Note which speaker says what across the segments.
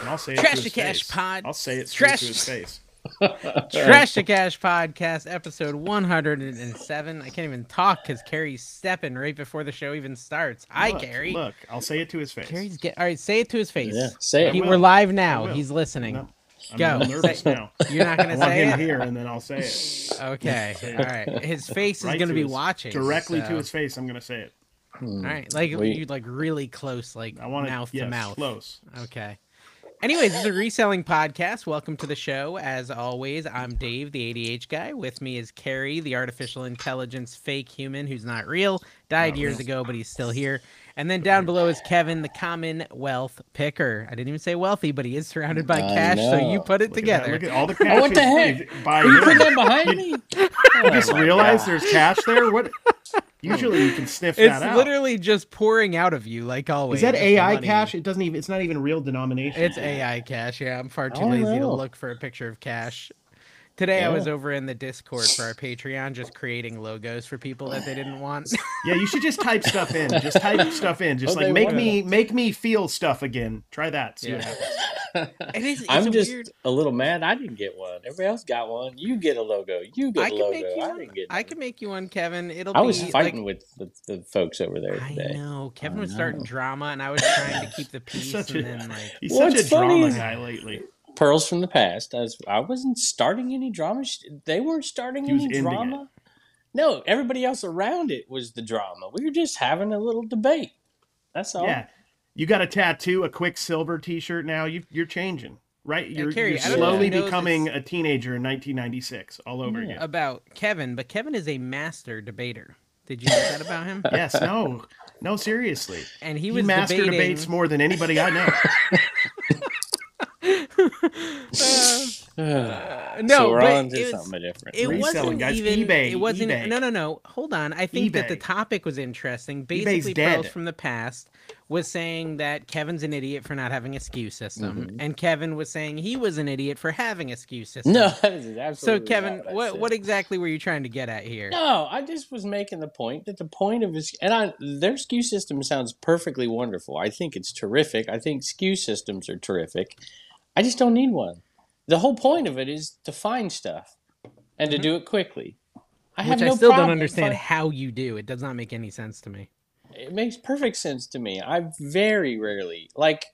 Speaker 1: And I'll say it
Speaker 2: Trash
Speaker 1: to his
Speaker 2: to cash
Speaker 1: face.
Speaker 2: pod.
Speaker 1: I'll say it straight
Speaker 2: Trash-
Speaker 1: to his face.
Speaker 2: Trash to Cash podcast, episode 107. I can't even talk because Carrie's stepping right before the show even starts. Hi,
Speaker 1: Look,
Speaker 2: Carrie.
Speaker 1: Look, I'll say it to his face.
Speaker 2: Carrie's get all right. Say it to his face.
Speaker 3: Yeah, say it.
Speaker 2: He-
Speaker 1: I will.
Speaker 2: we're live
Speaker 1: I
Speaker 2: now.
Speaker 1: will.
Speaker 2: He's listening.
Speaker 1: No, I'm
Speaker 2: Go.
Speaker 1: nervous
Speaker 2: Say-
Speaker 1: now.
Speaker 2: You're not
Speaker 1: I
Speaker 2: gonna
Speaker 1: want
Speaker 2: say
Speaker 1: him
Speaker 2: it.
Speaker 1: here, and then I'll say it.
Speaker 2: Okay. All right. His face is
Speaker 1: Right
Speaker 2: gonna
Speaker 1: to
Speaker 2: be
Speaker 1: his-
Speaker 2: watching
Speaker 1: directly
Speaker 2: so-
Speaker 1: to his face. I'm gonna say it.
Speaker 2: All right. Like
Speaker 3: We-
Speaker 2: you like really close, like
Speaker 1: I want
Speaker 2: mouth
Speaker 1: it yes,
Speaker 2: to mouth.
Speaker 1: close.
Speaker 2: Okay. Anyways, this is a reselling podcast. Welcome to the show. As always, I'm Dave, the ADH guy. With me is Carrie, the artificial intelligence fake human who's not real, died years ago, but he's still here. And then down below is Kevin, the commonwealth picker. I didn't even say wealthy, but he is surrounded by
Speaker 3: I
Speaker 2: cash, so
Speaker 3: know.
Speaker 2: you put it
Speaker 1: Look at that.
Speaker 2: together.
Speaker 1: Look at all the cash.
Speaker 3: what the heck?
Speaker 1: is- By
Speaker 3: You put
Speaker 1: him.
Speaker 3: that behind me?
Speaker 1: You just realize there's cash there. What? Usually you can sniff
Speaker 2: it's
Speaker 1: that out.
Speaker 2: literally just pouring out of you, like always.
Speaker 1: Is that
Speaker 2: the
Speaker 1: AI
Speaker 2: money.
Speaker 1: cash? It doesn't even. It's not even real denomination.
Speaker 2: It's AI cash. Yeah, I'm far too
Speaker 3: Oh,
Speaker 2: lazy to
Speaker 3: no.
Speaker 2: look for a picture of cash. Today I was
Speaker 3: Yeah.
Speaker 2: over in the Discord for our Patreon, just creating logos for people that they didn't want.
Speaker 1: yeah, you should just type stuff in. Just type stuff in. Just
Speaker 3: Oh,
Speaker 1: like
Speaker 3: they
Speaker 1: make
Speaker 3: want
Speaker 1: me make me feel stuff again. Try that. See what
Speaker 2: Yeah.
Speaker 1: happens.
Speaker 2: It is, it's
Speaker 3: I'm
Speaker 2: a
Speaker 3: just
Speaker 2: weird-
Speaker 3: a little mad I didn't get one. Everybody else got one. You get a logo. You get
Speaker 2: I
Speaker 3: a
Speaker 2: can
Speaker 3: logo.
Speaker 2: make you.
Speaker 3: I
Speaker 2: one.
Speaker 3: didn't get
Speaker 2: I
Speaker 3: none.
Speaker 2: can make you one, Kevin. It'll
Speaker 3: I
Speaker 2: be
Speaker 3: was fighting
Speaker 2: like,
Speaker 3: with the, the folks over there
Speaker 2: I
Speaker 3: today.
Speaker 2: know Kevin
Speaker 3: I
Speaker 2: was starting
Speaker 3: know.
Speaker 2: drama, and I was trying to keep the peace,
Speaker 1: such
Speaker 2: and
Speaker 1: a-
Speaker 2: then like
Speaker 1: He's such
Speaker 3: What's
Speaker 1: a
Speaker 3: funny
Speaker 1: drama
Speaker 3: is-
Speaker 1: guy lately.
Speaker 3: Pearls from the past. I, was, I wasn't starting any drama. Sh- They weren't starting
Speaker 1: He was
Speaker 3: any
Speaker 1: ending it.
Speaker 3: drama. No, everybody else around it was the drama. We were just having a little debate. That's all.
Speaker 1: Yeah. You got a tattoo, a quicksilver T-shirt. Now you, you're changing, right? You're,
Speaker 2: Carrie,
Speaker 1: you're
Speaker 2: I
Speaker 3: don't know if
Speaker 1: slowly
Speaker 2: you know
Speaker 1: becoming a teenager in 1996, all over again.
Speaker 2: about Kevin, but Kevin is a master debater. Did you know that about him?
Speaker 1: Yes, no, no, seriously.
Speaker 2: And he
Speaker 1: He,
Speaker 2: was
Speaker 1: master
Speaker 2: debating...
Speaker 1: debates more than anybody I know.
Speaker 2: no,
Speaker 3: so we're
Speaker 2: but
Speaker 3: on to
Speaker 2: it was-
Speaker 3: something different.
Speaker 2: It
Speaker 1: Reselling,
Speaker 2: wasn't
Speaker 1: guys.
Speaker 2: even.
Speaker 1: eBay,
Speaker 2: it wasn't.
Speaker 1: eBay.
Speaker 2: No, no, no. Hold on. I think that the
Speaker 1: eBay.
Speaker 2: topic was interesting.
Speaker 1: eBay's
Speaker 2: Basically, Pearls
Speaker 1: dead.
Speaker 2: from the Past was saying that Kevin's an idiot for not having a SKU system,
Speaker 1: Mm-hmm.
Speaker 2: and Kevin was saying he was an idiot for having a SKU system.
Speaker 3: no, that is absolutely
Speaker 2: So,
Speaker 3: not
Speaker 2: Kevin,
Speaker 3: I
Speaker 2: what
Speaker 3: said.
Speaker 2: what exactly were you trying to get at here?
Speaker 3: No, I just was making the point that the point of his and I their SKU system sounds perfectly wonderful. I think it's terrific. I think SKU systems are terrific. I just don't need one. The whole point of it is to find stuff and to do it quickly. I have
Speaker 2: Mm-hmm. Which I
Speaker 3: no
Speaker 2: still don't
Speaker 3: problem
Speaker 2: understand
Speaker 3: fin-
Speaker 2: how you do. It does not make any sense to me.
Speaker 3: it makes perfect sense to me. I very rarely, like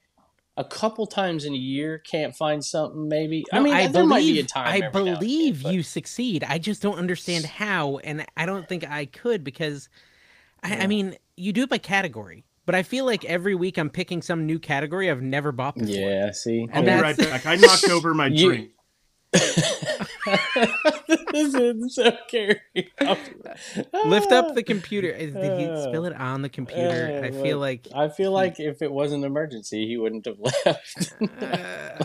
Speaker 3: a couple times in a year, can't find something. Maybe I
Speaker 2: No,
Speaker 3: mean, there might be a
Speaker 2: believe-
Speaker 3: time.
Speaker 2: I
Speaker 3: every now and
Speaker 2: believe
Speaker 3: again, but-
Speaker 2: you succeed. I just don't understand how, and I don't think I could because, I, I mean, you do it by category. But I feel like every week I'm picking some new category I've never bought before.
Speaker 3: Yeah, see,
Speaker 1: I'll
Speaker 2: And
Speaker 1: be
Speaker 2: that's-
Speaker 1: right back. I knocked over my
Speaker 3: You-
Speaker 1: drink.
Speaker 3: this is so scary.
Speaker 2: Lift up the computer. Is- Did he spill it on the
Speaker 3: Oh,
Speaker 2: computer? I feel like
Speaker 3: I feel like if it was an emergency, he wouldn't have left.
Speaker 2: uh,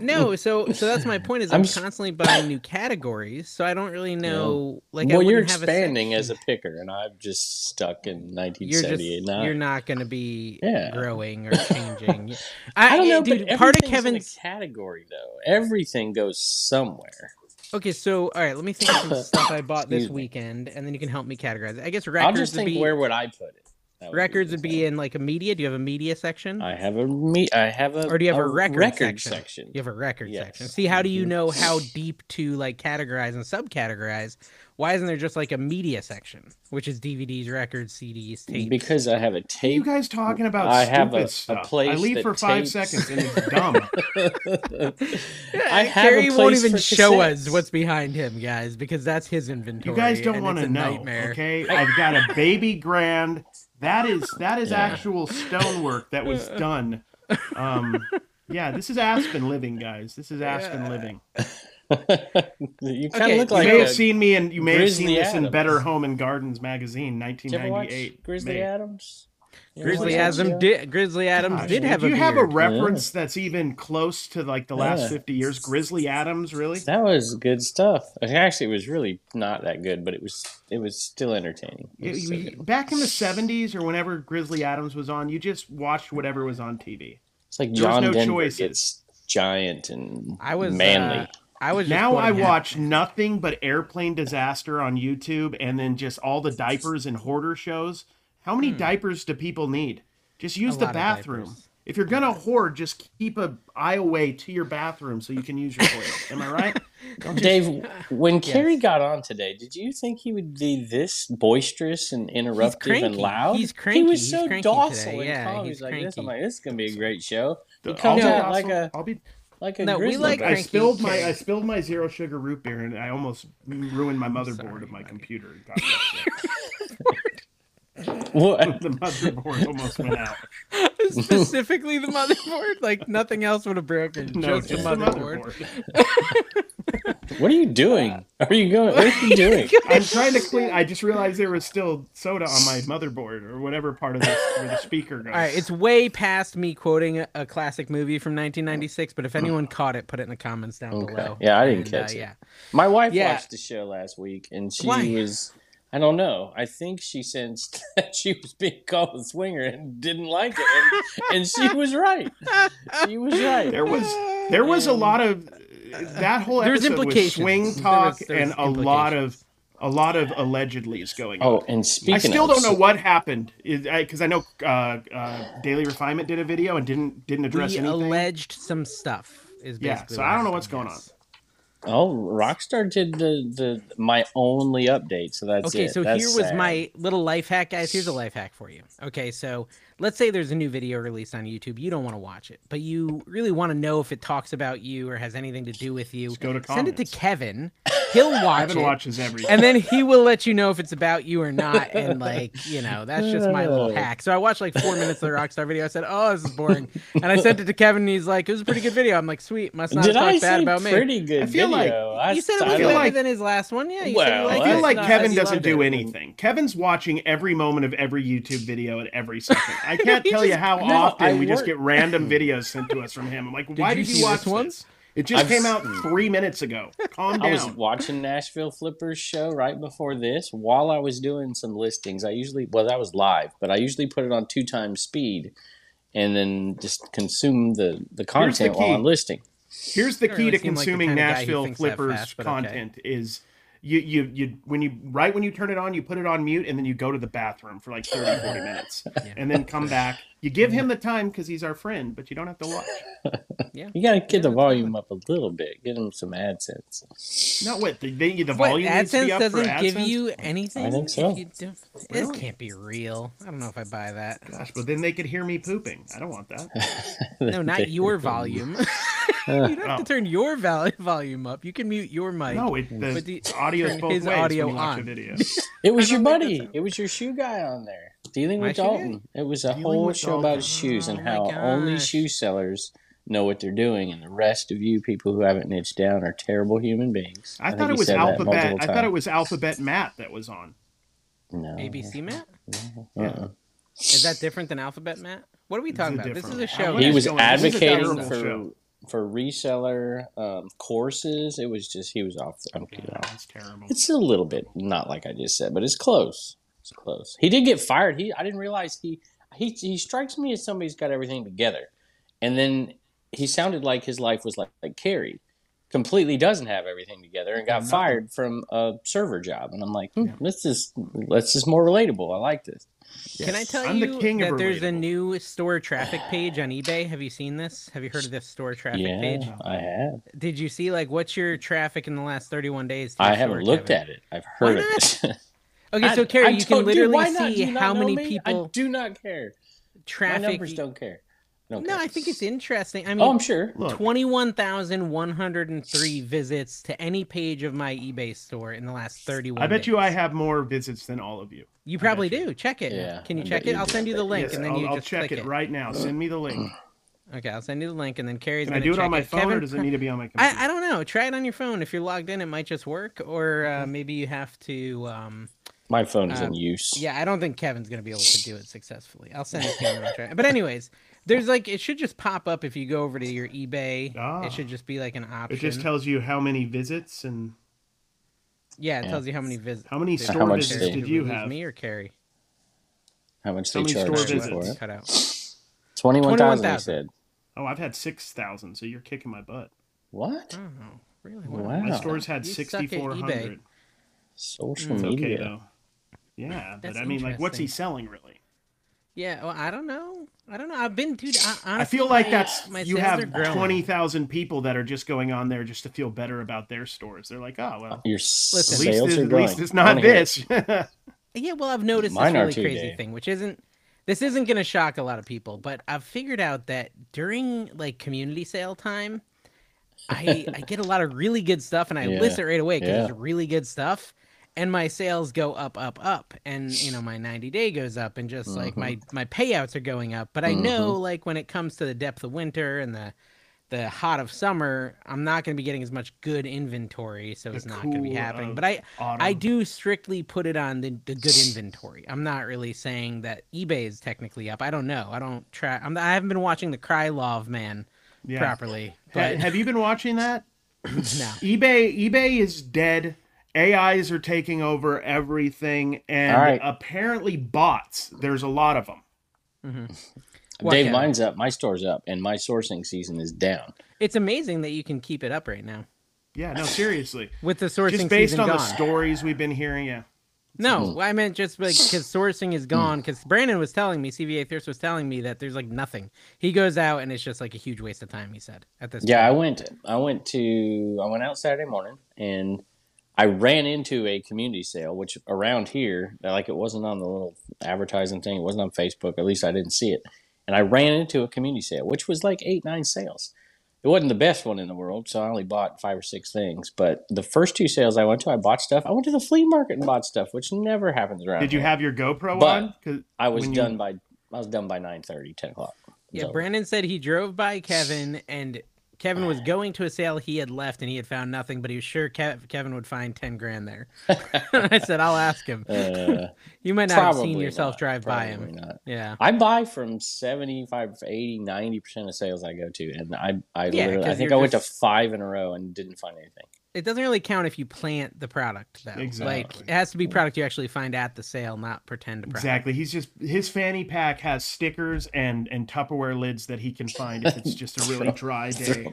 Speaker 2: no. So, so that's my point. Is I'm,
Speaker 3: I'm s-
Speaker 2: constantly buying new categories, so I don't really know. Like, I
Speaker 3: well, you're
Speaker 2: wouldn't have a
Speaker 3: expanding as a
Speaker 2: section.
Speaker 3: picker, and I'm just stuck in
Speaker 2: You're just
Speaker 3: 1978. now.
Speaker 2: you're not going to be
Speaker 3: Yeah.
Speaker 2: growing or changing.
Speaker 3: I don't know,
Speaker 2: dude.
Speaker 3: but
Speaker 2: part of
Speaker 3: everything's in a
Speaker 2: Kevin's
Speaker 3: category though. Everything goes somewhere.
Speaker 2: Okay, so all right, let me think of some stuff I bought this
Speaker 3: Excuse me.
Speaker 2: weekend, and then you can help me categorize it. I guess
Speaker 3: I'll
Speaker 2: records
Speaker 3: just
Speaker 2: would
Speaker 3: think
Speaker 2: be
Speaker 3: where would I put it? That would
Speaker 2: Records would
Speaker 3: the
Speaker 2: be in like a media. Do you have a media section?
Speaker 3: thing. I have a me. I have a.
Speaker 2: or do you have a,
Speaker 3: a
Speaker 2: record,
Speaker 3: record
Speaker 2: section?
Speaker 3: section?
Speaker 2: You have a record section.
Speaker 3: Yes.
Speaker 2: See, how do you
Speaker 3: Mhm.
Speaker 2: know how deep to like categorize and subcategorize? Why isn't there just like a media section, which is DVDs, records, CDs, tapes?
Speaker 3: Because I have a
Speaker 1: What are you
Speaker 3: tape.
Speaker 1: guys talking about
Speaker 3: I
Speaker 1: stupid
Speaker 3: have a- a
Speaker 1: stuff. I
Speaker 3: place
Speaker 1: leave
Speaker 3: that
Speaker 1: for five
Speaker 3: tapes-
Speaker 1: seconds and it's dumb.
Speaker 3: I have a
Speaker 2: Carrie won't
Speaker 3: place
Speaker 2: even
Speaker 3: for
Speaker 2: show us
Speaker 3: cassettes.
Speaker 2: what's behind him, guys, because that's his
Speaker 1: You
Speaker 2: inventory.
Speaker 1: guys don't
Speaker 2: and
Speaker 1: want
Speaker 2: it's
Speaker 1: to
Speaker 2: a
Speaker 1: know,
Speaker 2: Nightmare.
Speaker 1: okay? I've got a baby grand. That is that is actual stonework that was done. Um, yeah, this is Aspen living, guys. This is Aspen living.
Speaker 3: you kind
Speaker 2: Okay,
Speaker 3: of look
Speaker 2: you
Speaker 1: You
Speaker 3: like.
Speaker 1: may
Speaker 3: a-
Speaker 1: have seen me, and you may have seen
Speaker 3: Grizzly
Speaker 1: this in
Speaker 3: Adams.
Speaker 1: Better Home and Gardens magazine,
Speaker 3: Did you ever watch
Speaker 1: 1998.
Speaker 3: Grizzly
Speaker 1: May.
Speaker 3: Adams? You ever
Speaker 2: Grizzly
Speaker 3: watch that show?
Speaker 2: Adams did. Grizzly Adams
Speaker 1: Gosh,
Speaker 2: did
Speaker 1: do
Speaker 2: have a
Speaker 1: you have a
Speaker 2: beard.
Speaker 1: reference that's even close to like the last
Speaker 3: Yeah.
Speaker 1: 50 years? Grizzly Adams, really?
Speaker 3: That was good stuff. Actually, it was really not that good, but it was it was still entertaining. It was
Speaker 1: You-
Speaker 3: so
Speaker 1: you-
Speaker 3: good.
Speaker 1: back in the 70s or whenever Grizzly Adams was on, you just watched whatever was on TV.
Speaker 3: It's like
Speaker 1: was
Speaker 3: John
Speaker 1: no
Speaker 3: Denver
Speaker 1: choices.
Speaker 3: gets giant and
Speaker 2: I was
Speaker 3: manly.
Speaker 2: uh, I was just
Speaker 1: Now I
Speaker 2: quoting him.
Speaker 1: watch nothing but airplane disaster on YouTube and then just all the diapers and hoarder shows. How many diapers do people need? Just use the
Speaker 2: Hmm. lot of
Speaker 1: bathroom.
Speaker 2: diapers.
Speaker 1: If you're gonna hoard, just keep a eye away to your bathroom so you can use your toilet. Am I right?
Speaker 3: Dave, when Carrie got on today, did you think he would be this boisterous and interruptive and
Speaker 2: cranky.
Speaker 3: loud?
Speaker 2: He's cranky.
Speaker 3: He
Speaker 2: He's
Speaker 3: was so
Speaker 2: cranky
Speaker 3: docile
Speaker 2: today.
Speaker 3: and
Speaker 2: Yeah,
Speaker 3: calm.
Speaker 2: he's
Speaker 3: He's, like this. I'm
Speaker 2: cranky.
Speaker 3: like, this is gonna be a great show. He
Speaker 1: I'll
Speaker 3: comes
Speaker 1: be
Speaker 3: out
Speaker 1: docile.
Speaker 3: like a
Speaker 1: I'll be
Speaker 3: like a
Speaker 2: No, we
Speaker 3: grizzly.
Speaker 2: like
Speaker 3: bear.
Speaker 1: I
Speaker 2: cranky
Speaker 1: spilled my
Speaker 2: kid.
Speaker 1: I spilled my zero sugar root beer and I almost ruined my motherboard of my computer. God
Speaker 3: What?
Speaker 1: the motherboard almost went out.
Speaker 2: specifically the motherboard. Like nothing else would have broken.
Speaker 1: No,
Speaker 2: just, the motherboard.
Speaker 3: What are you doing? Are you going? What are you doing?
Speaker 1: I'm trying to clean. I just realized there was still soda on my motherboard or whatever part of the, where the speaker goes.
Speaker 2: All right, it's way past me quoting a, a classic movie from 1996. But if
Speaker 1: Mm.
Speaker 2: anyone caught it, put it in the comments down below.
Speaker 3: Yeah, I didn't
Speaker 2: And, uh,
Speaker 3: catch it.
Speaker 2: Yeah,
Speaker 3: My wife
Speaker 2: Yeah.
Speaker 3: watched the show last week, and she
Speaker 2: Why?
Speaker 3: was. I don't know. I think she sensed that she was being called a swinger and didn't like it, and, and she was right. She was right.
Speaker 1: there was there was a lot of that whole
Speaker 2: Um, There's
Speaker 1: episode was
Speaker 2: implications.
Speaker 1: swing
Speaker 2: There
Speaker 1: talk
Speaker 2: was- there was
Speaker 1: and a lot of a lot of allegedlys going on.
Speaker 3: Oh, and speaking,
Speaker 1: I still
Speaker 3: of,
Speaker 1: don't know what happened because I, know uh, uh, Daily Refinement did a video and didn't didn't address
Speaker 2: we
Speaker 1: anything.
Speaker 2: alleged some stuff. Is
Speaker 1: Yeah,
Speaker 2: basically
Speaker 1: so
Speaker 2: what
Speaker 1: I don't know
Speaker 2: happened,
Speaker 1: what's going on.
Speaker 2: yes.
Speaker 3: Oh, Rockstar did the the my only update, so that's
Speaker 2: Okay,
Speaker 3: it.
Speaker 2: so
Speaker 3: That's
Speaker 2: here was
Speaker 3: sad.
Speaker 2: my little life hack, guys. Here's a life hack for you. Okay, so let's say there's a new video released on YouTube. You don't want to watch it, but you really want to know if it talks about you or has anything to do with you.
Speaker 1: go to
Speaker 2: Send it to
Speaker 1: comments.
Speaker 2: Kevin. He'll watch
Speaker 1: Evan
Speaker 2: it.
Speaker 1: watches everything.
Speaker 2: and then he will let you know if it's about you or not. And like, you know, that's just my little hack. So I watched like four minutes of the Rockstar video. I said, "Oh, this is boring," and I sent it to Kevin. and He's like, "It was a pretty good video." I'm like, "Sweet, must not have
Speaker 3: Did
Speaker 2: talked
Speaker 3: I
Speaker 2: bad
Speaker 3: say
Speaker 2: about me."
Speaker 3: pretty good
Speaker 1: I feel like-
Speaker 3: video? I
Speaker 2: You said it
Speaker 3: thought
Speaker 2: was
Speaker 1: feel
Speaker 2: better
Speaker 1: like-
Speaker 2: than his last one. Yeah, you said you
Speaker 3: Well,
Speaker 2: liked
Speaker 1: I
Speaker 2: it.
Speaker 1: feel
Speaker 3: That's
Speaker 1: like
Speaker 2: Not-
Speaker 1: Kevin
Speaker 2: you
Speaker 1: doesn't
Speaker 2: loved
Speaker 1: do
Speaker 2: it.
Speaker 1: anything. Kevin's watching every moment of every YouTube video at every second. I can't tell you how
Speaker 3: No,
Speaker 1: often
Speaker 3: I
Speaker 1: we just
Speaker 3: work-
Speaker 1: get random videos sent to us from him. I'm like, why
Speaker 2: you
Speaker 1: did you,
Speaker 2: see
Speaker 1: watch
Speaker 2: this one?
Speaker 1: this? It just
Speaker 3: I've
Speaker 1: came out three minutes ago. Calm
Speaker 3: I was
Speaker 1: down.
Speaker 3: watching Nashville Flippers show right before this while I was doing some listings. I usually well that was live, but I usually put it on two times speed and then just consume the the
Speaker 1: Here's the
Speaker 3: content while
Speaker 1: key.
Speaker 3: I'm listing.
Speaker 1: Here's the
Speaker 2: Doesn't
Speaker 1: key
Speaker 2: really
Speaker 1: to
Speaker 2: seem like the
Speaker 1: consuming
Speaker 2: kind of guy who
Speaker 1: Nashville
Speaker 2: thinks that
Speaker 1: Flippers
Speaker 2: fast, but okay.
Speaker 1: content is you you you when you right when you turn it on, you put it on mute and then you go to the bathroom for like 30 40 minutes and then come back. You give him the time cuz he's our friend, but you don't have to watch.
Speaker 3: You got to get the volume up a little bit. Get them some AdSense.
Speaker 1: Not what the, the, the
Speaker 2: What,
Speaker 1: volume needs to be
Speaker 2: AdSense
Speaker 1: up
Speaker 2: doesn't
Speaker 1: for AdSense.
Speaker 2: give you anything.
Speaker 3: I think
Speaker 2: if
Speaker 3: so.
Speaker 2: you do-
Speaker 1: Really?
Speaker 2: It can't be real. I don't know if I buy that.
Speaker 1: Gosh, but then they could hear me pooping. I don't want that.
Speaker 2: No, not your
Speaker 3: Uh.
Speaker 2: volume. you don't have to turn your val- volume up. You can mute your mic.
Speaker 1: Oh. No, it, the,
Speaker 2: But the-
Speaker 1: audio's
Speaker 2: turn
Speaker 1: both
Speaker 2: his
Speaker 1: ways
Speaker 2: audio
Speaker 1: when you watch a
Speaker 2: on.
Speaker 1: video.
Speaker 3: It was your buddy. It was your shoe guy on there dealing
Speaker 2: My
Speaker 3: with
Speaker 2: shoe guy?
Speaker 3: Dalton. It was a whole
Speaker 1: with
Speaker 3: show
Speaker 1: Dalton.
Speaker 3: about shoes and
Speaker 2: Oh, my
Speaker 3: how only
Speaker 2: gosh.
Speaker 3: shoe sellers know what they're doing, and the rest of you people who haven't niched down are terrible human beings.
Speaker 1: I,
Speaker 3: think
Speaker 1: thought
Speaker 3: he
Speaker 1: it was
Speaker 3: said that
Speaker 1: Alphabet.
Speaker 3: multiple
Speaker 1: I thought it
Speaker 3: times.
Speaker 1: was Alphabet Matt that was on.
Speaker 3: No.
Speaker 2: ABC Matt?
Speaker 3: Uh-uh.
Speaker 2: Is that different than Alphabet Matt? What are we talking
Speaker 1: a
Speaker 2: about? This is
Speaker 1: different
Speaker 2: a show.
Speaker 1: one.
Speaker 3: He
Speaker 1: What
Speaker 2: guys.
Speaker 1: is going on?
Speaker 3: was
Speaker 1: This is a
Speaker 3: advocating
Speaker 1: terrible
Speaker 3: for
Speaker 1: show.
Speaker 3: for reseller um, courses. It was just he was off. I'm kidding.
Speaker 1: That's terrible.
Speaker 3: It's a little bit not like I just said, but it's close. It's close. He did get fired. He I didn't realize he he he strikes me as somebody who's got everything together, and then he sounded like his life was like like Carrie. completely doesn't have everything together and got fired from a server job. And I'm like, hmm, this is this is more relatable. I like this.
Speaker 2: Can I tell
Speaker 1: I'm the
Speaker 2: you
Speaker 1: king of
Speaker 2: that there's a
Speaker 1: relatable.
Speaker 2: new store traffic page on eBay? Have you seen this? Have you heard of this store traffic
Speaker 3: yeah,
Speaker 2: page?
Speaker 3: I have.
Speaker 2: Did you see like what's your traffic in the last 31 days? to
Speaker 3: I
Speaker 2: your
Speaker 3: haven't
Speaker 2: store,
Speaker 3: looked
Speaker 2: Kevin?
Speaker 3: at it. I've heard
Speaker 2: Why
Speaker 3: of
Speaker 2: not?
Speaker 3: it.
Speaker 2: Okay, so
Speaker 3: I-
Speaker 2: Carrie,
Speaker 3: I
Speaker 2: you
Speaker 3: don't-
Speaker 2: can
Speaker 3: dude,
Speaker 2: literally
Speaker 3: why not? Do
Speaker 2: see
Speaker 3: you not
Speaker 2: how
Speaker 3: know
Speaker 2: many
Speaker 3: me? I
Speaker 2: people
Speaker 3: do not care.
Speaker 2: traffic.
Speaker 3: My numbers don't care. I don't
Speaker 2: No,
Speaker 3: care.
Speaker 2: I think it's interesting. I mean,
Speaker 3: Oh, I'm sure.
Speaker 1: Look,
Speaker 2: 21,103 visits to any page of my eBay store in the last 31
Speaker 1: I bet you
Speaker 2: days.
Speaker 1: I have more visits than all of you.
Speaker 2: You probably do. Check it.
Speaker 3: Yeah,
Speaker 2: Can you
Speaker 3: I
Speaker 2: check
Speaker 3: bet
Speaker 2: it?
Speaker 3: you
Speaker 2: I'll
Speaker 3: do.
Speaker 2: send you the link
Speaker 1: Yes,
Speaker 2: and then
Speaker 1: I'll,
Speaker 2: you
Speaker 1: I'll
Speaker 2: just
Speaker 1: check
Speaker 2: click
Speaker 1: it right now. Send me the link.
Speaker 2: Okay, I'll send you the link and then Carrie's
Speaker 1: Can I
Speaker 2: gonna
Speaker 1: do it
Speaker 2: check
Speaker 1: on my phone,
Speaker 2: Kevin,
Speaker 1: or does it need to be on my computer?
Speaker 2: I, I don't know. Try it on your phone. If you're logged in, it might just work, or
Speaker 1: Mm-hmm.
Speaker 2: uh, maybe you have to. Um,
Speaker 3: My phone is
Speaker 2: Um,
Speaker 3: in use.
Speaker 2: yeah, I don't think Kevin's gonna be able to do it successfully. I'll send it to him. and I'll try. But anyways, there's like it should just pop up if you go over to your eBay.
Speaker 1: Ah.
Speaker 2: It should just be like an option.
Speaker 1: It just tells you how many visits and
Speaker 2: yeah, it
Speaker 3: Yeah.
Speaker 2: tells you how many visits.
Speaker 1: how many
Speaker 2: Dude,
Speaker 1: store
Speaker 3: how much
Speaker 1: visits
Speaker 3: they-
Speaker 1: did you have.
Speaker 2: Me or Carrie?
Speaker 3: How much
Speaker 1: So many
Speaker 3: they charge
Speaker 1: store
Speaker 3: you
Speaker 2: Sorry,
Speaker 3: for
Speaker 1: visits.
Speaker 3: it?
Speaker 2: cut out.
Speaker 3: Twenty-one thousand. I
Speaker 2: 21,000.
Speaker 3: said.
Speaker 1: Oh, I've had six thousand. So you're kicking my butt.
Speaker 3: What?
Speaker 2: Oh, really?
Speaker 3: Wow.
Speaker 1: My store's had
Speaker 2: You suck at
Speaker 1: sixty
Speaker 2: eBay.
Speaker 1: four hundred.
Speaker 3: Social
Speaker 1: It's
Speaker 3: media.
Speaker 1: okay though. Yeah, but
Speaker 2: That's
Speaker 1: I mean, like, what's he
Speaker 2: interesting.
Speaker 1: selling really?
Speaker 2: Yeah, well, I don't know. I don't know. I've been dude. I, honestly,
Speaker 1: I feel like
Speaker 2: my-
Speaker 1: that's
Speaker 2: my
Speaker 1: you
Speaker 2: sales
Speaker 1: have
Speaker 2: are growing.
Speaker 1: twenty thousand people that are just going on there just to feel better about their stores. They're like, oh well,
Speaker 3: Your
Speaker 2: Listen.
Speaker 1: at
Speaker 3: sales
Speaker 1: least,
Speaker 3: are
Speaker 1: it's, at
Speaker 3: growing.
Speaker 1: least it's
Speaker 3: I
Speaker 1: not
Speaker 3: wanna hear it.
Speaker 1: this.
Speaker 2: Yeah, well, I've noticed
Speaker 3: Mine are
Speaker 2: this
Speaker 3: too,
Speaker 2: really crazy
Speaker 3: Dave.
Speaker 2: thing, which isn't this isn't going to shock a lot of people, but I've figured out that during like community sale time, I I get a lot of really good stuff and I
Speaker 3: Yeah,
Speaker 2: list it right away because
Speaker 3: yeah.
Speaker 2: it's really good stuff, and my sales go up, up, up, and you know my ninety day goes up, and just like my
Speaker 3: Mm-hmm.
Speaker 2: my payouts are going up. But I know like when it comes to the depth of winter and the the hot of summer, I'm not going to be getting as much good inventory, so it's not going to be
Speaker 1: cool
Speaker 2: happening.
Speaker 1: of
Speaker 2: But I I
Speaker 1: Autumn.
Speaker 2: do strictly put it on the, the good inventory. I'm not really saying that eBay is technically up. I don't know. I don't try. I'm, I haven't been watching the Krylov man
Speaker 1: Yeah.
Speaker 2: properly.
Speaker 1: Ha-
Speaker 2: But
Speaker 1: have you been watching that?
Speaker 2: no.
Speaker 1: eBay eBay is dead. AIs are taking over everything, and
Speaker 3: All right.
Speaker 1: apparently bots. There's a lot of them.
Speaker 2: What,
Speaker 3: Dave,
Speaker 2: Kevin?
Speaker 3: mine's up. My store's up, and my sourcing season is down.
Speaker 2: It's amazing that you can keep it up right now
Speaker 1: Yeah, no, seriously.
Speaker 2: with the sourcing
Speaker 1: Just based
Speaker 2: season
Speaker 1: on
Speaker 2: gone.
Speaker 1: the stories we've been hearing, yeah.
Speaker 2: No, I meant just like because sourcing is gone. Because Brandon was telling me, CVA Thirst was telling me that there's like nothing. He goes out and it's just like a huge waste of time. He said at this.
Speaker 3: Yeah,
Speaker 2: point.
Speaker 3: I went. I went to. I went out Saturday morning, and I ran into a community sale, which around here, like it wasn't on the little advertising thing. It wasn't on Facebook. At least I didn't see it. And I ran into a community sale, which was like eight, nine sales. It wasn't the best one in the world, so I only bought five or six things. But the first two sales I went to, I bought stuff. I went to the flea market and bought stuff, which never happens around.
Speaker 1: Did you
Speaker 3: here.
Speaker 1: have your GoPro
Speaker 3: But
Speaker 1: on? 'Cause
Speaker 3: I was
Speaker 1: when you-
Speaker 3: done by. I was done by 9:30, 10 o'clock.
Speaker 2: Yeah,
Speaker 3: So-
Speaker 2: Brandon said he drove by Kevin and Kevin
Speaker 3: Ah.
Speaker 2: was going to a sale. He had left and he had found nothing, but he was sure Kev- Kevin would find 10 grand there. I said, I'll ask him.
Speaker 3: Uh,
Speaker 2: you might not have seen
Speaker 3: probably
Speaker 2: yourself
Speaker 3: not,
Speaker 2: drive by him.
Speaker 3: probably not.
Speaker 2: Yeah.
Speaker 3: I buy from 75, 80, 90% of sales I go to. And I, I
Speaker 2: Yeah,
Speaker 3: literally, I
Speaker 2: 'cause
Speaker 3: think I
Speaker 2: you're
Speaker 3: went to
Speaker 2: just-
Speaker 3: five in a row and didn't find anything.
Speaker 2: It doesn't really count if you plant the product, though. Like,
Speaker 1: Exactly.
Speaker 2: it has to be product you actually find at the sale, not pretend to product.
Speaker 1: Exactly. He's just his fanny pack has stickers and and Tupperware lids that he can find if it's just a really dry day.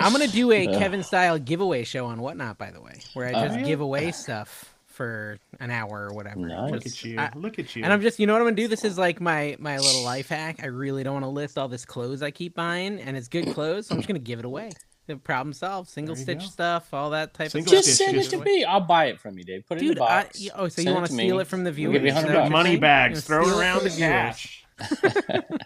Speaker 2: I'm going to do a Kevin style giveaway show on Whatnot, by the way, where I just give away stuff for an hour or whatever.
Speaker 3: Uh-huh. Nice.
Speaker 1: Look
Speaker 2: Just-
Speaker 1: at you.
Speaker 2: I-
Speaker 1: Look at you.
Speaker 2: And I'm just, you know what I'm gonna do? This is like my my little life hack. I really don't want to list all this clothes I keep buying, and it's good clothes, so I'm just gonna give it away. The problem solved. Single stitch
Speaker 1: go.
Speaker 2: stuff, all that type
Speaker 1: Single
Speaker 2: of
Speaker 3: Just
Speaker 2: stuff.
Speaker 3: send it
Speaker 1: Just
Speaker 3: to me. I'll buy it from you, Dave. Put it in
Speaker 2: Dude,
Speaker 3: the
Speaker 2: I,
Speaker 3: box.
Speaker 2: you- oh, so you
Speaker 3: Send
Speaker 2: want to
Speaker 3: me.
Speaker 2: steal it from the
Speaker 3: We'll
Speaker 2: viewers?
Speaker 3: give you
Speaker 2: Is that
Speaker 3: 100
Speaker 2: what
Speaker 3: bucks.
Speaker 2: you're
Speaker 1: money
Speaker 2: saying?
Speaker 1: bags.
Speaker 2: You're
Speaker 1: Throw
Speaker 2: gonna
Speaker 1: it
Speaker 2: steal
Speaker 1: around
Speaker 2: from
Speaker 1: the cash.
Speaker 2: viewers.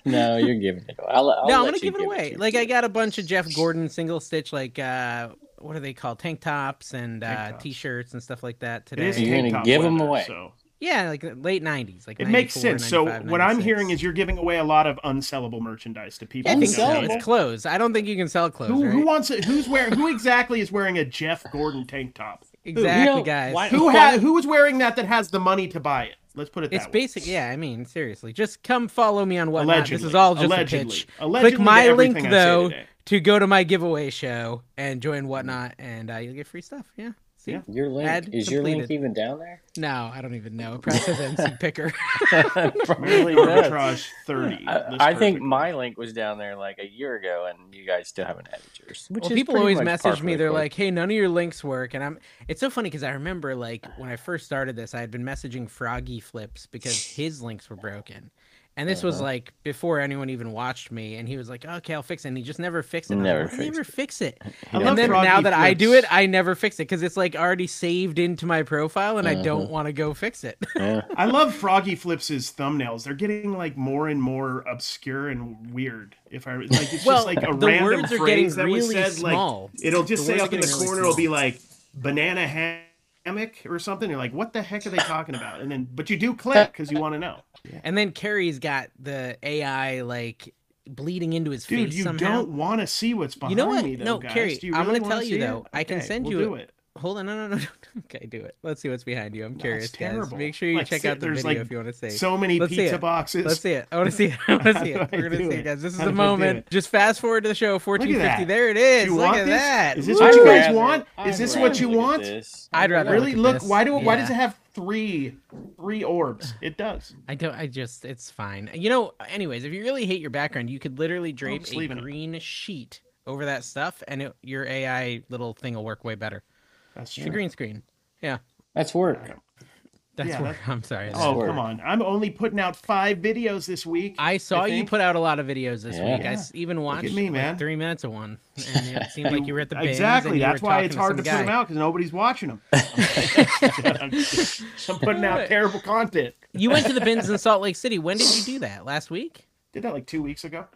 Speaker 3: No, you're giving it away. I'll, I'll
Speaker 2: No, I'm
Speaker 3: let
Speaker 2: gonna
Speaker 3: you
Speaker 2: give it away.
Speaker 3: to
Speaker 2: like
Speaker 3: me.
Speaker 2: I got a bunch of Jeff Gordon single stitch, like uh, what are they called? Tank tops and uh, t-shirts and stuff like that
Speaker 1: It is
Speaker 2: today.
Speaker 3: You're
Speaker 1: tank
Speaker 3: gonna
Speaker 1: top
Speaker 3: give 'em
Speaker 1: weather,
Speaker 3: away.
Speaker 1: So
Speaker 2: Yeah, like uh, late '90s. Like
Speaker 1: it makes
Speaker 2: 94,
Speaker 1: sense. So
Speaker 2: 95,
Speaker 1: what I'm
Speaker 2: 96.
Speaker 1: hearing is you're giving away a lot of unsellable merchandise to people.
Speaker 2: I
Speaker 1: who
Speaker 2: think
Speaker 1: don't
Speaker 2: so.
Speaker 1: have
Speaker 3: Unsellable.
Speaker 1: it.
Speaker 2: It's clothes. I don't think you can sell clothes.
Speaker 1: Who,
Speaker 2: right?
Speaker 1: who wants it? Who's wearing? Who exactly is wearing a Jeff Gordon tank top?
Speaker 2: Exactly,
Speaker 3: You know,
Speaker 2: guys.
Speaker 3: why-
Speaker 1: Who ha- Who is wearing that? That has the money to buy it. Let's put it that
Speaker 2: It's
Speaker 1: way.
Speaker 2: basic. Yeah, I mean, seriously, just come follow me on whatnot. This is
Speaker 1: Allegedly.
Speaker 2: all just a
Speaker 1: Allegedly.
Speaker 2: pitch.
Speaker 1: Allegedly
Speaker 2: Click my
Speaker 1: to
Speaker 2: link
Speaker 1: everything I say
Speaker 2: though
Speaker 1: today.
Speaker 2: to go to my giveaway show and join whatnot, and uh, you'll get free stuff. Yeah, See?
Speaker 1: Yeah.
Speaker 3: Your link
Speaker 2: Ad
Speaker 3: is your link
Speaker 2: completed.
Speaker 3: even down there?
Speaker 2: No, I don't even know. It probably says MC Picker.
Speaker 3: Probably
Speaker 1: Merely
Speaker 3: does.
Speaker 1: arbitrage thirty.
Speaker 3: I,
Speaker 1: That's
Speaker 3: I think
Speaker 1: perfect.
Speaker 3: my link was down there like a year ago, and you guys still haven't added yours. Which
Speaker 2: well,
Speaker 3: is
Speaker 2: people
Speaker 3: pretty
Speaker 2: always
Speaker 3: much par
Speaker 2: message
Speaker 3: for
Speaker 2: me.
Speaker 3: the
Speaker 2: They're
Speaker 3: course.
Speaker 2: like, "Hey, none of your links work," and I'm. It's so funny because I remember like when I first started this, I had been messaging Froggy Flips because his links were broken, and this was like before anyone even watched me, and he was like, "Okay, I'll fix it," and he just never fixed it. and I'm
Speaker 3: Never
Speaker 2: like, "Why do you never fix it.
Speaker 1: I
Speaker 2: and
Speaker 1: love
Speaker 2: then
Speaker 1: Froggy
Speaker 2: now that I do it,
Speaker 1: Flips.
Speaker 2: I never fix it because it's like already saved into my profile, and I don't want to go fix it.
Speaker 1: I love Froggy Flips' thumbnails. They're getting like more and more obscure and weird. If I like, it's
Speaker 2: Well,
Speaker 1: just like a
Speaker 2: the
Speaker 1: random
Speaker 2: words are getting
Speaker 1: phrase that was
Speaker 2: really
Speaker 1: said.
Speaker 2: small.
Speaker 1: Like it'll just say
Speaker 2: The words
Speaker 1: up
Speaker 2: are
Speaker 1: in the
Speaker 2: getting really
Speaker 1: corner. It'll be like banana ha- hammock or something. You're like, what the heck are they talking about? And then, but you do click because you want to know.
Speaker 2: And then Carrie's got the AI like bleeding into his
Speaker 1: Dude,
Speaker 2: face
Speaker 1: you
Speaker 2: somehow.
Speaker 1: don't want to see what's behind
Speaker 2: You know what?
Speaker 1: me, though,
Speaker 2: No,
Speaker 1: guys.
Speaker 2: Carrie,
Speaker 1: Do you
Speaker 2: I'm
Speaker 1: really
Speaker 2: gonna
Speaker 1: wanna
Speaker 2: tell you,
Speaker 1: see it?
Speaker 2: though, I can
Speaker 1: Okay,
Speaker 2: send
Speaker 1: we'll
Speaker 2: you
Speaker 1: do
Speaker 2: a-
Speaker 1: it.
Speaker 2: Hold on, no, no, no, no. Okay, do it. Let's see what's behind you. I'm curious,
Speaker 1: It's
Speaker 2: guys.
Speaker 1: terrible.
Speaker 2: Make sure you
Speaker 1: Like,
Speaker 2: check
Speaker 1: see-
Speaker 2: out the
Speaker 1: there's like
Speaker 2: video if you want to see.
Speaker 1: so many
Speaker 2: Let's see
Speaker 1: pizza
Speaker 2: it.
Speaker 1: boxes.
Speaker 2: Let's see it. I want to see it. I want to see
Speaker 1: How
Speaker 2: it.
Speaker 1: do I
Speaker 2: We're
Speaker 1: do
Speaker 2: gonna see it,
Speaker 1: it?
Speaker 2: guys. This is
Speaker 1: How
Speaker 2: the
Speaker 1: do I do
Speaker 2: moment.
Speaker 1: it?
Speaker 2: Just fast forward to the show.
Speaker 1: at
Speaker 2: 1450.
Speaker 1: that.
Speaker 2: There it is.
Speaker 1: you
Speaker 2: Look
Speaker 1: want
Speaker 2: at
Speaker 1: this?
Speaker 2: that.
Speaker 1: Is this what you
Speaker 2: Woo!
Speaker 1: guys want? Is this what
Speaker 3: I'd rather
Speaker 1: you
Speaker 3: look at
Speaker 1: want?
Speaker 3: this.
Speaker 2: I'd rather
Speaker 1: Really?
Speaker 2: look.
Speaker 1: Look,
Speaker 2: at this.
Speaker 1: why do why does
Speaker 2: Yeah.
Speaker 1: it have three three orbs? It does.
Speaker 2: I don't. I just. It's fine. You know. Anyways, if you really hate your background, you could
Speaker 1: Oh,
Speaker 2: literally drape
Speaker 1: just
Speaker 2: a
Speaker 1: leaving it.
Speaker 2: green sheet over that stuff, and it, your AI little thing will work way better.
Speaker 1: That's
Speaker 2: The
Speaker 1: true.
Speaker 2: green screen. Yeah.
Speaker 3: That's work.
Speaker 2: That's
Speaker 1: Yeah,
Speaker 2: where
Speaker 1: that-
Speaker 2: I'm sorry.
Speaker 1: Oh
Speaker 3: Word.
Speaker 1: come on! I'm only putting out five videos this week.
Speaker 2: I saw you
Speaker 1: think.
Speaker 2: put out a lot of videos this
Speaker 3: Yeah.
Speaker 2: week. I s- even watched
Speaker 1: me,
Speaker 2: like,
Speaker 1: man.
Speaker 2: three minutes of one, and it seemed like you were at the bins
Speaker 1: exactly.
Speaker 2: and you were
Speaker 1: That's why
Speaker 2: talking
Speaker 1: it's hard
Speaker 2: some
Speaker 1: to
Speaker 2: guy.
Speaker 1: put them out because nobody's watching them. I'm, kidding. I'm putting out terrible content.
Speaker 2: You went to the bins in Salt Lake City. When did you do that? Last week?
Speaker 1: Did that like two weeks ago.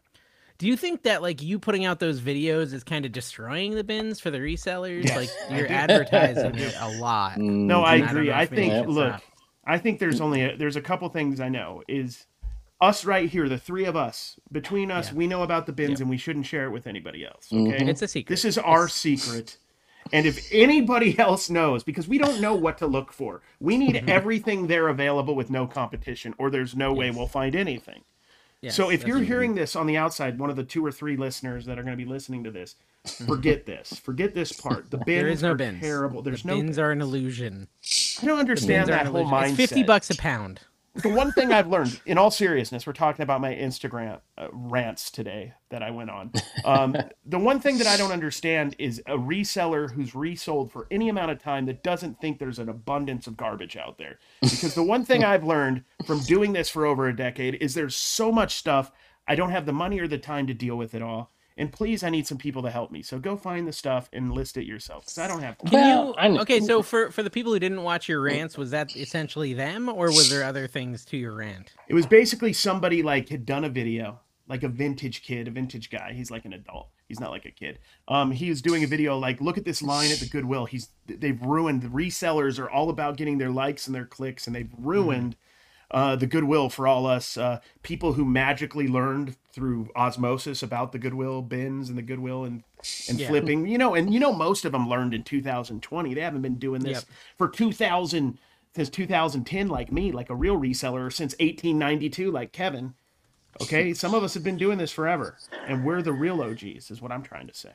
Speaker 2: Do you think that like you putting out those videos is kind of destroying the bins for the resellers?
Speaker 1: Yes,
Speaker 2: like
Speaker 1: I
Speaker 2: you're
Speaker 1: do. Mm.
Speaker 2: advertising it a lot.
Speaker 1: No, I
Speaker 2: Mm-hmm. I don't
Speaker 1: agree.
Speaker 2: know
Speaker 1: I
Speaker 2: if we
Speaker 1: think
Speaker 2: should
Speaker 1: look,
Speaker 2: stop.
Speaker 1: I think there's only a, there's a couple things I know is us right here, the three of us between us, we know about the bins and we shouldn't share it with anybody else. Okay,
Speaker 2: It's a secret.
Speaker 1: This is our secret. And if anybody else knows, because we don't know what to look for, we
Speaker 2: Mm-hmm.
Speaker 1: need everything there available with no competition, or there's no way we'll find anything.
Speaker 2: Yes,
Speaker 1: so if
Speaker 2: that's
Speaker 1: you're
Speaker 2: right.
Speaker 1: hearing this on the outside, one of the two or three listeners that are going to be listening to this, forget this. Forget this part. The bins
Speaker 2: Mm-hmm. there is no
Speaker 1: are
Speaker 2: bins.
Speaker 1: terrible. There's
Speaker 2: the
Speaker 1: no.
Speaker 2: bins are an illusion.
Speaker 1: I don't understand
Speaker 2: Bins are
Speaker 1: that
Speaker 2: an
Speaker 1: whole
Speaker 2: illusion.
Speaker 1: mindset.
Speaker 2: It's fifty bucks a pound.
Speaker 1: The one thing I've learned, in all seriousness, we're talking about my Instagram uh, rants today that I went on. Um, the one thing that I don't understand is a reseller who's resold for any amount of time that doesn't think there's an abundance of garbage out there. Because the one thing I've learned from doing this for over a decade is there's so much stuff I don't have the money or the time to deal with it all. And please, I need some people to help me. So go find the stuff and list it yourself because I don't have time.
Speaker 2: Can
Speaker 3: Well,
Speaker 2: you,
Speaker 3: I'm-
Speaker 2: okay, so for for the people who didn't watch your rants, was that essentially them, or was there other things to your rant?
Speaker 1: It was basically somebody like had done a video, like a vintage kid, a vintage guy. He's like an adult. He's not like a kid. Um, he was doing a video like, look at this line at the Goodwill. He's they've ruined the resellers are all about getting their likes and their clicks, and they've ruined uh, the Goodwill for all us uh, people who magically learned through osmosis about the Goodwill bins and the Goodwill and and
Speaker 2: Yeah.
Speaker 1: flipping. You know, and you know most of them learned in 2020. They haven't been doing this
Speaker 2: Yep.
Speaker 1: for 2000 since 2010, like me, like a real reseller since 1892, like Kevin. Okay, some of us have been doing this forever, and we're the real OGs, is what I'm trying to say.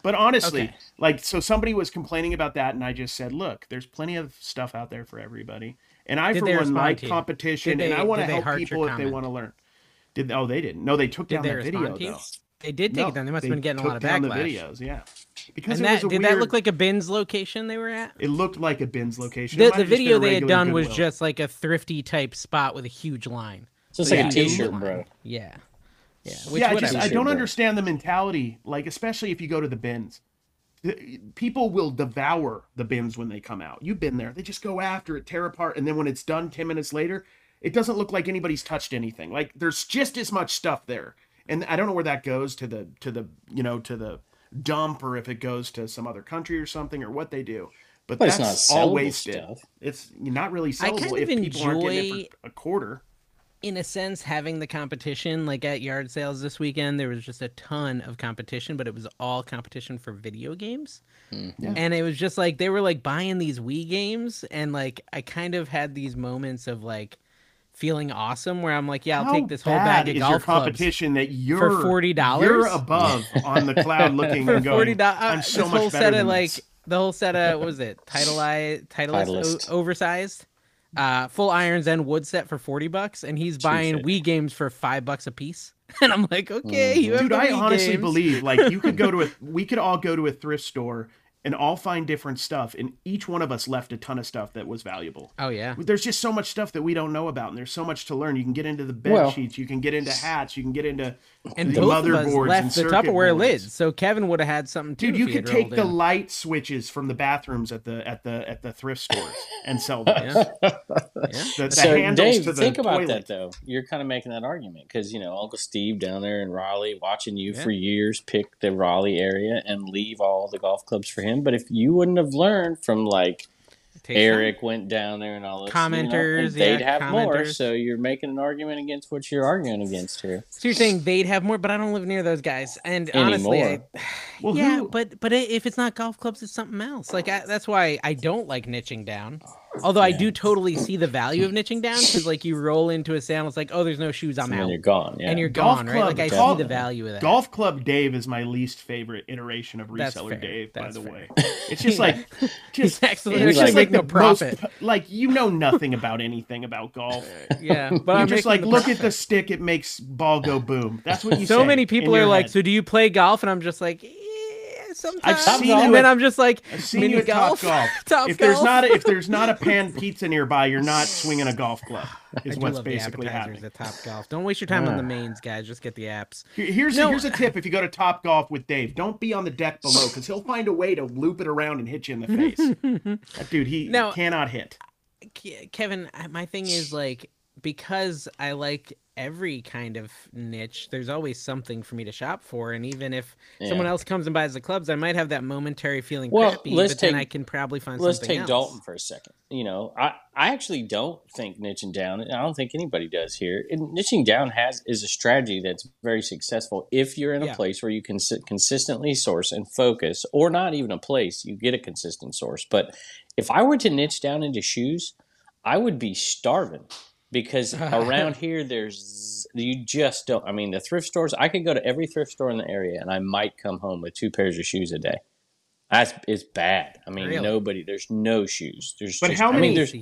Speaker 1: But honestly,
Speaker 2: Okay.
Speaker 1: like, so somebody was complaining about that, and I just said, "Look, there's plenty of stuff out there for everybody." And I,
Speaker 2: Did
Speaker 1: for
Speaker 2: they
Speaker 1: one,
Speaker 2: respond
Speaker 1: like
Speaker 2: to you?
Speaker 1: competition,
Speaker 2: Did
Speaker 1: and I
Speaker 2: they-
Speaker 1: want
Speaker 2: did
Speaker 1: to
Speaker 2: they
Speaker 1: help
Speaker 2: heart your
Speaker 1: people if they
Speaker 2: comment?
Speaker 1: want to learn. Did oh they didn't? No, they took
Speaker 2: Did
Speaker 1: down
Speaker 2: they
Speaker 1: that
Speaker 2: respond
Speaker 1: video
Speaker 2: to you?
Speaker 1: though.
Speaker 2: They did take
Speaker 1: No,
Speaker 2: it down. They must have
Speaker 1: they
Speaker 2: been getting a
Speaker 1: took
Speaker 2: lot of
Speaker 1: down the
Speaker 2: backlash.
Speaker 1: videos, yeah. Because
Speaker 2: And
Speaker 1: it
Speaker 2: that
Speaker 1: was a
Speaker 2: did
Speaker 1: weird,
Speaker 2: that look like a bins location they were at?
Speaker 1: it looked like a bins location. It
Speaker 2: The,
Speaker 1: might
Speaker 2: the
Speaker 1: have just been
Speaker 2: video
Speaker 1: a
Speaker 2: they had
Speaker 1: regular
Speaker 2: done was
Speaker 1: Goodwill.
Speaker 2: just like a thrifty type spot with a huge line.
Speaker 3: So it's like
Speaker 1: Yeah.
Speaker 3: a T-shirt, bro.
Speaker 2: Yeah, yeah. Which
Speaker 1: yeah, I
Speaker 2: whatever.
Speaker 1: just I
Speaker 3: Sure,
Speaker 1: don't
Speaker 3: bro.
Speaker 1: understand the mentality. Like especially if you go to the bins, The- people will devour the bins when they come out. You've been there. They just go after it, tear apart, and then when it's done, ten minutes later, it doesn't look like anybody's touched anything. Like there's just as much stuff there, and I don't know where that goes to the to the you know to the dump or if it goes to some other country or something or what they do. But,
Speaker 3: But it's
Speaker 1: that's
Speaker 3: not
Speaker 1: all
Speaker 3: sellable
Speaker 1: wasted.
Speaker 3: stuff.
Speaker 1: It's not really sellable
Speaker 2: kind
Speaker 1: if
Speaker 2: of
Speaker 1: people aren't getting
Speaker 2: enjoy-
Speaker 1: it for a quarter.
Speaker 2: in a sense having the competition like at yard sales this weekend there was just a ton of competition but it was all competition for video games and it was just like they were like buying these wii games and like i kind of had these moments of like feeling awesome where i'm like yeah i'll
Speaker 1: How
Speaker 2: take this whole
Speaker 1: bad
Speaker 2: bag of
Speaker 1: is
Speaker 2: golf
Speaker 1: your
Speaker 2: clubs.
Speaker 1: competition that you're
Speaker 2: $40?
Speaker 1: You're above on the cloud looking
Speaker 2: for
Speaker 1: and going.
Speaker 2: forty dollars.
Speaker 1: I'm so
Speaker 2: this
Speaker 1: much
Speaker 2: whole
Speaker 1: better
Speaker 2: set of
Speaker 1: than
Speaker 2: like
Speaker 1: this."
Speaker 2: the whole set of what was it? Titleized, titleist,
Speaker 3: Titleist.
Speaker 2: O- oversized, uh, full irons and wood set for forty bucks, and he's buying
Speaker 3: Jesus.
Speaker 2: Wii games for five bucks a piece. And I'm like,
Speaker 3: Mm-hmm.
Speaker 2: okay, you have
Speaker 1: Dude,
Speaker 2: the
Speaker 1: I
Speaker 2: Wii
Speaker 1: honestly
Speaker 2: games.
Speaker 1: believe like you could go to a we could all go to a thrift store and all find different stuff and each one of us left a ton of stuff that was valuable.
Speaker 2: Oh yeah,
Speaker 1: There's just so much stuff that we don't know about and there's so much to learn. You can get into the bed
Speaker 3: Well-
Speaker 1: sheets, you can get into hats, you can get into
Speaker 2: and
Speaker 1: the
Speaker 2: both of us
Speaker 1: motherboards and
Speaker 2: left the
Speaker 1: circuit
Speaker 2: Tupperware
Speaker 1: boards.
Speaker 2: lids, so Kevin would have had something too.
Speaker 1: Dude,
Speaker 2: if
Speaker 1: you
Speaker 2: he
Speaker 1: could
Speaker 2: had
Speaker 1: take
Speaker 2: rolled
Speaker 1: the
Speaker 2: in.
Speaker 1: light switches from the bathrooms at the at the at the thrift stores and sell those.
Speaker 2: Yeah. Yeah.
Speaker 1: The, the
Speaker 3: so
Speaker 1: handles
Speaker 3: Dave,
Speaker 1: to the
Speaker 3: think about
Speaker 1: toilet.
Speaker 3: that though. You're kind of making that argument because you know Uncle Steve down there in Raleigh, watching you for years, pick the Raleigh area and leave all the golf clubs for him. But if you wouldn't have learned from like
Speaker 2: Take
Speaker 3: Eric went down there and all this,
Speaker 2: Commenters,
Speaker 3: you know, and they'd
Speaker 2: yeah,
Speaker 3: have more.
Speaker 2: commenters.
Speaker 3: So you're making an argument against what you're arguing against here.
Speaker 2: So you're saying they'd have more, but I don't live near those guys. And honestly, I,
Speaker 3: Anymore.
Speaker 1: Well,
Speaker 2: yeah,
Speaker 1: who-
Speaker 2: but but i- if it's not golf clubs, it's something else. Like I, that's why I don't like niching down. Although I do totally see the value of niching down because like you roll into a sale, it's like oh, there's no shoes, I'm
Speaker 3: And
Speaker 2: out,
Speaker 3: then you're gone. Yeah.
Speaker 2: and you're
Speaker 1: Golf
Speaker 2: gone,
Speaker 1: club-
Speaker 2: right? Like I
Speaker 1: golf-
Speaker 2: see the value of that.
Speaker 1: Golf Club Dave is my least favorite iteration of
Speaker 2: That's
Speaker 1: reseller
Speaker 2: fair.
Speaker 1: Dave.
Speaker 2: That's
Speaker 1: by the
Speaker 2: fair.
Speaker 1: way, it's just like just
Speaker 2: actually
Speaker 1: it's
Speaker 3: like-
Speaker 1: just like
Speaker 2: make no
Speaker 1: the most-
Speaker 2: profit.
Speaker 1: like you know nothing about anything about golf.
Speaker 2: Yeah, but
Speaker 1: You're
Speaker 2: I'm
Speaker 1: just
Speaker 2: making
Speaker 1: like
Speaker 2: the
Speaker 1: look
Speaker 2: profit.
Speaker 1: at the stick; it makes ball go boom. That's what you.
Speaker 2: So
Speaker 1: say
Speaker 2: many
Speaker 1: in
Speaker 2: people
Speaker 1: your
Speaker 2: are like,
Speaker 1: head.
Speaker 2: so do you play golf? And I'm just like, "Eh, sometimes.
Speaker 1: seen
Speaker 3: you
Speaker 2: and then
Speaker 1: at-
Speaker 2: I'm just like,
Speaker 1: I've seen you
Speaker 2: mini
Speaker 1: at Top
Speaker 2: golf.
Speaker 1: Golf.
Speaker 2: Top
Speaker 1: if there's
Speaker 2: golf.
Speaker 1: not a, if there's not a pan pizza nearby, you're not swinging a golf club. Is
Speaker 2: I do
Speaker 1: what's
Speaker 2: love
Speaker 1: basically
Speaker 2: the
Speaker 1: happening. Ah.
Speaker 2: appetizers at Top Golf. Don't waste your time on the mains, guys. Just get the apps.
Speaker 1: Here- Here's
Speaker 2: No.
Speaker 1: a, here's a tip if you go to Top Golf with Dave, don't be on the deck below because he'll find a way to loop it around and hit you in the face. that dude, he
Speaker 2: No.
Speaker 1: cannot hit.
Speaker 2: Ke- Kevin, I- my thing is like because I like every kind of niche, there's always something for me to shop for, and even if someone
Speaker 3: Yeah.
Speaker 2: else comes and buys the clubs, I might have that momentary feeling
Speaker 3: Well,
Speaker 2: crappy,
Speaker 3: let's
Speaker 2: but then
Speaker 3: take-
Speaker 2: I can probably find
Speaker 3: Let's
Speaker 2: something
Speaker 3: take
Speaker 2: else.
Speaker 3: Dalton for a second. You know, I, I actually don't think niching down. and I don't think anybody does here. And niching down has is a strategy that's very successful if you're in a
Speaker 2: Yeah.
Speaker 3: place where you can s- consistently source and focus, or not even a place you get a consistent source. But if I were to niche down into shoes, I would be starving because around here there's you just don't. I mean, the thrift stores. I could go to every thrift store in the area, and I might come home with two pairs of shoes a day. That's it's bad. I mean,
Speaker 2: Really?
Speaker 3: nobody. There's no shoes. There's
Speaker 1: But
Speaker 3: just,
Speaker 1: how
Speaker 3: I
Speaker 1: many-
Speaker 3: mean, there's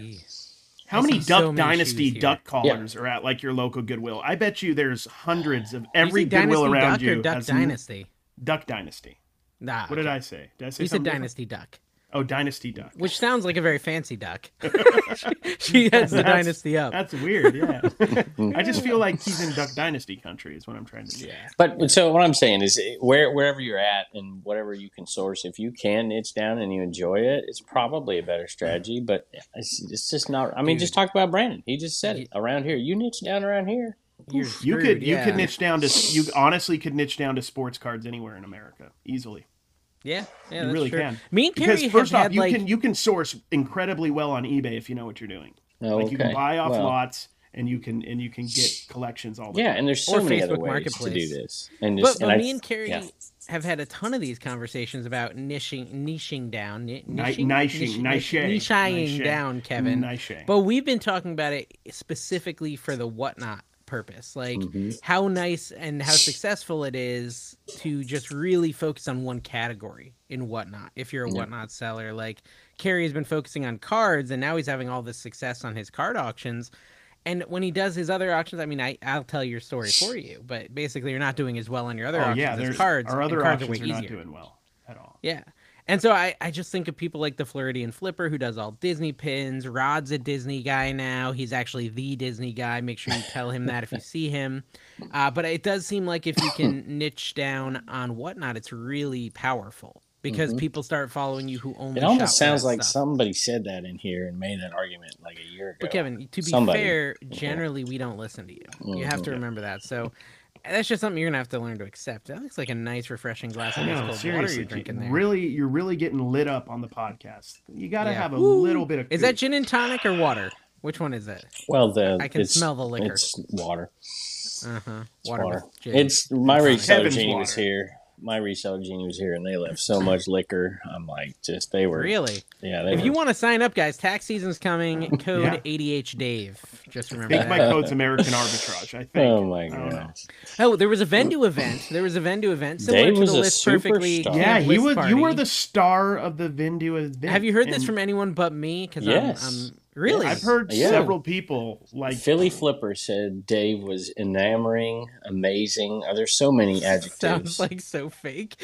Speaker 1: How
Speaker 2: I
Speaker 1: many
Speaker 2: see
Speaker 1: Duck
Speaker 2: so many
Speaker 1: Dynasty
Speaker 2: shoes here.
Speaker 1: duck callers are at like your local Goodwill? I bet you there's hundreds of every
Speaker 2: you say
Speaker 1: Goodwill
Speaker 2: Dynasty
Speaker 1: around
Speaker 2: Duck
Speaker 1: you.
Speaker 2: Or Duck
Speaker 1: has n-
Speaker 2: Dynasty.
Speaker 1: Duck Dynasty.
Speaker 2: Nah,
Speaker 1: What did I say? Did I say
Speaker 2: you said
Speaker 1: something different?
Speaker 2: Dynasty Duck,
Speaker 1: Oh, Dynasty Duck.
Speaker 2: which sounds like a very fancy duck. she, she has the
Speaker 1: That's-
Speaker 2: Dynasty up.
Speaker 1: That's weird. Yeah. I just feel like he's in Duck Dynasty country. Is what I'm trying to do.
Speaker 3: But so what I'm saying is, eh, where wherever you're at and whatever you can source, if you can niche down and you enjoy it, it's probably a better strategy. But it's, it's just not. I mean, just talk about Brandon. He just said it around here. You niche down around here.
Speaker 2: You're
Speaker 1: You
Speaker 2: screwed,
Speaker 1: could you
Speaker 2: yeah.
Speaker 1: could niche down to you honestly could niche down to sports cards anywhere in America easily.
Speaker 2: Yeah, yeah,
Speaker 1: you
Speaker 2: that's
Speaker 1: really
Speaker 2: true.
Speaker 1: can.
Speaker 2: Me and
Speaker 1: because
Speaker 2: Carrie have
Speaker 1: first off,
Speaker 2: had
Speaker 1: you
Speaker 2: like
Speaker 1: can you can source incredibly well on eBay if you know what you're doing.
Speaker 3: Oh,
Speaker 1: like you can
Speaker 3: okay.
Speaker 1: buy off
Speaker 3: Well,
Speaker 1: lots and you can and you can get collections all the
Speaker 3: Yeah,
Speaker 1: time.
Speaker 3: and there's so
Speaker 2: Or
Speaker 3: many other
Speaker 2: Facebook
Speaker 3: ways to do
Speaker 2: Marketplace.
Speaker 3: this. And
Speaker 2: But,
Speaker 3: just,
Speaker 2: but
Speaker 3: and I-
Speaker 2: me and Carrie
Speaker 3: yeah.
Speaker 2: have had a ton of these conversations about niching, niching down, ni-
Speaker 1: Ni-
Speaker 2: niching,
Speaker 1: nishing,
Speaker 2: nish-
Speaker 1: nishay,
Speaker 2: nishaying
Speaker 1: nishay,
Speaker 2: down, Kevin.
Speaker 1: nishing.
Speaker 2: But we've been talking about it specifically for the whatnot purpose, like how nice and how successful it is to just really focus on one category in whatnot. If you're a whatnot seller, like Carrie has been focusing on cards, and now he's having all this success on his card auctions. And when he does his other auctions, I mean, I, I'll tell your story for you, but basically, you're not doing as well on your other
Speaker 1: oh
Speaker 2: auctions
Speaker 1: yeah,
Speaker 2: as
Speaker 1: there's
Speaker 2: cards.
Speaker 1: our
Speaker 2: and
Speaker 1: other
Speaker 2: cards
Speaker 1: options
Speaker 2: way
Speaker 1: are not
Speaker 2: easier.
Speaker 1: doing well at all.
Speaker 2: Yeah. And so I, I just think of people like the Floridian Flipper who does all Disney pins. Rod's a Disney guy now. He's actually the Disney guy. Make sure you tell him that if you see him. Uh, but it does seem like if you can niche down on whatnot, it's really powerful because people start following you who only.
Speaker 3: Mm-hmm. It
Speaker 2: shop
Speaker 3: almost
Speaker 2: for
Speaker 3: sounds
Speaker 2: that
Speaker 3: like
Speaker 2: stuff.
Speaker 3: somebody said that in here and made that argument like a year ago.
Speaker 2: But Kevin, to be
Speaker 3: Somebody. Mm-hmm.
Speaker 2: fair, generally we don't listen to you. You have to remember that. So that's just something you're gonna have to learn to accept. That looks like a nice, refreshing glass of ice
Speaker 1: No,
Speaker 2: cold water
Speaker 1: seriously,
Speaker 2: you're
Speaker 1: you-
Speaker 2: drinking there.
Speaker 1: really, you're really getting lit up on the podcast. You got to
Speaker 2: Yeah.
Speaker 1: have a little bit of.
Speaker 2: Is that gin and tonic or water? Which one is it?
Speaker 3: Well, the
Speaker 2: I can
Speaker 3: it's-
Speaker 2: smell the liquor.
Speaker 3: It's water.
Speaker 2: Uh huh.
Speaker 3: Water.
Speaker 2: with gin.
Speaker 3: It's my reseller
Speaker 1: Heaven's
Speaker 3: genie
Speaker 1: water.
Speaker 3: was here. my reseller genie was here, and they left so much liquor. I'm like, just they were
Speaker 2: Really?
Speaker 3: Yeah, they
Speaker 2: If
Speaker 3: were,
Speaker 2: you want to sign up, guys, tax season's coming. Code
Speaker 1: Yeah.
Speaker 2: ADH Dave. Just
Speaker 1: I
Speaker 2: remember
Speaker 1: think my
Speaker 2: that.
Speaker 1: code's American arbitrage. I think.
Speaker 3: Oh my
Speaker 1: I don't know.
Speaker 3: gosh!
Speaker 2: Oh, there was a Vendu event. There was a Vendu event similar
Speaker 3: Dave
Speaker 2: to
Speaker 3: was
Speaker 2: the
Speaker 3: a
Speaker 2: list perfectly.
Speaker 3: superstar.
Speaker 1: Yeah,
Speaker 2: Camp
Speaker 1: you
Speaker 2: List
Speaker 1: were you were
Speaker 2: Party.
Speaker 1: the star of the Vindu event.
Speaker 2: Have you heard this
Speaker 1: and
Speaker 2: from anyone but me? Because
Speaker 3: Yes.
Speaker 2: I'm, really.
Speaker 1: I've heard
Speaker 3: Yeah.
Speaker 1: several people like
Speaker 3: Philly Flipper said Dave was enamoring, amazing. Oh, there's so many adjectives.
Speaker 2: Sounds like so fake.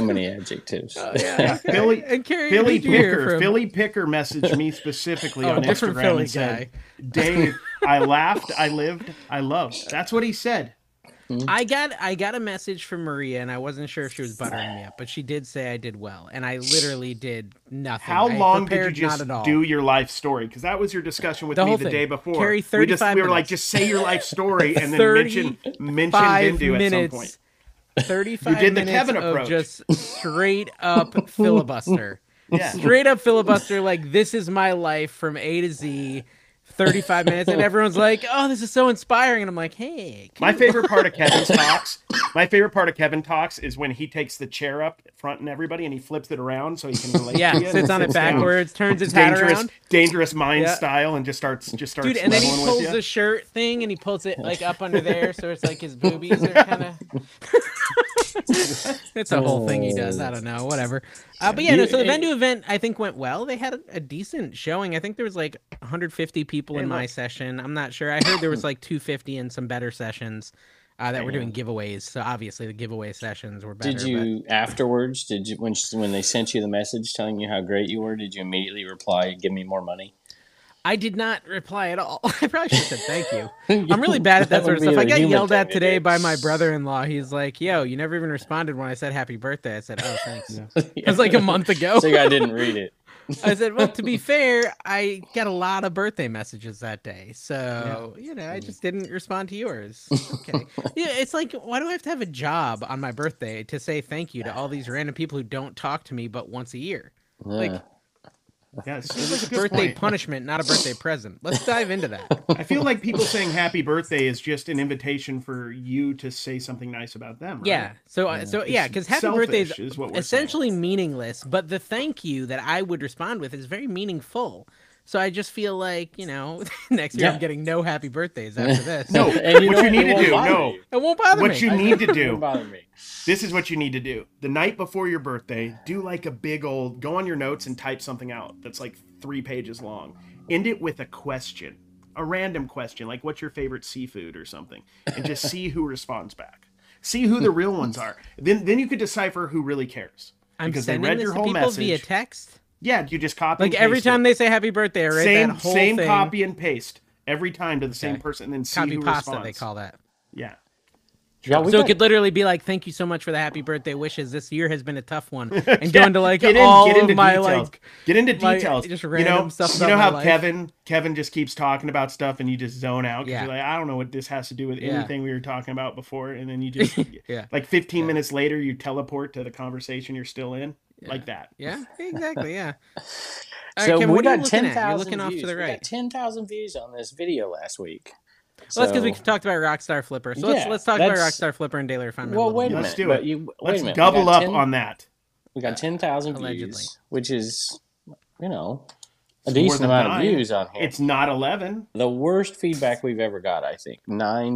Speaker 3: many adjectives.
Speaker 1: yeah, Philly
Speaker 2: And Carrie,
Speaker 1: Philly
Speaker 2: who'd you hear
Speaker 1: Picker.
Speaker 2: from?
Speaker 1: Philly Picker messaged me specifically
Speaker 2: Oh,
Speaker 1: on
Speaker 2: different
Speaker 1: Instagram
Speaker 2: Philly
Speaker 1: and said, "Dave, I laughed, I lived, I loved." That's what he said.
Speaker 2: I got I got a message from Maria, and I wasn't sure if she was buttering me up, but she did say I did well, and I literally did nothing.
Speaker 1: How
Speaker 2: I
Speaker 1: long did you
Speaker 2: prepared
Speaker 1: just
Speaker 2: not at all.
Speaker 1: do your life story? Because that was your discussion with
Speaker 2: The
Speaker 1: me
Speaker 2: whole
Speaker 1: the
Speaker 2: thing.
Speaker 1: day before.
Speaker 2: Carry
Speaker 1: we just
Speaker 2: 35
Speaker 1: we were like,
Speaker 2: minutes.
Speaker 1: just say your life story and then mention mention Bindu
Speaker 2: Five
Speaker 1: at some point.
Speaker 2: minutes. Thirty-five
Speaker 1: You did the
Speaker 2: minutes
Speaker 1: Kevin
Speaker 2: of
Speaker 1: approach.
Speaker 2: just straight up filibuster.
Speaker 1: Yeah.
Speaker 2: Straight up filibuster, like this is my life from A to Z. Thirty-five minutes, and everyone's like, "Oh, this is so inspiring," and I'm like, "Hey,
Speaker 1: My favorite part of Kevin's talks, my favorite part of Kevin talks is when he takes the chair up front and everybody and he flips it around so he can relate.
Speaker 2: yeah,
Speaker 1: to you
Speaker 2: sits on it
Speaker 1: down.
Speaker 2: backwards, turns his hat
Speaker 1: Dangerous,
Speaker 2: around."
Speaker 1: dangerous mind
Speaker 2: Yeah.
Speaker 1: style, and just starts just starts
Speaker 2: Dude, and then he
Speaker 1: leveling
Speaker 2: pulls
Speaker 1: with
Speaker 2: the
Speaker 1: you.
Speaker 2: shirt thing and he pulls it like up under there, so it's like his boobies are kind of. it's a whole thing he does. I don't know, whatever. Uh, but yeah, no, so the Vendu event I think went well. They had a, a decent showing. I think there was like 150 people in my session. I'm not sure. I heard there was like 250 in some better sessions uh, that were doing giveaways. So obviously the giveaway sessions were better.
Speaker 3: Did you afterwards? Did you when when they sent you the message telling you how great you were? Did you immediately reply, "Give me more money"?
Speaker 2: I did not reply at all. I probably should have said thank you. I'm really bad at that,
Speaker 3: That
Speaker 2: sort of
Speaker 3: would be
Speaker 2: stuff. I
Speaker 3: the
Speaker 2: got
Speaker 3: human
Speaker 2: yelled
Speaker 3: thing
Speaker 2: at
Speaker 3: to
Speaker 2: today
Speaker 3: do.
Speaker 2: by my brother-in-law. He's like, "Yo, you never even responded when I said happy birthday." I said, "Oh, thanks." It was like a month ago.
Speaker 3: It's like "Oh." I didn't read it.
Speaker 2: I said, "Well, to be fair, I got a lot of birthday messages that day, so you know, I just didn't respond to yours." Okay. yeah, it's like, why do I have to have a job on my birthday to say thank you to all these random people who don't talk to me but once a year? Like
Speaker 1: Yes, it was a good
Speaker 2: birthday
Speaker 1: point.
Speaker 2: punishment, not a birthday present. Let's dive into that.
Speaker 1: I feel like people saying happy birthday is just an invitation for you to say something nice about them. Right?
Speaker 2: Yeah. So uh, so yeah, because happy birthday is,
Speaker 1: selfish is what we're saying.
Speaker 2: essentially meaningless, but the thank you that I would respond with is very meaningful. So I just feel like you know, next year I'm
Speaker 3: Yeah.
Speaker 2: getting no happy birthdays after this.
Speaker 1: No,
Speaker 3: And you
Speaker 1: what
Speaker 3: know,
Speaker 1: you
Speaker 3: it
Speaker 1: need to
Speaker 3: won't
Speaker 1: do,
Speaker 3: bother
Speaker 1: no,
Speaker 3: you.
Speaker 2: it won't bother
Speaker 1: what
Speaker 2: me.
Speaker 1: you
Speaker 2: I-
Speaker 1: need to
Speaker 3: Don't
Speaker 1: do.
Speaker 3: bother me.
Speaker 1: This is what you need to do. The night before your birthday, do like a big old go on your notes and type something out that's like three pages long. End it with a question, a random question, like what's your favorite seafood or something, and just see who responds back. See who the real ones are. Then then you could decipher who really cares.
Speaker 2: I'm
Speaker 1: because they
Speaker 2: sending
Speaker 1: read
Speaker 2: this
Speaker 1: your
Speaker 2: to
Speaker 1: whole
Speaker 2: people via
Speaker 1: message.
Speaker 2: text.
Speaker 1: Yeah, you just copy.
Speaker 2: Like
Speaker 1: and
Speaker 2: every
Speaker 1: paste it.
Speaker 2: time they say happy birthday, I write
Speaker 1: same
Speaker 2: that whole
Speaker 1: same
Speaker 2: thing.
Speaker 1: copy and paste every time to the same person, and then see
Speaker 2: Copy
Speaker 1: who
Speaker 2: pasta,
Speaker 1: responds.
Speaker 2: they call that.
Speaker 1: Yeah,
Speaker 3: Yeah, we
Speaker 2: So it
Speaker 3: got-
Speaker 2: could literally be like, "Thank you so much for the happy birthday wishes. This year has been a tough one." And go into like
Speaker 1: get in,
Speaker 2: all
Speaker 1: get into
Speaker 2: of my
Speaker 1: details.
Speaker 2: like
Speaker 1: get into
Speaker 2: my-
Speaker 1: details.
Speaker 2: just
Speaker 1: you know,
Speaker 2: random stuff
Speaker 1: you know
Speaker 2: about
Speaker 1: how
Speaker 2: my life.
Speaker 1: Kevin Kevin just keeps talking about stuff, and you just zone out. 'cause
Speaker 2: Yeah.
Speaker 1: you're like, I don't know what this has to do with
Speaker 2: Yeah.
Speaker 1: anything we were talking about before, and then you just
Speaker 2: Yeah.
Speaker 1: like 15 minutes later, you teleport to the conversation you're still in, like that.
Speaker 2: Yeah, exactly. Yeah. All right,
Speaker 3: So
Speaker 2: Kevin,
Speaker 3: we
Speaker 2: what are you
Speaker 3: got
Speaker 2: looking
Speaker 3: ten
Speaker 2: at? You're
Speaker 3: thousand
Speaker 2: looking off
Speaker 3: views.
Speaker 2: to the
Speaker 3: We got
Speaker 2: right.
Speaker 3: ten thousand views on this video last week.
Speaker 2: well, that's because we
Speaker 3: So-
Speaker 2: talked about Rockstar Flipper. So let's
Speaker 3: Yeah,
Speaker 2: let's talk about
Speaker 3: that's-
Speaker 2: Rockstar Flipper and Daily Refinement.
Speaker 3: Well,
Speaker 2: little
Speaker 3: wait
Speaker 2: bit.
Speaker 3: a minute.
Speaker 1: Let's do
Speaker 3: but
Speaker 1: it.
Speaker 3: You,
Speaker 1: Let's
Speaker 3: wait a minute. we
Speaker 1: double
Speaker 3: got
Speaker 1: up
Speaker 3: 10
Speaker 1: on that.
Speaker 3: We got ten thousand
Speaker 2: Allegedly.
Speaker 3: views, which is, you know, a
Speaker 1: It's more
Speaker 3: decent
Speaker 1: than
Speaker 3: amount
Speaker 1: nine.
Speaker 3: of views on here.
Speaker 1: It's not 11.
Speaker 3: the worst feedback we've ever got, I think.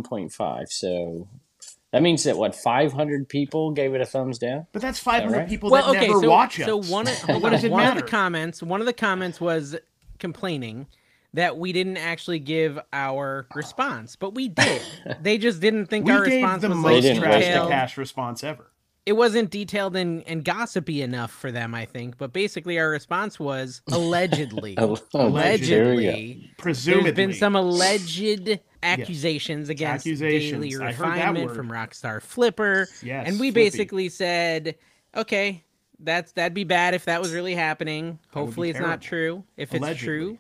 Speaker 3: 9.5. So that means that, what, 500 people gave it a thumbs down?
Speaker 1: But that's 500
Speaker 3: right?
Speaker 1: people
Speaker 2: well,
Speaker 1: that
Speaker 2: okay.
Speaker 1: never
Speaker 2: so,
Speaker 1: watch us.
Speaker 2: so one, of- hold
Speaker 1: What
Speaker 2: on.
Speaker 1: does it
Speaker 2: one of the
Speaker 1: matter?
Speaker 2: comments, one of the comments was complaining that we didn't actually give our response, but we did. they just didn't think
Speaker 1: we
Speaker 2: our
Speaker 1: gave
Speaker 2: response
Speaker 1: the
Speaker 2: was
Speaker 1: most
Speaker 3: They
Speaker 2: like
Speaker 3: didn't waste
Speaker 1: trash
Speaker 3: it.
Speaker 1: to
Speaker 2: detailed.
Speaker 1: cash response ever.
Speaker 2: it wasn't detailed and, and gossipy enough for them, I think. But basically, our response was allegedly.
Speaker 3: Oh, There we go.
Speaker 2: allegedly.
Speaker 1: Presumably,
Speaker 2: There's been some alleged accusations against
Speaker 1: Accusations.
Speaker 2: Daily
Speaker 1: I heard that
Speaker 2: Refinement
Speaker 1: word.
Speaker 2: from Rockstar Flipper.
Speaker 1: Yes,
Speaker 2: and we
Speaker 1: Flippy.
Speaker 2: basically said, okay, that's that'd be bad if that was really happening. Hopefully it's not
Speaker 1: terrible.
Speaker 2: true. If it's
Speaker 1: Allegedly.
Speaker 2: true,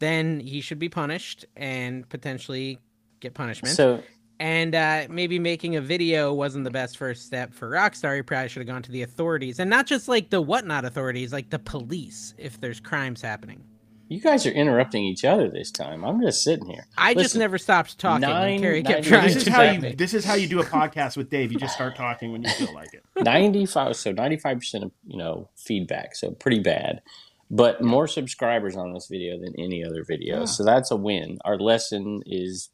Speaker 2: then he should be punished and potentially get punishment.
Speaker 3: So
Speaker 2: and uh, maybe making a video wasn't the best first step for Rockstar. He probably should have gone to the authorities, and not just like the whatnot authorities, like the police, if there's crimes happening.
Speaker 3: You guys are interrupting each other this time. I'm just sitting here.
Speaker 2: I just
Speaker 3: Listen,
Speaker 2: never stopped talking. and
Speaker 3: nine-
Speaker 2: Carrie kept
Speaker 3: nine-
Speaker 2: trying
Speaker 1: This is
Speaker 2: to
Speaker 3: Right,
Speaker 1: how
Speaker 2: stop
Speaker 1: you
Speaker 2: me.
Speaker 1: this is how you do a podcast with Dave. You just start talking when you feel like it.
Speaker 3: 95 so 95% of you know feedback so pretty bad but more subscribers on this video than any other video so that's a win our lesson is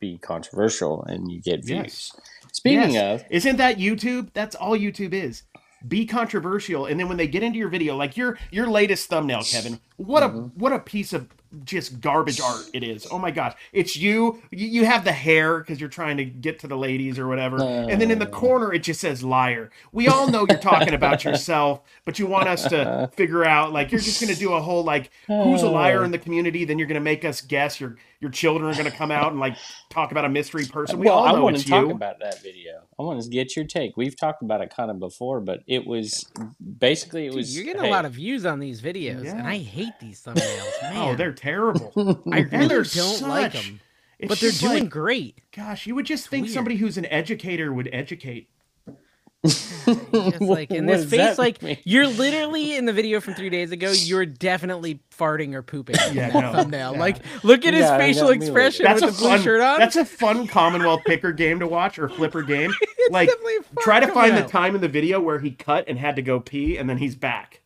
Speaker 3: be controversial and you get views
Speaker 1: Yes.
Speaker 3: speaking
Speaker 1: Yes.
Speaker 3: of
Speaker 1: isn't that YouTube? That's all YouTube is. Be controversial, and then when they get into your video, like your your latest thumbnail, Kevin, what a
Speaker 3: Mm-hmm.
Speaker 1: what a piece of just garbage art it is. Oh my gosh, it's you. You, you have the hair because you're trying to get to the ladies or whatever, and then in the
Speaker 3: Uh.
Speaker 1: corner it just says liar. We all know you're talking about yourself, but you want us to figure out like you're just gonna do a whole like who's a liar in the community. Then you're gonna make us guess. Your your children are gonna come out and like talk about a mystery person. We
Speaker 3: well
Speaker 1: all
Speaker 3: i
Speaker 1: know
Speaker 3: want
Speaker 1: it's
Speaker 3: to talk
Speaker 1: you.
Speaker 3: about that video i want to get your take we've talked about it kind of before but it was basically it
Speaker 2: Dude,
Speaker 3: was
Speaker 2: you're getting
Speaker 3: hey,
Speaker 2: a lot of views on these videos, and
Speaker 1: Yeah.
Speaker 2: I hate these thumbnails. Man,
Speaker 1: Oh, they're terrible.
Speaker 2: I
Speaker 1: and
Speaker 2: really
Speaker 1: they're
Speaker 2: don't like
Speaker 1: such-
Speaker 2: them,
Speaker 1: It's
Speaker 2: but they're
Speaker 1: just
Speaker 2: doing
Speaker 1: like,
Speaker 2: great.
Speaker 1: gosh, you would just think
Speaker 2: weird.
Speaker 1: somebody who's an educator would educate.
Speaker 2: It's like in
Speaker 3: What
Speaker 2: this
Speaker 3: does that
Speaker 2: face, like
Speaker 3: mean?
Speaker 2: you're literally in the video from three days ago. You're definitely farting or pooping. in
Speaker 1: Yeah,
Speaker 2: that
Speaker 1: no,
Speaker 2: thumbnail. Like, look at his
Speaker 3: Yeah, I
Speaker 2: facial
Speaker 3: know, me
Speaker 2: expression
Speaker 1: That's a
Speaker 2: with the blue
Speaker 1: fun.
Speaker 2: shirt on.
Speaker 1: That's a fun Commonwealth picker game to watch or flipper game. like,
Speaker 2: definitely a fun
Speaker 1: try to find the
Speaker 2: Commonwealth.
Speaker 1: time in the video where he cut and had to go pee, and then he's back.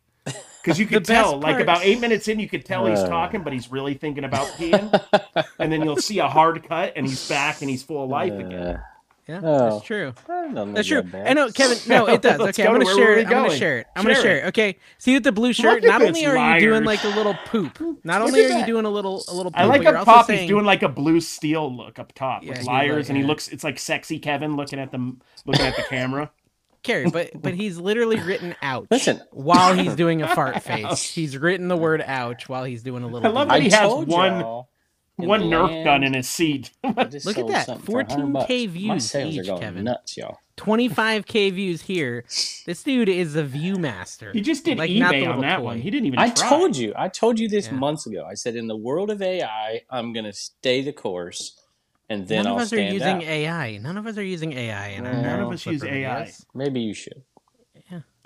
Speaker 1: Because you could
Speaker 2: The best Uh.
Speaker 1: tell, like
Speaker 2: part-
Speaker 1: about eight minutes in, you could tell he's talking, but he's really thinking about peeing. and then you'll see a hard cut, and he's back, and he's full of life again.
Speaker 3: uh,
Speaker 2: yeah,
Speaker 3: Oh.
Speaker 2: that's true.
Speaker 3: I don't know
Speaker 2: That's true. uh,
Speaker 3: that bad.
Speaker 2: I know, Kevin. No, it does.
Speaker 1: Let's
Speaker 2: Okay,
Speaker 1: go
Speaker 2: I'm
Speaker 1: to
Speaker 2: gonna
Speaker 1: where
Speaker 2: share
Speaker 1: we're
Speaker 2: it. I'm gonna
Speaker 1: going.
Speaker 2: share it. I'm gonna
Speaker 1: Share
Speaker 2: share it. Okay. See with the blue shirt.
Speaker 1: at
Speaker 2: Not
Speaker 1: this
Speaker 2: only are
Speaker 1: liar.
Speaker 2: you doing like a little poop. Not
Speaker 3: Look
Speaker 2: only
Speaker 3: at
Speaker 2: are you
Speaker 3: that.
Speaker 2: doing a little a little. Poop,
Speaker 1: I like
Speaker 2: but you're
Speaker 1: up
Speaker 2: also
Speaker 1: top. He's
Speaker 2: saying-
Speaker 1: doing like a blue steel look up top
Speaker 2: Yeah,
Speaker 1: with
Speaker 2: he's
Speaker 1: liars,
Speaker 2: like-
Speaker 1: and he
Speaker 2: yeah.
Speaker 1: looks. It's like sexy Kevin looking at them, looking at the camera.
Speaker 2: Carrie, but but he's literally written ouch
Speaker 3: Listen.
Speaker 2: while he's doing a fart face. He's written the word ouch while he's doing a little.
Speaker 1: I love
Speaker 2: bit.
Speaker 1: that he has
Speaker 3: told
Speaker 1: one-
Speaker 3: y'all, in
Speaker 1: One
Speaker 3: the
Speaker 1: Nerf gun
Speaker 3: land,
Speaker 1: in his seat.
Speaker 3: I just
Speaker 2: Look at
Speaker 3: sold
Speaker 2: that,
Speaker 3: something for 100 bucks.
Speaker 2: 14K
Speaker 3: My
Speaker 2: views
Speaker 3: sales
Speaker 2: each,
Speaker 3: are going
Speaker 2: Kevin.
Speaker 3: nuts, y'all.
Speaker 2: 25k views here. This dude is a view master.
Speaker 1: He just did
Speaker 2: Like, not the
Speaker 1: eBay on
Speaker 2: little
Speaker 1: that
Speaker 2: toy.
Speaker 1: one. He didn't even.
Speaker 3: I
Speaker 1: try.
Speaker 3: told you. I told you this
Speaker 2: Yeah.
Speaker 3: months ago. I said in the world of AI, I'm going to stay the course, and then
Speaker 2: None
Speaker 3: I'll
Speaker 2: of us are
Speaker 3: stand
Speaker 2: using
Speaker 3: out.
Speaker 2: AI. None of us are using AI. And
Speaker 3: Well,
Speaker 1: None of us use AI.
Speaker 3: Maybe you should.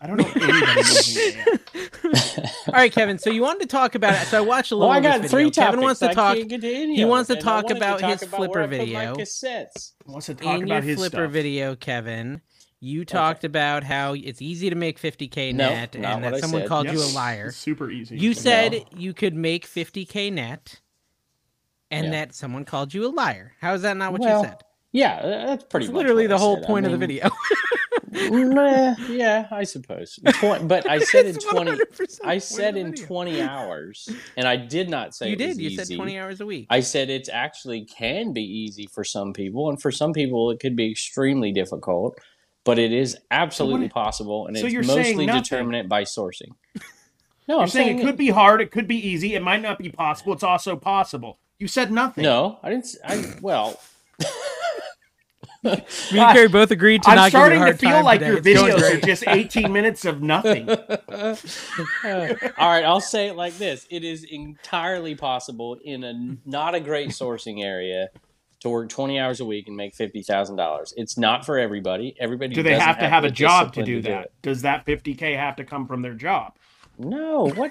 Speaker 1: I don't know anybody using AI.
Speaker 2: All right, Kevin. So you wanted to talk about it. So I watched a
Speaker 3: Well,
Speaker 2: little.
Speaker 3: I
Speaker 2: of this
Speaker 3: got
Speaker 2: video.
Speaker 3: three topics.
Speaker 2: Kevin wants to
Speaker 3: I
Speaker 2: talk.
Speaker 3: can't get to any
Speaker 2: he
Speaker 3: of
Speaker 2: wants
Speaker 3: them,
Speaker 2: to
Speaker 3: and I
Speaker 2: talk
Speaker 3: wanted to
Speaker 2: about his
Speaker 3: about where
Speaker 2: flipper
Speaker 3: I put my
Speaker 2: video.
Speaker 3: cassettes.
Speaker 1: Wants to talk
Speaker 2: in your
Speaker 1: about his
Speaker 2: flipper
Speaker 1: stuff.
Speaker 2: video, Kevin, you talked about how it's easy to make 50k
Speaker 3: No,
Speaker 2: net
Speaker 3: not
Speaker 2: and
Speaker 3: what
Speaker 2: that
Speaker 3: I
Speaker 2: someone
Speaker 3: said.
Speaker 2: called
Speaker 1: Yep.
Speaker 2: you a liar.
Speaker 1: It's super easy.
Speaker 2: You said you could make 50k net and
Speaker 3: Yeah.
Speaker 2: that someone called you a liar. How is that not what
Speaker 3: Well,
Speaker 2: you said?
Speaker 3: Yeah, tha- that's pretty.
Speaker 2: It's
Speaker 3: much
Speaker 2: literally
Speaker 3: what
Speaker 2: the
Speaker 3: I
Speaker 2: whole
Speaker 3: said. I
Speaker 2: point of the
Speaker 3: mean,
Speaker 2: video.
Speaker 3: meh, yeah, I suppose. Twen- but I said in
Speaker 2: It's
Speaker 3: twenty.
Speaker 2: 100%
Speaker 3: I
Speaker 2: point of
Speaker 3: said
Speaker 2: the
Speaker 3: in
Speaker 2: video.
Speaker 3: twenty hours, and I did not say
Speaker 2: You
Speaker 3: it was
Speaker 2: did. You said
Speaker 3: easy.
Speaker 2: 20 hours a week.
Speaker 3: I said it's actually can be easy for some people, and for some people it could be extremely difficult. But it is absolutely possible, and
Speaker 1: so
Speaker 3: it's
Speaker 1: you're saying
Speaker 3: mostly
Speaker 1: nothing.
Speaker 3: determinate by sourcing. No,
Speaker 1: You're
Speaker 3: I'm
Speaker 1: saying,
Speaker 3: saying
Speaker 1: it could be hard. It could be easy. It might not be possible. It's also possible. You said nothing.
Speaker 3: No, I didn't. s- I well,
Speaker 2: Me and Carrie both agreed to
Speaker 1: I'm
Speaker 2: not give you a
Speaker 1: starting to
Speaker 2: hard
Speaker 1: feel
Speaker 2: time
Speaker 1: like
Speaker 2: today.
Speaker 1: your
Speaker 2: It's going
Speaker 1: videos are
Speaker 2: great.
Speaker 1: just 18 minutes of nothing.
Speaker 3: all right. I'll say it like this: It is entirely possible in a n- not a great sourcing area to work 20 hours a week and make fifty thousand dollars. It's not for everybody. Everybody
Speaker 1: Do they
Speaker 3: doesn't
Speaker 1: have to have
Speaker 3: the
Speaker 1: a job to
Speaker 3: discipline
Speaker 1: do
Speaker 3: it.
Speaker 1: that? Does that 50k have to come from their job?
Speaker 3: No, what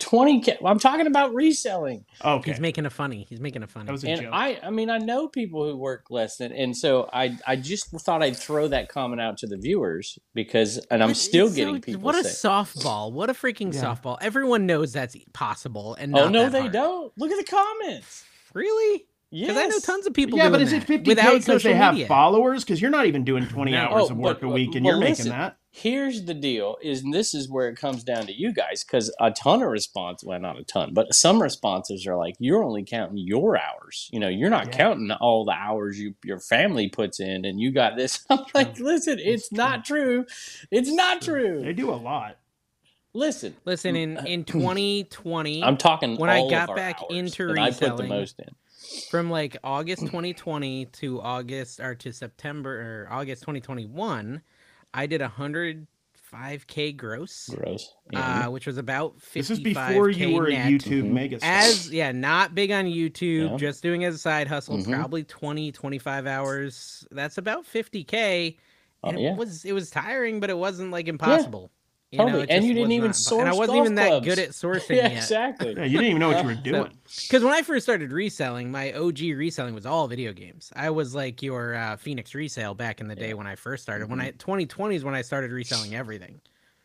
Speaker 3: twenty? K- I'm talking about reselling.
Speaker 1: Oh, Okay,
Speaker 2: He's making a funny. He's making a
Speaker 1: that
Speaker 2: funny.
Speaker 1: was a
Speaker 3: and
Speaker 1: joke.
Speaker 3: I, I mean, I know people who work less than, and so I, I just thought I'd throw that comment out to the viewers because, and I'm
Speaker 2: It's
Speaker 3: still
Speaker 2: so-
Speaker 3: getting people.
Speaker 2: What a
Speaker 3: say,
Speaker 2: softball! What a freaking softball! Everyone knows that's possible, and
Speaker 3: oh
Speaker 2: not
Speaker 3: no,
Speaker 2: that
Speaker 3: they
Speaker 2: hard.
Speaker 3: don't. Look at the comments.
Speaker 2: Really?
Speaker 3: Yes,
Speaker 2: Because I know tons of people.
Speaker 1: yeah, but
Speaker 2: doing
Speaker 1: is it
Speaker 2: that
Speaker 1: 50k
Speaker 2: without
Speaker 1: because
Speaker 2: social
Speaker 1: they have
Speaker 2: media.
Speaker 1: followers? Because you're not even doing 20 hours
Speaker 3: Oh,
Speaker 1: of work
Speaker 3: but-
Speaker 1: a week, and
Speaker 3: but
Speaker 1: you're
Speaker 3: listen,
Speaker 1: making that.
Speaker 3: Here's the deal: is and this is where it comes down to you guys because a ton of response, well, not a ton, but some responses are like, "You're only counting your hours. You know, you're not counting all the hours you your family puts in, and you got this." I'm like, "Listen, it's, not true. It's not true.
Speaker 1: They do a lot.
Speaker 3: Listen,
Speaker 2: Listen, in in 2020,
Speaker 3: I'm talking
Speaker 2: When I
Speaker 3: all of
Speaker 2: got
Speaker 3: our
Speaker 2: back
Speaker 3: hours
Speaker 2: into
Speaker 3: that I put the
Speaker 2: reselling-
Speaker 3: most in.
Speaker 2: from like August 2020 to August or to September or August 2021, I did 105k gross,
Speaker 3: Gross.
Speaker 2: uh, which was about 55k
Speaker 1: This is before you were a
Speaker 2: net.
Speaker 1: YouTube megastar.
Speaker 2: As yeah, not big on YouTube,
Speaker 3: Yeah.
Speaker 2: just doing it as a side hustle,
Speaker 3: Mhm.
Speaker 2: probably 20, 25 hours. That's about 50k.
Speaker 3: Oh,
Speaker 2: And
Speaker 3: yeah.
Speaker 2: It was it was tiring, but it wasn't like impossible. You
Speaker 3: Totally.
Speaker 2: it
Speaker 3: And
Speaker 2: just
Speaker 3: you didn't
Speaker 2: was
Speaker 3: even
Speaker 2: not-
Speaker 3: source
Speaker 2: And I wasn't
Speaker 3: golf
Speaker 2: even that
Speaker 3: clubs.
Speaker 2: good at sourcing
Speaker 3: yeah,
Speaker 2: yet.
Speaker 1: Yeah,
Speaker 3: exactly.
Speaker 1: you didn't even know what you were doing.
Speaker 2: Because when I first started reselling, my OG reselling was all video games. I was like your uh, Phoenix resale back in the day when I first started. When
Speaker 3: Mm-hmm.
Speaker 2: I 2020 is when I started reselling everything.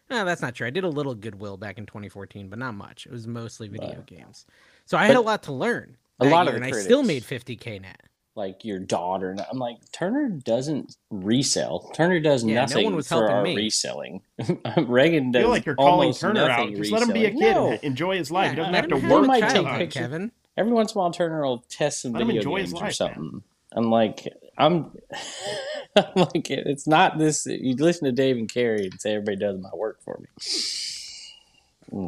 Speaker 2: No, that's not true. I did a little Goodwill back in 2014, but not much. It was mostly video games. So I had a
Speaker 3: But
Speaker 2: lot to learn.
Speaker 3: a
Speaker 2: that
Speaker 3: lot of
Speaker 2: year,
Speaker 3: the
Speaker 2: and I still made
Speaker 3: critics-
Speaker 2: 50k net.
Speaker 3: Like your daughter, and I'm like Turner doesn't resell. Turner does
Speaker 2: Yeah, no
Speaker 3: nothing
Speaker 2: one was
Speaker 3: for
Speaker 2: helping
Speaker 3: our
Speaker 2: me.
Speaker 3: reselling. Reagan
Speaker 1: I
Speaker 3: does
Speaker 1: feel like you're calling
Speaker 3: almost
Speaker 1: Turner out.
Speaker 3: nothing
Speaker 1: Just let him be a
Speaker 3: reselling.
Speaker 1: kid
Speaker 3: No.
Speaker 1: and enjoy his life. he doesn't
Speaker 2: let
Speaker 1: have to
Speaker 2: him
Speaker 3: have
Speaker 1: work.
Speaker 3: a
Speaker 1: all
Speaker 3: child.
Speaker 1: the
Speaker 3: Might
Speaker 1: time.
Speaker 3: take pictures.
Speaker 2: Kevin.
Speaker 3: every once in a while Turner will test some
Speaker 1: Let him
Speaker 3: video
Speaker 1: enjoy his
Speaker 3: games
Speaker 1: life,
Speaker 3: or
Speaker 1: man.
Speaker 3: something. I'm like, I'm, I'm like, it's not this. You listen to Dave and Carrie and say everybody does my work for me.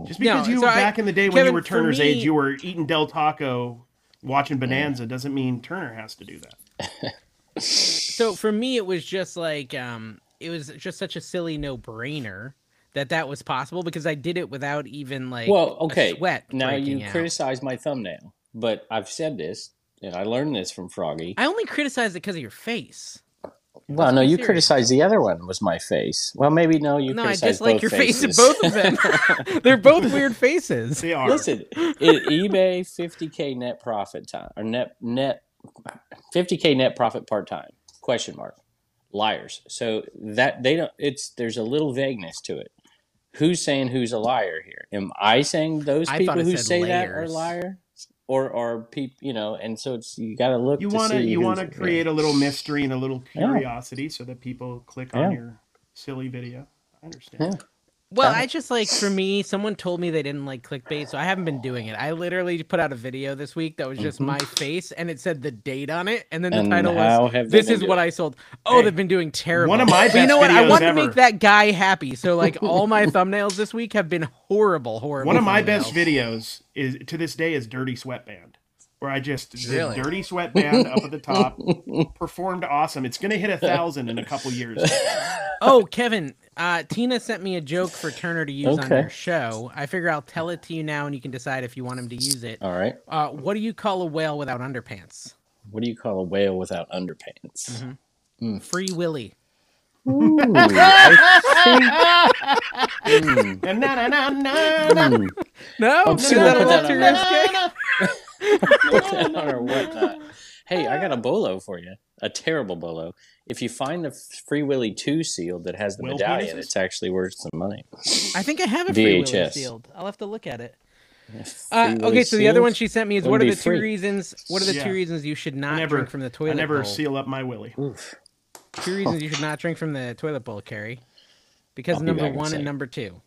Speaker 1: Just because
Speaker 2: No,
Speaker 1: you
Speaker 2: so
Speaker 1: were
Speaker 2: I-
Speaker 1: back in the day when you
Speaker 2: Kevin,
Speaker 1: were
Speaker 2: for
Speaker 1: Turner's
Speaker 2: me-
Speaker 1: age, you were eating Del Taco, watching Bonanza, doesn't mean Turner has to do that.
Speaker 2: so for me it was just like um it was just such a silly no-brainer that that was possible because i did it without even like
Speaker 3: Well,
Speaker 2: a
Speaker 3: okay.
Speaker 2: sweat
Speaker 3: now
Speaker 2: breaking
Speaker 3: you
Speaker 2: out.
Speaker 3: criticize my thumbnail, but I've said this, and I learned this from Froggy.
Speaker 2: i only criticized it because of your face
Speaker 3: well, no,
Speaker 2: be
Speaker 3: you
Speaker 2: serious.
Speaker 3: criticized the other one was my face. Well, maybe no, you
Speaker 2: no i
Speaker 3: criticized
Speaker 2: dislike
Speaker 3: both
Speaker 2: your face
Speaker 3: faces.
Speaker 2: in both of them they're both weird faces
Speaker 1: They are.
Speaker 3: Listen, it, eBay 50k net profit time or net net 50k net profit part time question mark liars. So that they don't. It's there's a little vagueness to it. Who's saying who's a liar here? Am I saying those
Speaker 2: I
Speaker 3: people
Speaker 2: thought it
Speaker 3: who
Speaker 2: said
Speaker 3: say that are
Speaker 2: layers.
Speaker 3: liars, or are people you know? And so it's you got to look.
Speaker 1: you
Speaker 3: to
Speaker 1: want to
Speaker 3: see
Speaker 1: you
Speaker 3: who's-
Speaker 1: want to create a little mystery and a little
Speaker 3: Yeah.
Speaker 1: curiosity so that people click on
Speaker 3: Yeah.
Speaker 1: your silly video. I understand.
Speaker 2: well i just like for me someone told me they didn't like clickbait so i haven't been doing it i literally put out a video this week that was just
Speaker 1: Mm-hmm.
Speaker 2: my face and it said the date on it and then the
Speaker 3: And
Speaker 2: title
Speaker 3: how
Speaker 2: was
Speaker 3: have they
Speaker 2: this
Speaker 3: been
Speaker 2: is what
Speaker 3: doing?"
Speaker 2: i sold oh they've been doing terrible
Speaker 1: One of my
Speaker 2: But you
Speaker 1: best
Speaker 2: know what? I
Speaker 1: videos
Speaker 2: want to
Speaker 1: ever.
Speaker 2: make that guy happy. So like all my thumbnails this week have been horrible, horrible.
Speaker 1: One of my
Speaker 2: thumbnails.
Speaker 1: best videos is to this day is Dirty Sweatband, where I just the
Speaker 2: Really?
Speaker 1: Dirty Sweatband up at the top performed awesome. It's gonna hit a thousand in a couple years.
Speaker 2: Oh, Kevin, uh, Tina sent me a joke for Turner to use on
Speaker 3: Okay.
Speaker 2: their show. I figure I'll tell it to you now, and you can decide if you want him to use it.
Speaker 3: All right.
Speaker 2: Uh, what do you call a whale without underpants?
Speaker 3: What do you call a whale without underpants?
Speaker 2: Free Willy. Mm-hmm.
Speaker 3: Ooh, I think- Hmm.
Speaker 1: Na, na, na, na, na, na,
Speaker 2: No,
Speaker 3: I'm
Speaker 2: is
Speaker 3: still
Speaker 2: that a
Speaker 3: gonna
Speaker 2: little
Speaker 3: put that
Speaker 2: too
Speaker 3: on there.
Speaker 2: risky?
Speaker 3: put that on or whatnot. Hey, I got a bolo for you. A terrible bolo. If you find the Free Willy 2 seal that has the
Speaker 1: Whale
Speaker 3: medallion,
Speaker 1: penises?
Speaker 3: it's actually worth some money.
Speaker 2: I think I have a Free Willy
Speaker 3: VHS.
Speaker 2: sealed. I'll have to look at it.
Speaker 3: Free
Speaker 2: Uh,
Speaker 3: Willy
Speaker 2: okay, so the other one
Speaker 3: seals?
Speaker 2: she sent me is
Speaker 3: Wouldn't
Speaker 2: what are
Speaker 3: be
Speaker 2: the two
Speaker 3: free.
Speaker 2: reasons? What are the
Speaker 1: Yeah.
Speaker 2: two reasons you should
Speaker 1: I
Speaker 2: not
Speaker 1: never
Speaker 2: drink from the toilet?
Speaker 1: I never
Speaker 2: bowl?
Speaker 1: seal up my willy.
Speaker 3: Oof.
Speaker 2: two reasons you should not drink from the toilet bowl, Carrie. Because
Speaker 3: I'll
Speaker 2: of
Speaker 3: be
Speaker 2: number
Speaker 3: back in a
Speaker 2: one and
Speaker 3: sec.
Speaker 2: number two.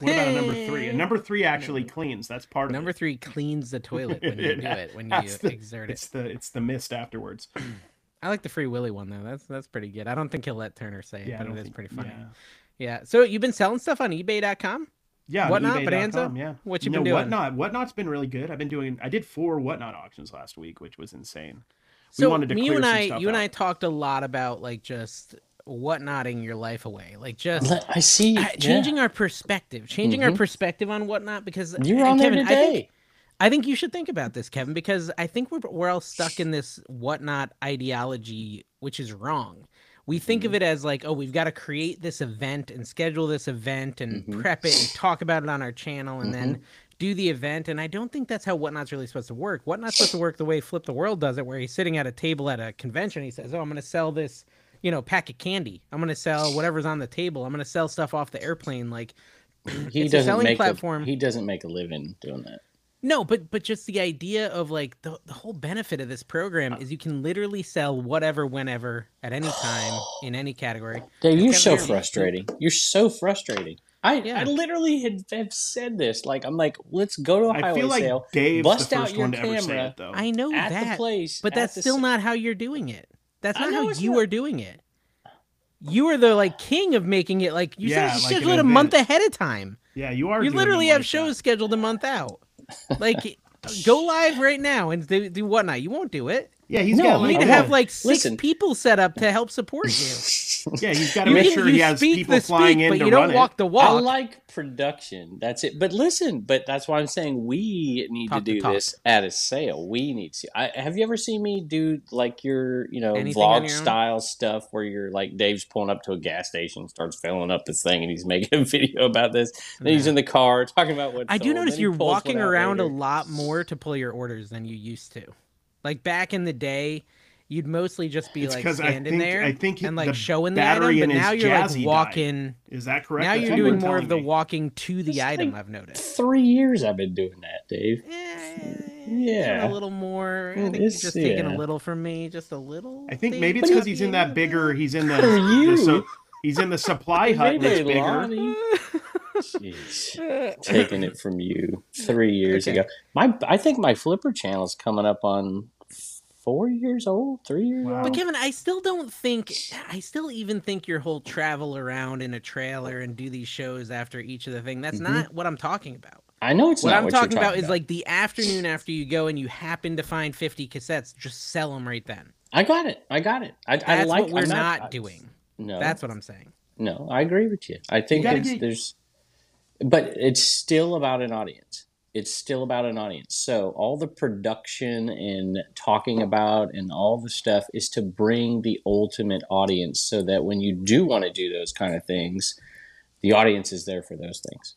Speaker 1: What about a number three? A number three actually cleans. That's part of
Speaker 2: Number
Speaker 1: it.
Speaker 2: three cleans the toilet when you do it, when you
Speaker 1: That's the-
Speaker 2: exert
Speaker 1: It's
Speaker 2: it.
Speaker 1: the it's the mist afterwards.
Speaker 2: I like the free Willy one though. That's that's pretty good. I don't think he'll let Turner say it,
Speaker 1: Yeah, I
Speaker 2: but
Speaker 1: don't
Speaker 2: it is
Speaker 1: think-
Speaker 2: pretty funny.
Speaker 1: yeah.
Speaker 2: Yeah. So you've been selling stuff on eBay.com?
Speaker 1: Yeah, on
Speaker 2: Whatnot,
Speaker 1: eBay.com,
Speaker 2: Bonanza?
Speaker 1: Yeah,
Speaker 2: What you
Speaker 1: no,
Speaker 2: been doing?
Speaker 1: Whatnot, whatnot's been really good. I've been doing. I did four whatnot auctions last week, which was insane.
Speaker 2: So
Speaker 1: wanted to
Speaker 2: me
Speaker 1: clear
Speaker 2: and
Speaker 1: some
Speaker 2: I,
Speaker 1: stuff
Speaker 2: you and
Speaker 1: out.
Speaker 2: I talked a lot about like just whatnoting your life away, like just
Speaker 3: Let- I see.
Speaker 2: uh, changing our perspective, changing our perspective on whatnot. Because
Speaker 3: yeah. Mm-hmm. You were
Speaker 2: and
Speaker 3: on there
Speaker 2: Kevin, I think-
Speaker 3: today.
Speaker 2: I think you should think about this, Kevin, because I think we're we're all stuck in this whatnot ideology, which is wrong. We think of it as like, oh, we've got to create this event and schedule this event and prep it and talk about it on our channel and then do the event. And I don't think that's how whatnot's really supposed to work. Whatnot's supposed to work the way Flip the World does it, where he's sitting at a table at a convention. He says, oh, I'm going to sell this, you know, pack of candy. I'm going to sell whatever's on the table. I'm going to sell stuff off the airplane. Like,
Speaker 3: he
Speaker 2: it's a
Speaker 3: doesn't
Speaker 2: selling
Speaker 3: make
Speaker 2: platform.
Speaker 3: A, he doesn't make a living doing that.
Speaker 2: no, but but just the idea of like the, the whole benefit of this program is you can literally sell whatever, whenever, at any time, in any category.
Speaker 3: Dave, you're so
Speaker 2: Kevin, you're-
Speaker 3: frustrating. You're so frustrating. I,
Speaker 2: Yeah.
Speaker 3: I literally had, have said this. Like I'm like, let's go to a
Speaker 1: I
Speaker 3: highway
Speaker 1: feel like
Speaker 3: sale.
Speaker 1: Dave's
Speaker 3: bust
Speaker 1: the
Speaker 3: out
Speaker 1: first
Speaker 3: your
Speaker 1: one to
Speaker 3: camera.
Speaker 1: ever say it, though.
Speaker 2: I know
Speaker 3: at the
Speaker 2: that,
Speaker 3: place,
Speaker 2: but
Speaker 3: at
Speaker 2: that's
Speaker 3: the
Speaker 2: still
Speaker 3: s-
Speaker 2: not how you're doing it. That's
Speaker 3: I
Speaker 2: not
Speaker 3: know
Speaker 2: how
Speaker 3: it's
Speaker 2: you
Speaker 3: not.
Speaker 2: are doing it. You are the like king of making it like you
Speaker 1: Yeah,
Speaker 2: said,
Speaker 1: like
Speaker 2: schedule
Speaker 1: an
Speaker 2: it a month
Speaker 1: event.
Speaker 2: ahead of time.
Speaker 1: yeah, you are.
Speaker 2: You
Speaker 1: doing
Speaker 2: literally
Speaker 1: it
Speaker 2: have
Speaker 1: like
Speaker 2: shows scheduled a month out. Like, go live right now and do, do whatnot. You won't do it.
Speaker 1: Yeah, he's
Speaker 3: No,
Speaker 1: got
Speaker 3: you
Speaker 2: You
Speaker 1: like,
Speaker 2: need to
Speaker 3: Come
Speaker 2: have
Speaker 3: on.
Speaker 2: like six
Speaker 3: Listen.
Speaker 2: people set up to help support you.
Speaker 1: yeah, he's got to
Speaker 2: You
Speaker 1: make
Speaker 2: need-
Speaker 1: sure
Speaker 2: you
Speaker 1: he has
Speaker 2: speak
Speaker 1: people
Speaker 2: the
Speaker 1: flying
Speaker 2: speak,
Speaker 1: in
Speaker 2: but
Speaker 1: to
Speaker 2: you
Speaker 1: run
Speaker 2: don't walk
Speaker 1: it.
Speaker 2: the walk.
Speaker 3: I like production. That's it. But listen, but that's why I'm saying we need
Speaker 2: Talk
Speaker 3: to
Speaker 2: the
Speaker 3: do
Speaker 2: talk.
Speaker 3: this at a sale. We need to. I, have you ever seen me do like your, you know,
Speaker 2: Anything on
Speaker 3: vlog
Speaker 2: your own?
Speaker 3: style stuff where you're like Dave's pulling up to a gas station, starts filling up this thing, and he's making a video about this. Then he's in the car talking about what.
Speaker 2: I do notice you're walking around a lot more to pull your orders than you used to. Like back in the day, you'd mostly just be
Speaker 1: It's
Speaker 2: like
Speaker 1: 'cause I
Speaker 2: standing
Speaker 1: think-
Speaker 2: there
Speaker 1: I think
Speaker 2: and
Speaker 1: it-
Speaker 2: like
Speaker 1: the
Speaker 2: showing the
Speaker 1: battery
Speaker 2: item, but
Speaker 1: in his
Speaker 2: now you're like
Speaker 1: Jazzy died.
Speaker 2: walking.
Speaker 1: Is that correct?
Speaker 2: Now
Speaker 1: That's
Speaker 2: you're
Speaker 1: what you
Speaker 2: doing
Speaker 1: were
Speaker 2: more of the
Speaker 1: telling me.
Speaker 2: walking to the
Speaker 3: It's
Speaker 2: item.
Speaker 3: like-
Speaker 2: I've noticed.
Speaker 3: Three years I've been doing that, Dave.
Speaker 2: Eh,
Speaker 3: Yeah.
Speaker 2: a little more. I
Speaker 3: Mm,
Speaker 2: think you're
Speaker 3: it's-
Speaker 2: just taking a
Speaker 3: yeah.
Speaker 2: little from me, just a little.
Speaker 1: I think
Speaker 2: thing,
Speaker 1: maybe it's because
Speaker 2: just
Speaker 1: he's in
Speaker 2: a
Speaker 1: that
Speaker 2: little
Speaker 1: bigger. He's in the,
Speaker 3: Good for you.
Speaker 1: the so, he's in the supply hut and it's
Speaker 3: Maybe,
Speaker 1: bigger.
Speaker 3: Lonnie. Jeez.
Speaker 2: bit.
Speaker 3: taking it from you three years
Speaker 2: Okay.
Speaker 3: ago. My, I think my Flipper channel is coming up on four years old, three years
Speaker 1: Wow.
Speaker 3: old.
Speaker 2: But Kevin, I still don't think I still even think your whole travel around in a trailer and do these shows after each of the thing. That's
Speaker 3: Mhm.
Speaker 2: not what I'm talking about.
Speaker 3: I know it's
Speaker 2: what
Speaker 3: not
Speaker 2: I'm
Speaker 3: what
Speaker 2: talking,
Speaker 3: you're
Speaker 2: about, is like the afternoon after you go and you happen to find 50 cassettes, just sell them right then.
Speaker 3: I got it. I got it. I, I
Speaker 2: That's
Speaker 3: like.
Speaker 2: what we're
Speaker 3: I'm
Speaker 2: not,
Speaker 3: I-
Speaker 2: doing.
Speaker 3: No,
Speaker 2: That's what I'm saying.
Speaker 3: no. I agree with you. I think
Speaker 1: gotta
Speaker 3: it's,
Speaker 1: get-
Speaker 3: there's, but it's still about an audience. It's still about an audience. So all the production and talking about and all the stuff is to bring the ultimate audience, so that when you do want to do those kind of things, the audience is there for those things.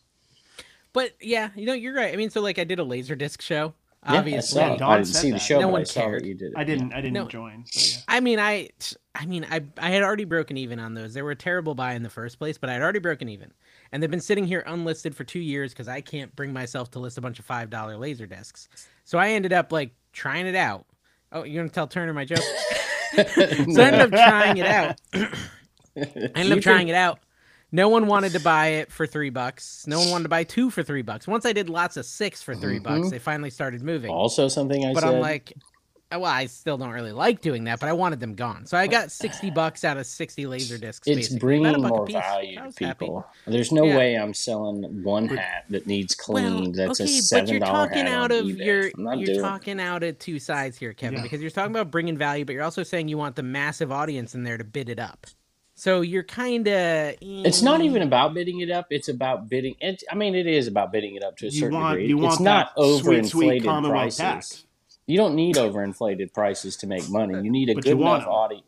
Speaker 2: But yeah, you know, you're right. I mean, so like I did a laser disc show.
Speaker 3: Yeah,
Speaker 2: Obviously,
Speaker 3: I, saw it.
Speaker 1: Don
Speaker 3: I didn't
Speaker 1: said
Speaker 3: see the
Speaker 1: that.
Speaker 3: show,
Speaker 2: No
Speaker 3: but I
Speaker 2: one
Speaker 3: saw
Speaker 2: cared.
Speaker 3: that you did it.
Speaker 1: I didn't. I didn't
Speaker 2: No.
Speaker 1: join. So
Speaker 2: I mean, I, I mean, I, I had already broken even on those. They were a terrible buy in the first place, but I had already broken even, and they've been sitting here unlisted for two years because I can't bring myself to list a bunch of five dollar laser discs. So I ended up like trying it out. Oh, you're gonna tell Turner my joke? so I ended up trying it out. I ended up trying it out. No one wanted to buy it for three bucks. No one wanted to buy two for three bucks. Once I did lots of six for 3 bucks, they finally started moving
Speaker 3: Also, something I
Speaker 2: but
Speaker 3: said.
Speaker 2: I'm like, oh, well, I still don't really like doing that, but I wanted them gone. So I got 60 bucks out of 60 laser discs.
Speaker 3: it's
Speaker 2: basically. About
Speaker 3: bringing
Speaker 2: a buck
Speaker 3: more
Speaker 2: apiece.
Speaker 3: value
Speaker 2: I
Speaker 3: to
Speaker 2: was happy.
Speaker 3: people. There's no
Speaker 2: Yeah.
Speaker 3: way I'm selling one hat that needs cleaned.
Speaker 2: Well,
Speaker 3: that's
Speaker 2: okay,
Speaker 3: a
Speaker 2: but
Speaker 3: seven
Speaker 2: you're
Speaker 3: dollar
Speaker 2: talking
Speaker 3: hat
Speaker 2: out
Speaker 3: on
Speaker 2: of
Speaker 3: eBay.
Speaker 2: your
Speaker 3: I'm not
Speaker 2: you're
Speaker 3: doing. it.
Speaker 2: talking out of two sides here, Kevin,
Speaker 1: Yeah.
Speaker 2: because you're talking about bringing value, but you're also saying you want the massive audience in there to bid it up. So you're eh, kind of
Speaker 3: it's not even about bidding it up. It's about bidding. It, I mean, it is about bidding it up to a
Speaker 1: you
Speaker 3: certain
Speaker 1: want
Speaker 3: degree.
Speaker 1: you want
Speaker 3: it's not
Speaker 1: that sweet,
Speaker 3: overinflated
Speaker 1: sweet Commonwealth
Speaker 3: prices.
Speaker 1: tax.
Speaker 3: You don't need overinflated prices to make money. You need a
Speaker 1: But
Speaker 3: good
Speaker 1: you want
Speaker 3: enough
Speaker 1: them.
Speaker 3: audience.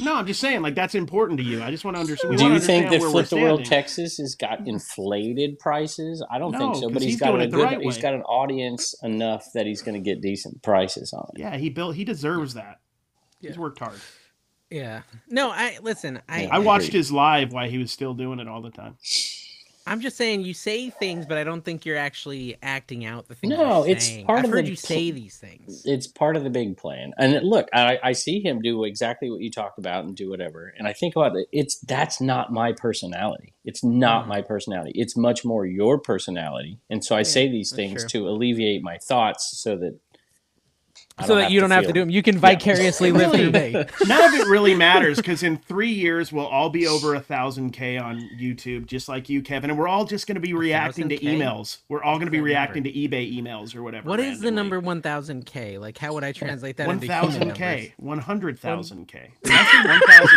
Speaker 1: No, I'm just saying like that's important to you. I just want to understand.
Speaker 3: Do you think that Flip the World
Speaker 1: tech?
Speaker 3: Texas has got inflated prices? I don't
Speaker 1: No,
Speaker 3: think so,
Speaker 1: 'cause
Speaker 3: but he's
Speaker 1: he's
Speaker 3: got
Speaker 1: doing
Speaker 3: a
Speaker 1: it the
Speaker 3: good,
Speaker 1: right
Speaker 3: he's
Speaker 1: way.
Speaker 3: got an audience enough that he's going to get decent prices on it.
Speaker 1: Yeah, he built. He deserves that. He's
Speaker 2: Yeah.
Speaker 1: worked hard.
Speaker 2: yeah. No, I listen. I
Speaker 3: Yeah.
Speaker 1: I watched
Speaker 3: agree.
Speaker 1: his live while he was still doing it all the time.
Speaker 2: I'm just saying you say things, but I don't think you're actually acting out the things.
Speaker 3: No,
Speaker 2: you're
Speaker 3: it's
Speaker 2: saying.
Speaker 3: part
Speaker 2: I've
Speaker 3: of
Speaker 2: heard
Speaker 3: the
Speaker 2: you
Speaker 3: pl-
Speaker 2: say these things.
Speaker 3: It's part of the big plan. And it- look, I, I see him do exactly what you talked about and do whatever. And I think about it, it's that's not my personality. It's not my personality. It's much more your personality. And so I say these things to alleviate my thoughts so that I
Speaker 2: so that you don't have to
Speaker 3: feel-
Speaker 2: do them. You can vicariously live through me.
Speaker 1: None of it really matters because in three years we'll all be over a thousand k on YouTube, just like you, Kevin, and we're all just going to be reacting to
Speaker 2: 1,000K?
Speaker 1: emails. We're all going to be reacting to eBay emails or whatever.
Speaker 2: What is the
Speaker 1: randomly.
Speaker 2: number 1000K? Like, how would I translate that
Speaker 1: One
Speaker 2: into human
Speaker 1: thousand
Speaker 2: numbers?
Speaker 1: k, one hundred thousand k. I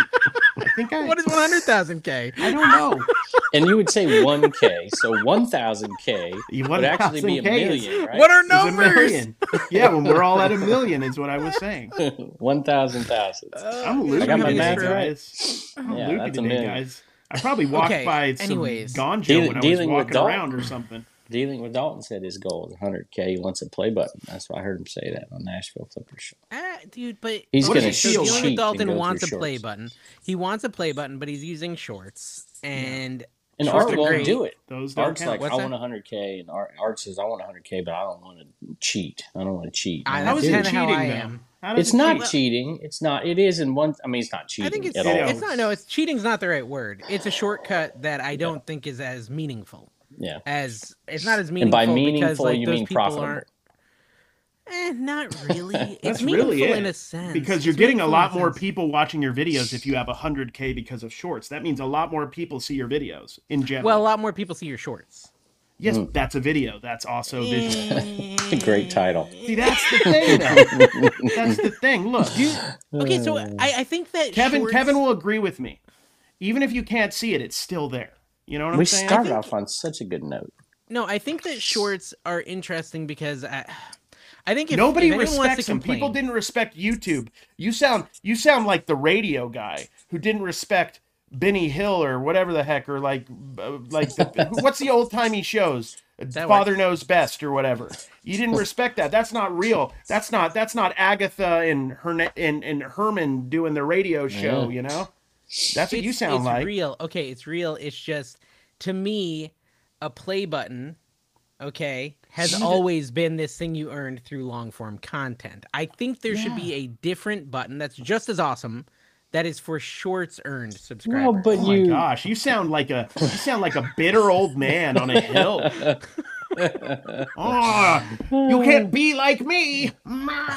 Speaker 1: think I.
Speaker 2: What is 100,000K?
Speaker 1: I don't know.
Speaker 3: And you would say 1K. So 1,000K
Speaker 1: You-
Speaker 3: would actually be a
Speaker 1: 1,000K is-
Speaker 3: million, right?
Speaker 2: What are
Speaker 1: It's a
Speaker 2: numbers?
Speaker 1: million. Yeah, when we're all at a million is what I was saying.
Speaker 3: One thousand thousand.
Speaker 1: I'm
Speaker 3: I
Speaker 1: loopy
Speaker 3: got my
Speaker 1: today,
Speaker 3: math right.
Speaker 1: guys. Uh, I'm
Speaker 3: Yeah,
Speaker 1: loopy
Speaker 3: that's a
Speaker 1: today,
Speaker 3: million.
Speaker 1: guys. I probably walked
Speaker 2: Okay,
Speaker 1: by some
Speaker 2: anyways.
Speaker 1: ganja
Speaker 3: Deal-
Speaker 1: when I was
Speaker 3: dealing with
Speaker 1: walking
Speaker 3: Dalton.
Speaker 1: around or something.
Speaker 3: Dealing with Dalton said his goal is 100K. He wants a play button. That's why I heard him say that on Nashville Flipper Show.
Speaker 2: Ah, dude, but
Speaker 3: He's
Speaker 2: okay,
Speaker 1: gonna
Speaker 2: so
Speaker 1: shield
Speaker 2: Dylan
Speaker 1: cheat
Speaker 3: and go
Speaker 2: Dalton
Speaker 3: through
Speaker 2: wants a play
Speaker 3: shorts.
Speaker 2: button. He wants a play button, but he's using shorts. And
Speaker 3: And
Speaker 2: Sure.
Speaker 3: art won't
Speaker 2: Agree.
Speaker 3: do it.
Speaker 1: Those don't
Speaker 3: Art's
Speaker 1: count.
Speaker 3: like,
Speaker 2: What's
Speaker 3: I
Speaker 2: that?
Speaker 3: want 100K, and art, art says, I want 100K, but I don't want to cheat. I don't want to cheat.
Speaker 2: I-
Speaker 3: And
Speaker 2: that
Speaker 1: How
Speaker 2: was
Speaker 1: is
Speaker 3: do.
Speaker 1: it
Speaker 2: kinda
Speaker 1: cheating
Speaker 2: how I
Speaker 1: though?
Speaker 2: am.
Speaker 1: How does
Speaker 3: It's
Speaker 1: it
Speaker 3: not
Speaker 1: cheat?
Speaker 3: cheating. It's not. It is in one. I mean, it's not cheating
Speaker 2: I think it's
Speaker 3: at
Speaker 1: you
Speaker 3: all.
Speaker 1: know,
Speaker 2: it's not no, it's cheating's not the right word. It's a shortcut that I don't think is as meaningful
Speaker 3: yeah.
Speaker 2: as it's not as
Speaker 3: And
Speaker 2: meaningful.
Speaker 3: by meaningful,
Speaker 2: because, like,
Speaker 3: you
Speaker 2: those
Speaker 3: mean
Speaker 2: people
Speaker 3: profitable.
Speaker 2: aren't- Eh, not really. it's
Speaker 1: That's
Speaker 2: meaningful
Speaker 1: really it.
Speaker 2: in a sense
Speaker 1: Because you're
Speaker 2: It's
Speaker 1: getting a
Speaker 2: meaningful in
Speaker 1: lot more
Speaker 2: sense.
Speaker 1: people watching your videos if you have 100K because of shorts. That means a lot more people see your videos in general.
Speaker 2: Well, a lot more people see your shorts.
Speaker 1: yes,
Speaker 3: Hmm.
Speaker 1: that's a video. That's also visual.
Speaker 2: Eh.
Speaker 3: It's a great title.
Speaker 1: See, that's the thing, though. that's the thing. Look,
Speaker 2: Okay, so I, I think that
Speaker 1: Oh. Kevin,
Speaker 2: shorts-
Speaker 1: Kevin will agree with me. Even if you can't see it, it's still there. You know what
Speaker 3: We
Speaker 1: I'm saying?
Speaker 3: started off on such a good note.
Speaker 2: No, I think that shorts are interesting because I, I think if,
Speaker 1: Nobody
Speaker 2: if anyone wants to
Speaker 1: respects him.
Speaker 2: complain,
Speaker 1: People didn't respect YouTube. You sound you sound like the radio guy who didn't respect Benny Hill or whatever the heck or like uh, like the, what's the old timey shows Father Knows Best or whatever. You didn't respect that. That's not real. That's not that's not Agatha and Herne and, and Herman doing the radio show. You know, that's what you
Speaker 2: it's-
Speaker 1: sound
Speaker 2: it's
Speaker 1: like.
Speaker 2: real. Okay, it's real. It's just to me, a play button, okay, has always been this thing you earned through long form content. I think there should be a different button that's just as awesome. That is for shorts earned subscribers.
Speaker 3: Well, but
Speaker 1: Oh my
Speaker 3: you.
Speaker 1: gosh, you sound like a you sound like a bitter old man on a hill. oh, you can't be like me. Ma.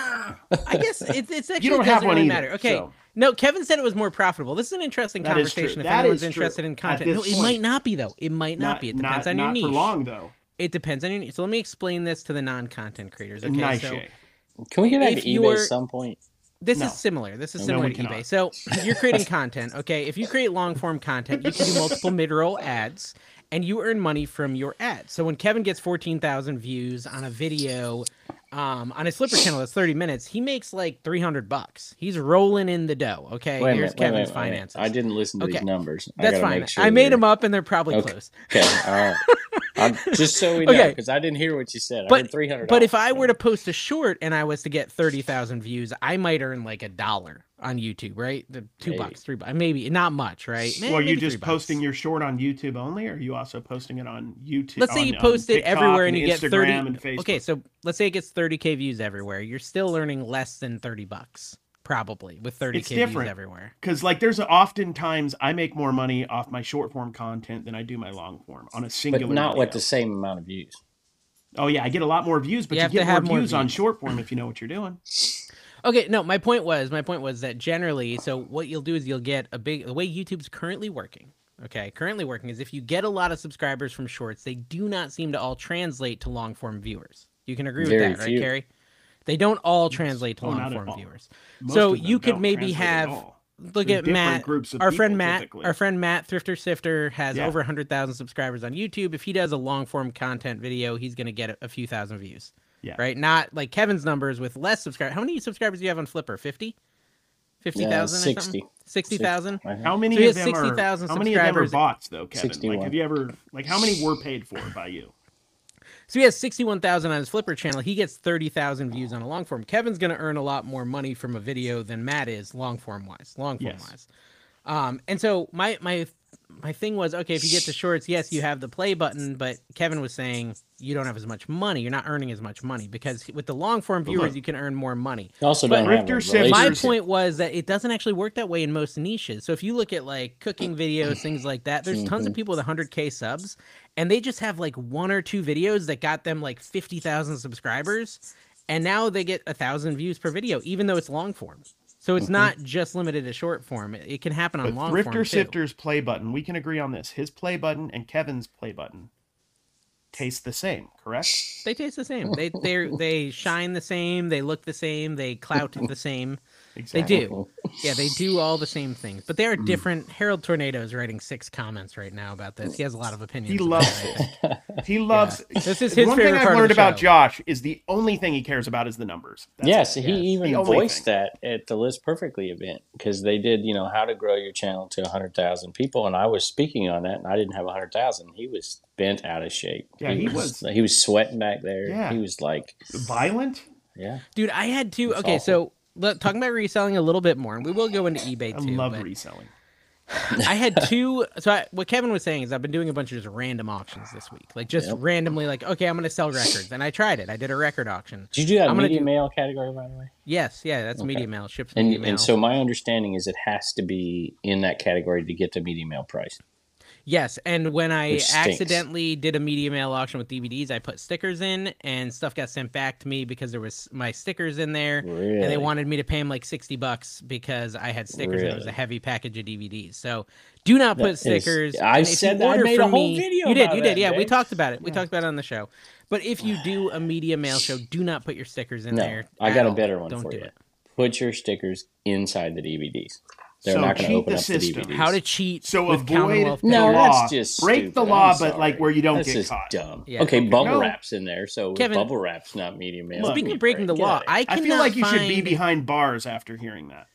Speaker 2: I guess it's it's actually
Speaker 1: don't
Speaker 2: doesn't
Speaker 1: have one
Speaker 2: really
Speaker 1: either,
Speaker 2: matter. Okay.
Speaker 1: so-
Speaker 2: No, Kevin said it was more profitable. This is an interesting
Speaker 1: That is true.
Speaker 2: conversation. If
Speaker 1: That
Speaker 2: anyone's
Speaker 1: is true.
Speaker 2: interested in
Speaker 1: At
Speaker 2: content,
Speaker 1: this
Speaker 2: no, it
Speaker 1: point.
Speaker 2: might not be though. It might not, be. It depends
Speaker 1: not,
Speaker 2: on your
Speaker 1: not
Speaker 2: niche.
Speaker 1: for long though.
Speaker 2: It depends on your niche. So let me explain this to the non-content creators. Okay,
Speaker 1: nice.
Speaker 2: so
Speaker 1: Shay.
Speaker 3: Can we get back
Speaker 2: If
Speaker 3: to eBay
Speaker 2: you're-
Speaker 3: at some point?
Speaker 2: this
Speaker 1: No.
Speaker 2: is similar. This is
Speaker 1: No,
Speaker 2: similar
Speaker 1: we
Speaker 2: to eBay.
Speaker 1: cannot.
Speaker 2: So you're creating content, okay? If you create long form content, you can do multiple mid-roll ads, and you earn money from your ads. So when Kevin gets fourteen thousand views on a video, um, on his Slipper channel that's thirty minutes, he makes like three hundred bucks. He's rolling in the dough. Okay,
Speaker 3: Wait a
Speaker 2: here's
Speaker 3: minute, wait a
Speaker 2: Kevin's
Speaker 3: minute, wait a minute.
Speaker 2: finances.
Speaker 3: I didn't listen to
Speaker 2: Okay.
Speaker 3: these numbers.
Speaker 2: That's
Speaker 3: I gotta
Speaker 2: fame.
Speaker 3: Make sure
Speaker 2: I made
Speaker 3: they're-
Speaker 2: them up, and they're probably
Speaker 3: Okay.
Speaker 2: close.
Speaker 3: Okay, all right. I'm, just so we know,
Speaker 2: Okay.
Speaker 3: because I didn't hear what you said. I
Speaker 2: But
Speaker 3: heard 300
Speaker 2: but if I were to post a short and I was to get thirty thousand views, I might earn like a dollar on YouTube, right? The two
Speaker 3: Maybe.
Speaker 2: bucks, three bucks, maybe not much, right? May-
Speaker 1: Well, are you
Speaker 2: maybe
Speaker 1: just
Speaker 2: three bucks.
Speaker 1: posting your short on YouTube only, or are you also posting it on YouTube?
Speaker 2: Let's say
Speaker 1: on-
Speaker 2: you
Speaker 1: on
Speaker 2: post it
Speaker 1: TikTok
Speaker 2: everywhere and you get
Speaker 1: Instagram
Speaker 2: thirty.
Speaker 1: and Facebook.
Speaker 2: Okay, so let's say it gets thirty k views everywhere. You're still earning less than thirty bucks, probably with thirty
Speaker 1: It's
Speaker 2: k views
Speaker 1: different.
Speaker 2: everywhere.
Speaker 1: because like there's oftentimes I make more money off my short form content than I do my long form on a
Speaker 3: but
Speaker 1: singular.
Speaker 3: not with
Speaker 1: video.
Speaker 3: the same amount of views.
Speaker 1: Oh yeah, I get a lot more views, but
Speaker 2: You
Speaker 1: you,
Speaker 2: have to
Speaker 1: get more
Speaker 2: have
Speaker 1: views,
Speaker 2: more
Speaker 1: on
Speaker 2: views.
Speaker 1: short form if you know what you're doing.
Speaker 2: Okay, no, my point was my point was that generally, so what you'll do is you'll get a big the way YouTube's currently working. Okay, currently working is if you get a lot of subscribers from shorts, they do not seem to all translate to long form viewers. You can agree with
Speaker 3: Very
Speaker 2: that, right,
Speaker 3: few.
Speaker 2: Carrie? They don't all translate to
Speaker 1: Oh, not
Speaker 2: long
Speaker 1: at
Speaker 2: form
Speaker 1: all.
Speaker 2: viewers.
Speaker 1: Most
Speaker 2: so
Speaker 1: of them
Speaker 2: you could
Speaker 1: don't
Speaker 2: maybe
Speaker 1: translate at
Speaker 2: have
Speaker 1: all.
Speaker 2: look
Speaker 1: They're
Speaker 2: at
Speaker 1: different
Speaker 2: Matt,
Speaker 1: groups of
Speaker 2: our
Speaker 1: people,
Speaker 2: friend Matt,
Speaker 1: typically.
Speaker 2: our friend Matt Thrifter Sifter has
Speaker 1: Yeah.
Speaker 2: over 100,000 subscribers on YouTube. If he does a long form content video, he's going to get a, a few thousand views.
Speaker 1: Yeah.
Speaker 2: Right? Not like Kevin's numbers with less subscribers. How many subscribers do you have on Flipper? 50? 50,000 or
Speaker 3: 60.
Speaker 2: something? 60,000?
Speaker 1: How many
Speaker 2: So he
Speaker 1: of
Speaker 2: has
Speaker 1: them are
Speaker 2: 60,000
Speaker 1: how many of them are
Speaker 2: subscribers.
Speaker 1: bots though, Kevin? Like
Speaker 3: 61.
Speaker 1: have you ever like how many were paid for by you?
Speaker 2: So he has 61,000 on his Flipper channel. He gets 30,000 views on a long form. Kevin's going to earn a lot more money from a video than Matt is long form wise, long form
Speaker 1: Yes.
Speaker 2: wise. Um, and so my my my thing was okay, if you get to shorts, yes, you have the play button, but Kevin was saying you don't have as much money. You're not earning as much money because with the long form viewers, you can earn more money.
Speaker 3: You also
Speaker 2: But
Speaker 3: don't have
Speaker 1: Rifter
Speaker 3: a
Speaker 1: said-
Speaker 2: My
Speaker 3: relationship.
Speaker 2: point was that it doesn't actually work that way in most niches. So if you look at like cooking videos, things like that, there's tons of
Speaker 1: Mm-hmm.
Speaker 2: people with 100k subs, and they just have like one or two videos that got them like 50,000 subscribers, and now they get a thousand views per video, even though it's long form. So it's not just limited to short form. It, it can happen on
Speaker 1: Mm-hmm. But
Speaker 2: long form
Speaker 1: Thrifter
Speaker 2: too.
Speaker 1: Sifter's play button, we can agree on this. His play button and Kevin's play button taste the same, correct?
Speaker 2: They taste the same. They they they shine the same. They look the same. They clout the same. They do. Yeah, they do all the same things, but they are different. Harold Tornadoes writing six comments right now about this. He has a lot of opinions.
Speaker 1: He
Speaker 2: about
Speaker 1: loves
Speaker 2: it.
Speaker 1: it. He loves
Speaker 2: This is his
Speaker 1: One
Speaker 2: favorite
Speaker 1: thing
Speaker 2: part
Speaker 1: I've
Speaker 2: of
Speaker 1: learned
Speaker 2: the
Speaker 1: about
Speaker 2: show.
Speaker 1: Josh is the only thing he cares about is the numbers. That's
Speaker 3: yes,
Speaker 1: it.
Speaker 3: he even
Speaker 1: The only
Speaker 3: voiced that at the List Perfectly event because they did, you know, how to grow your channel to 100,000 people. And I was speaking on that and I didn't have 100,000. He was bent out of shape.
Speaker 1: Yeah, he was-
Speaker 3: He was sweating back there.
Speaker 1: Yeah.
Speaker 3: He was like,
Speaker 1: Violent?
Speaker 3: yeah.
Speaker 2: Dude, I had to.
Speaker 3: It's
Speaker 2: okay,
Speaker 3: awful.
Speaker 2: so let, talking about reselling a little bit more, and we will go into eBay
Speaker 1: I
Speaker 2: too.
Speaker 1: love
Speaker 2: but
Speaker 1: reselling.
Speaker 2: I had two. So I, what Kevin was saying is I've been doing a bunch of just random auctions this week, like just randomly, like okay, I'm gonna sell records, and I tried it. I did a record auction.
Speaker 3: Did you do that
Speaker 2: I'm gonna
Speaker 3: media
Speaker 2: do-
Speaker 3: mail category, by the way?
Speaker 2: Yes, yeah, that's media mail, shipped from
Speaker 3: And
Speaker 2: media mail.
Speaker 3: and so my understanding is it has to be in that category to get the media mail price.
Speaker 2: Yes, and when I
Speaker 3: Which stinks.
Speaker 2: accidentally did a media mail auction with DVDs, I put stickers in, and stuff got sent back to me because there was my stickers in there, and
Speaker 3: Really?
Speaker 2: they wanted me to pay them like sixty bucks because I had stickers and it was a
Speaker 3: Really?
Speaker 2: heavy package of DVDs. So do not
Speaker 3: That
Speaker 2: put
Speaker 3: is-
Speaker 2: stickers.
Speaker 3: I
Speaker 2: and if you
Speaker 3: said that- I
Speaker 2: order
Speaker 3: made a
Speaker 2: from
Speaker 3: whole
Speaker 2: me-
Speaker 3: video
Speaker 2: You did,
Speaker 3: about
Speaker 2: you did.
Speaker 3: that,
Speaker 2: Yeah, we
Speaker 3: Dave.
Speaker 2: talked about it. We talked about it on the show. But if you do a media mail show, do not put your stickers in
Speaker 3: No,
Speaker 2: there.
Speaker 3: I
Speaker 2: at
Speaker 3: got a
Speaker 2: all.
Speaker 3: better one
Speaker 2: Don't
Speaker 3: for
Speaker 2: do
Speaker 3: you.
Speaker 2: It.
Speaker 3: Put your stickers inside the DVDs. They're
Speaker 1: So
Speaker 3: not
Speaker 1: cheat
Speaker 3: going to open
Speaker 1: the
Speaker 3: up
Speaker 1: system.
Speaker 3: the DVDs.
Speaker 2: How to cheat?
Speaker 1: So
Speaker 2: with
Speaker 1: avoid
Speaker 2: Commonwealth
Speaker 1: the
Speaker 3: no,
Speaker 2: penalties.
Speaker 1: law.
Speaker 3: that's just
Speaker 1: Break
Speaker 3: stupid.
Speaker 1: the
Speaker 3: I'm
Speaker 1: law, but,
Speaker 3: sorry.
Speaker 1: like, where you don't
Speaker 3: That's
Speaker 1: get
Speaker 3: just
Speaker 1: caught.
Speaker 3: Dumb.
Speaker 2: Yeah.
Speaker 3: okay, bubble
Speaker 1: No.
Speaker 3: wraps in there, so
Speaker 2: Kevin-
Speaker 3: bubble wraps not media mail.
Speaker 2: Speaking
Speaker 3: Give
Speaker 2: of
Speaker 3: me a
Speaker 2: breaking the
Speaker 3: break. Get
Speaker 2: law,
Speaker 3: out of here.
Speaker 2: I,
Speaker 1: I
Speaker 2: cannot
Speaker 1: feel like you should be
Speaker 2: find-
Speaker 1: behind bars after hearing that.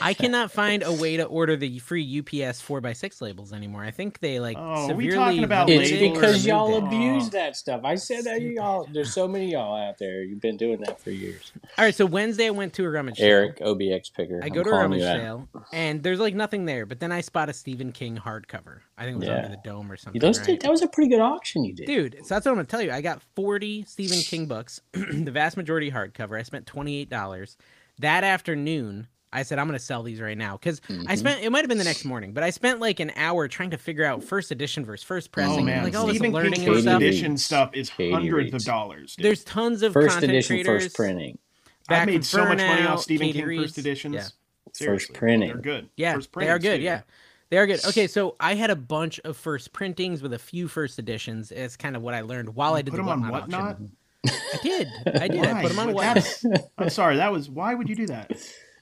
Speaker 2: I cannot find a way to order the free UPS four x six labels anymore. I think they like
Speaker 1: Oh, are we
Speaker 2: severely.
Speaker 1: talking about
Speaker 2: limited
Speaker 3: it's
Speaker 1: labels
Speaker 2: or removed
Speaker 3: because y'all
Speaker 2: it.
Speaker 3: abuse that stuff. I said that y'all. There's so many y'all out there. You've been doing that for years.
Speaker 2: All right, so Wednesday I went to a rummage sale.
Speaker 3: Eric, OBX picker.
Speaker 2: I
Speaker 3: I'm
Speaker 2: go to a
Speaker 3: calling
Speaker 2: rummage
Speaker 3: you out.
Speaker 2: sale and there's like nothing there, but then I spot a Stephen King hardcover. I think it was
Speaker 3: Yeah.
Speaker 2: under the dome or something.
Speaker 3: Those
Speaker 2: right?
Speaker 3: did, that was a pretty good auction you did.
Speaker 2: Dude, so that's what I'm gonna tell you. I got 40 Stephen King books, the vast majority hardcover. I spent $28. That afternoon, I said I'm gonna sell these right now because
Speaker 1: Mm-hmm.
Speaker 2: I spent. It might have been the next morning, but I spent like an hour trying to figure out first edition versus first pressing,
Speaker 1: Oh
Speaker 2: and,
Speaker 1: man,
Speaker 2: like all
Speaker 1: Stephen
Speaker 2: this learning
Speaker 1: King's
Speaker 2: and
Speaker 1: first
Speaker 2: stuff.
Speaker 3: Reed.
Speaker 1: edition stuff is
Speaker 3: Katie
Speaker 1: hundreds
Speaker 3: Reed.
Speaker 1: of dollars. dude.
Speaker 2: There's tons of
Speaker 3: First
Speaker 2: content
Speaker 3: edition,
Speaker 2: creators.
Speaker 3: first printing.
Speaker 2: Back
Speaker 1: I made
Speaker 2: from
Speaker 1: so much money
Speaker 2: Burnout,
Speaker 1: off Stephen
Speaker 2: Katie
Speaker 1: King
Speaker 2: Reed's.
Speaker 1: first editions.
Speaker 2: Yeah.
Speaker 1: Seriously,
Speaker 3: printing.
Speaker 1: They're good.
Speaker 2: Yeah,
Speaker 1: first
Speaker 2: they are
Speaker 1: printings,
Speaker 2: good.
Speaker 1: too.
Speaker 2: Yeah. They are good. Okay, so I had a bunch of first printings with a few first editions. It's kind of what I learned while I did
Speaker 1: Put
Speaker 2: the
Speaker 1: them on whatnot.
Speaker 2: whatnot, auction. I did. I did. I
Speaker 1: Why?
Speaker 2: put them on whatnot.
Speaker 1: That's- I'm sorry. That was why would you do that?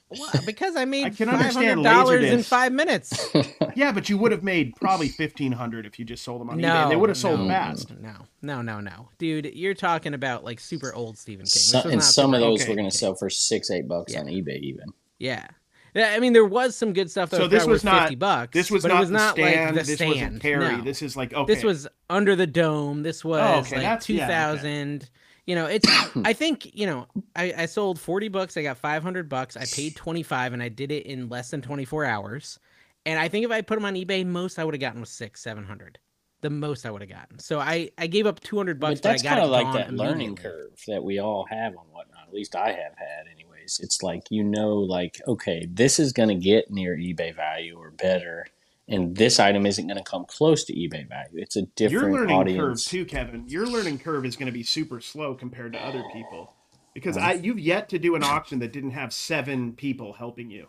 Speaker 2: Well, because I made
Speaker 1: I can
Speaker 2: five hundred
Speaker 1: understand
Speaker 2: dollars in
Speaker 1: Laserdisc.
Speaker 2: five minutes.
Speaker 1: Yeah, but you would have made probably fifteen hundred if you just sold them on eBay.
Speaker 2: no,
Speaker 1: and They would have sold
Speaker 2: no,
Speaker 1: fast.
Speaker 2: No, no, no, no, dude, you're talking about like super old Stephen King. This
Speaker 3: Some,
Speaker 2: was
Speaker 3: and
Speaker 2: not
Speaker 3: some
Speaker 2: super-
Speaker 3: of those
Speaker 1: okay,
Speaker 3: were going to sell for six, eight bucks
Speaker 2: Yeah.
Speaker 3: on eBay, even.
Speaker 2: yeah, yeah. I mean, there was some good stuff. That
Speaker 1: So
Speaker 2: was
Speaker 1: this
Speaker 2: probably
Speaker 1: was
Speaker 2: worth
Speaker 1: not.
Speaker 2: fifty bucks.
Speaker 1: This was
Speaker 2: but
Speaker 1: not,
Speaker 2: it was
Speaker 1: the
Speaker 2: not
Speaker 1: stand.
Speaker 2: like the
Speaker 1: this
Speaker 2: stand.
Speaker 1: wasn't Carrie.
Speaker 2: No.
Speaker 1: This is like okay.
Speaker 2: This was under the dome.
Speaker 3: Oh,
Speaker 2: This was
Speaker 1: okay,
Speaker 2: like
Speaker 1: that's-
Speaker 2: two
Speaker 1: yeah, okay.
Speaker 2: thousand. You know, it's. I think you know. I, I sold forty books. I got five hundred bucks. I paid twenty five, and I did it in less than twenty four hours. And I think if I put them on eBay, most I would have gotten was six, seven hundred. The most I would have gotten. So I I gave up two hundred bucks.
Speaker 3: But that's
Speaker 2: I got
Speaker 3: kind of
Speaker 2: it
Speaker 3: like
Speaker 2: gone
Speaker 3: that learning
Speaker 2: immediately.
Speaker 3: curve that we all have on whatnot. At least I have had, anyways. It's like you know, like okay, this is going to get near eBay value or better, and this item isn't going to come close to eBay value. It's a different
Speaker 1: your learning
Speaker 3: audience.
Speaker 1: curve too, Kevin. Your learning curve is going to be super slow compared to other people because I you've yet to do an auction that didn't have seven people helping you.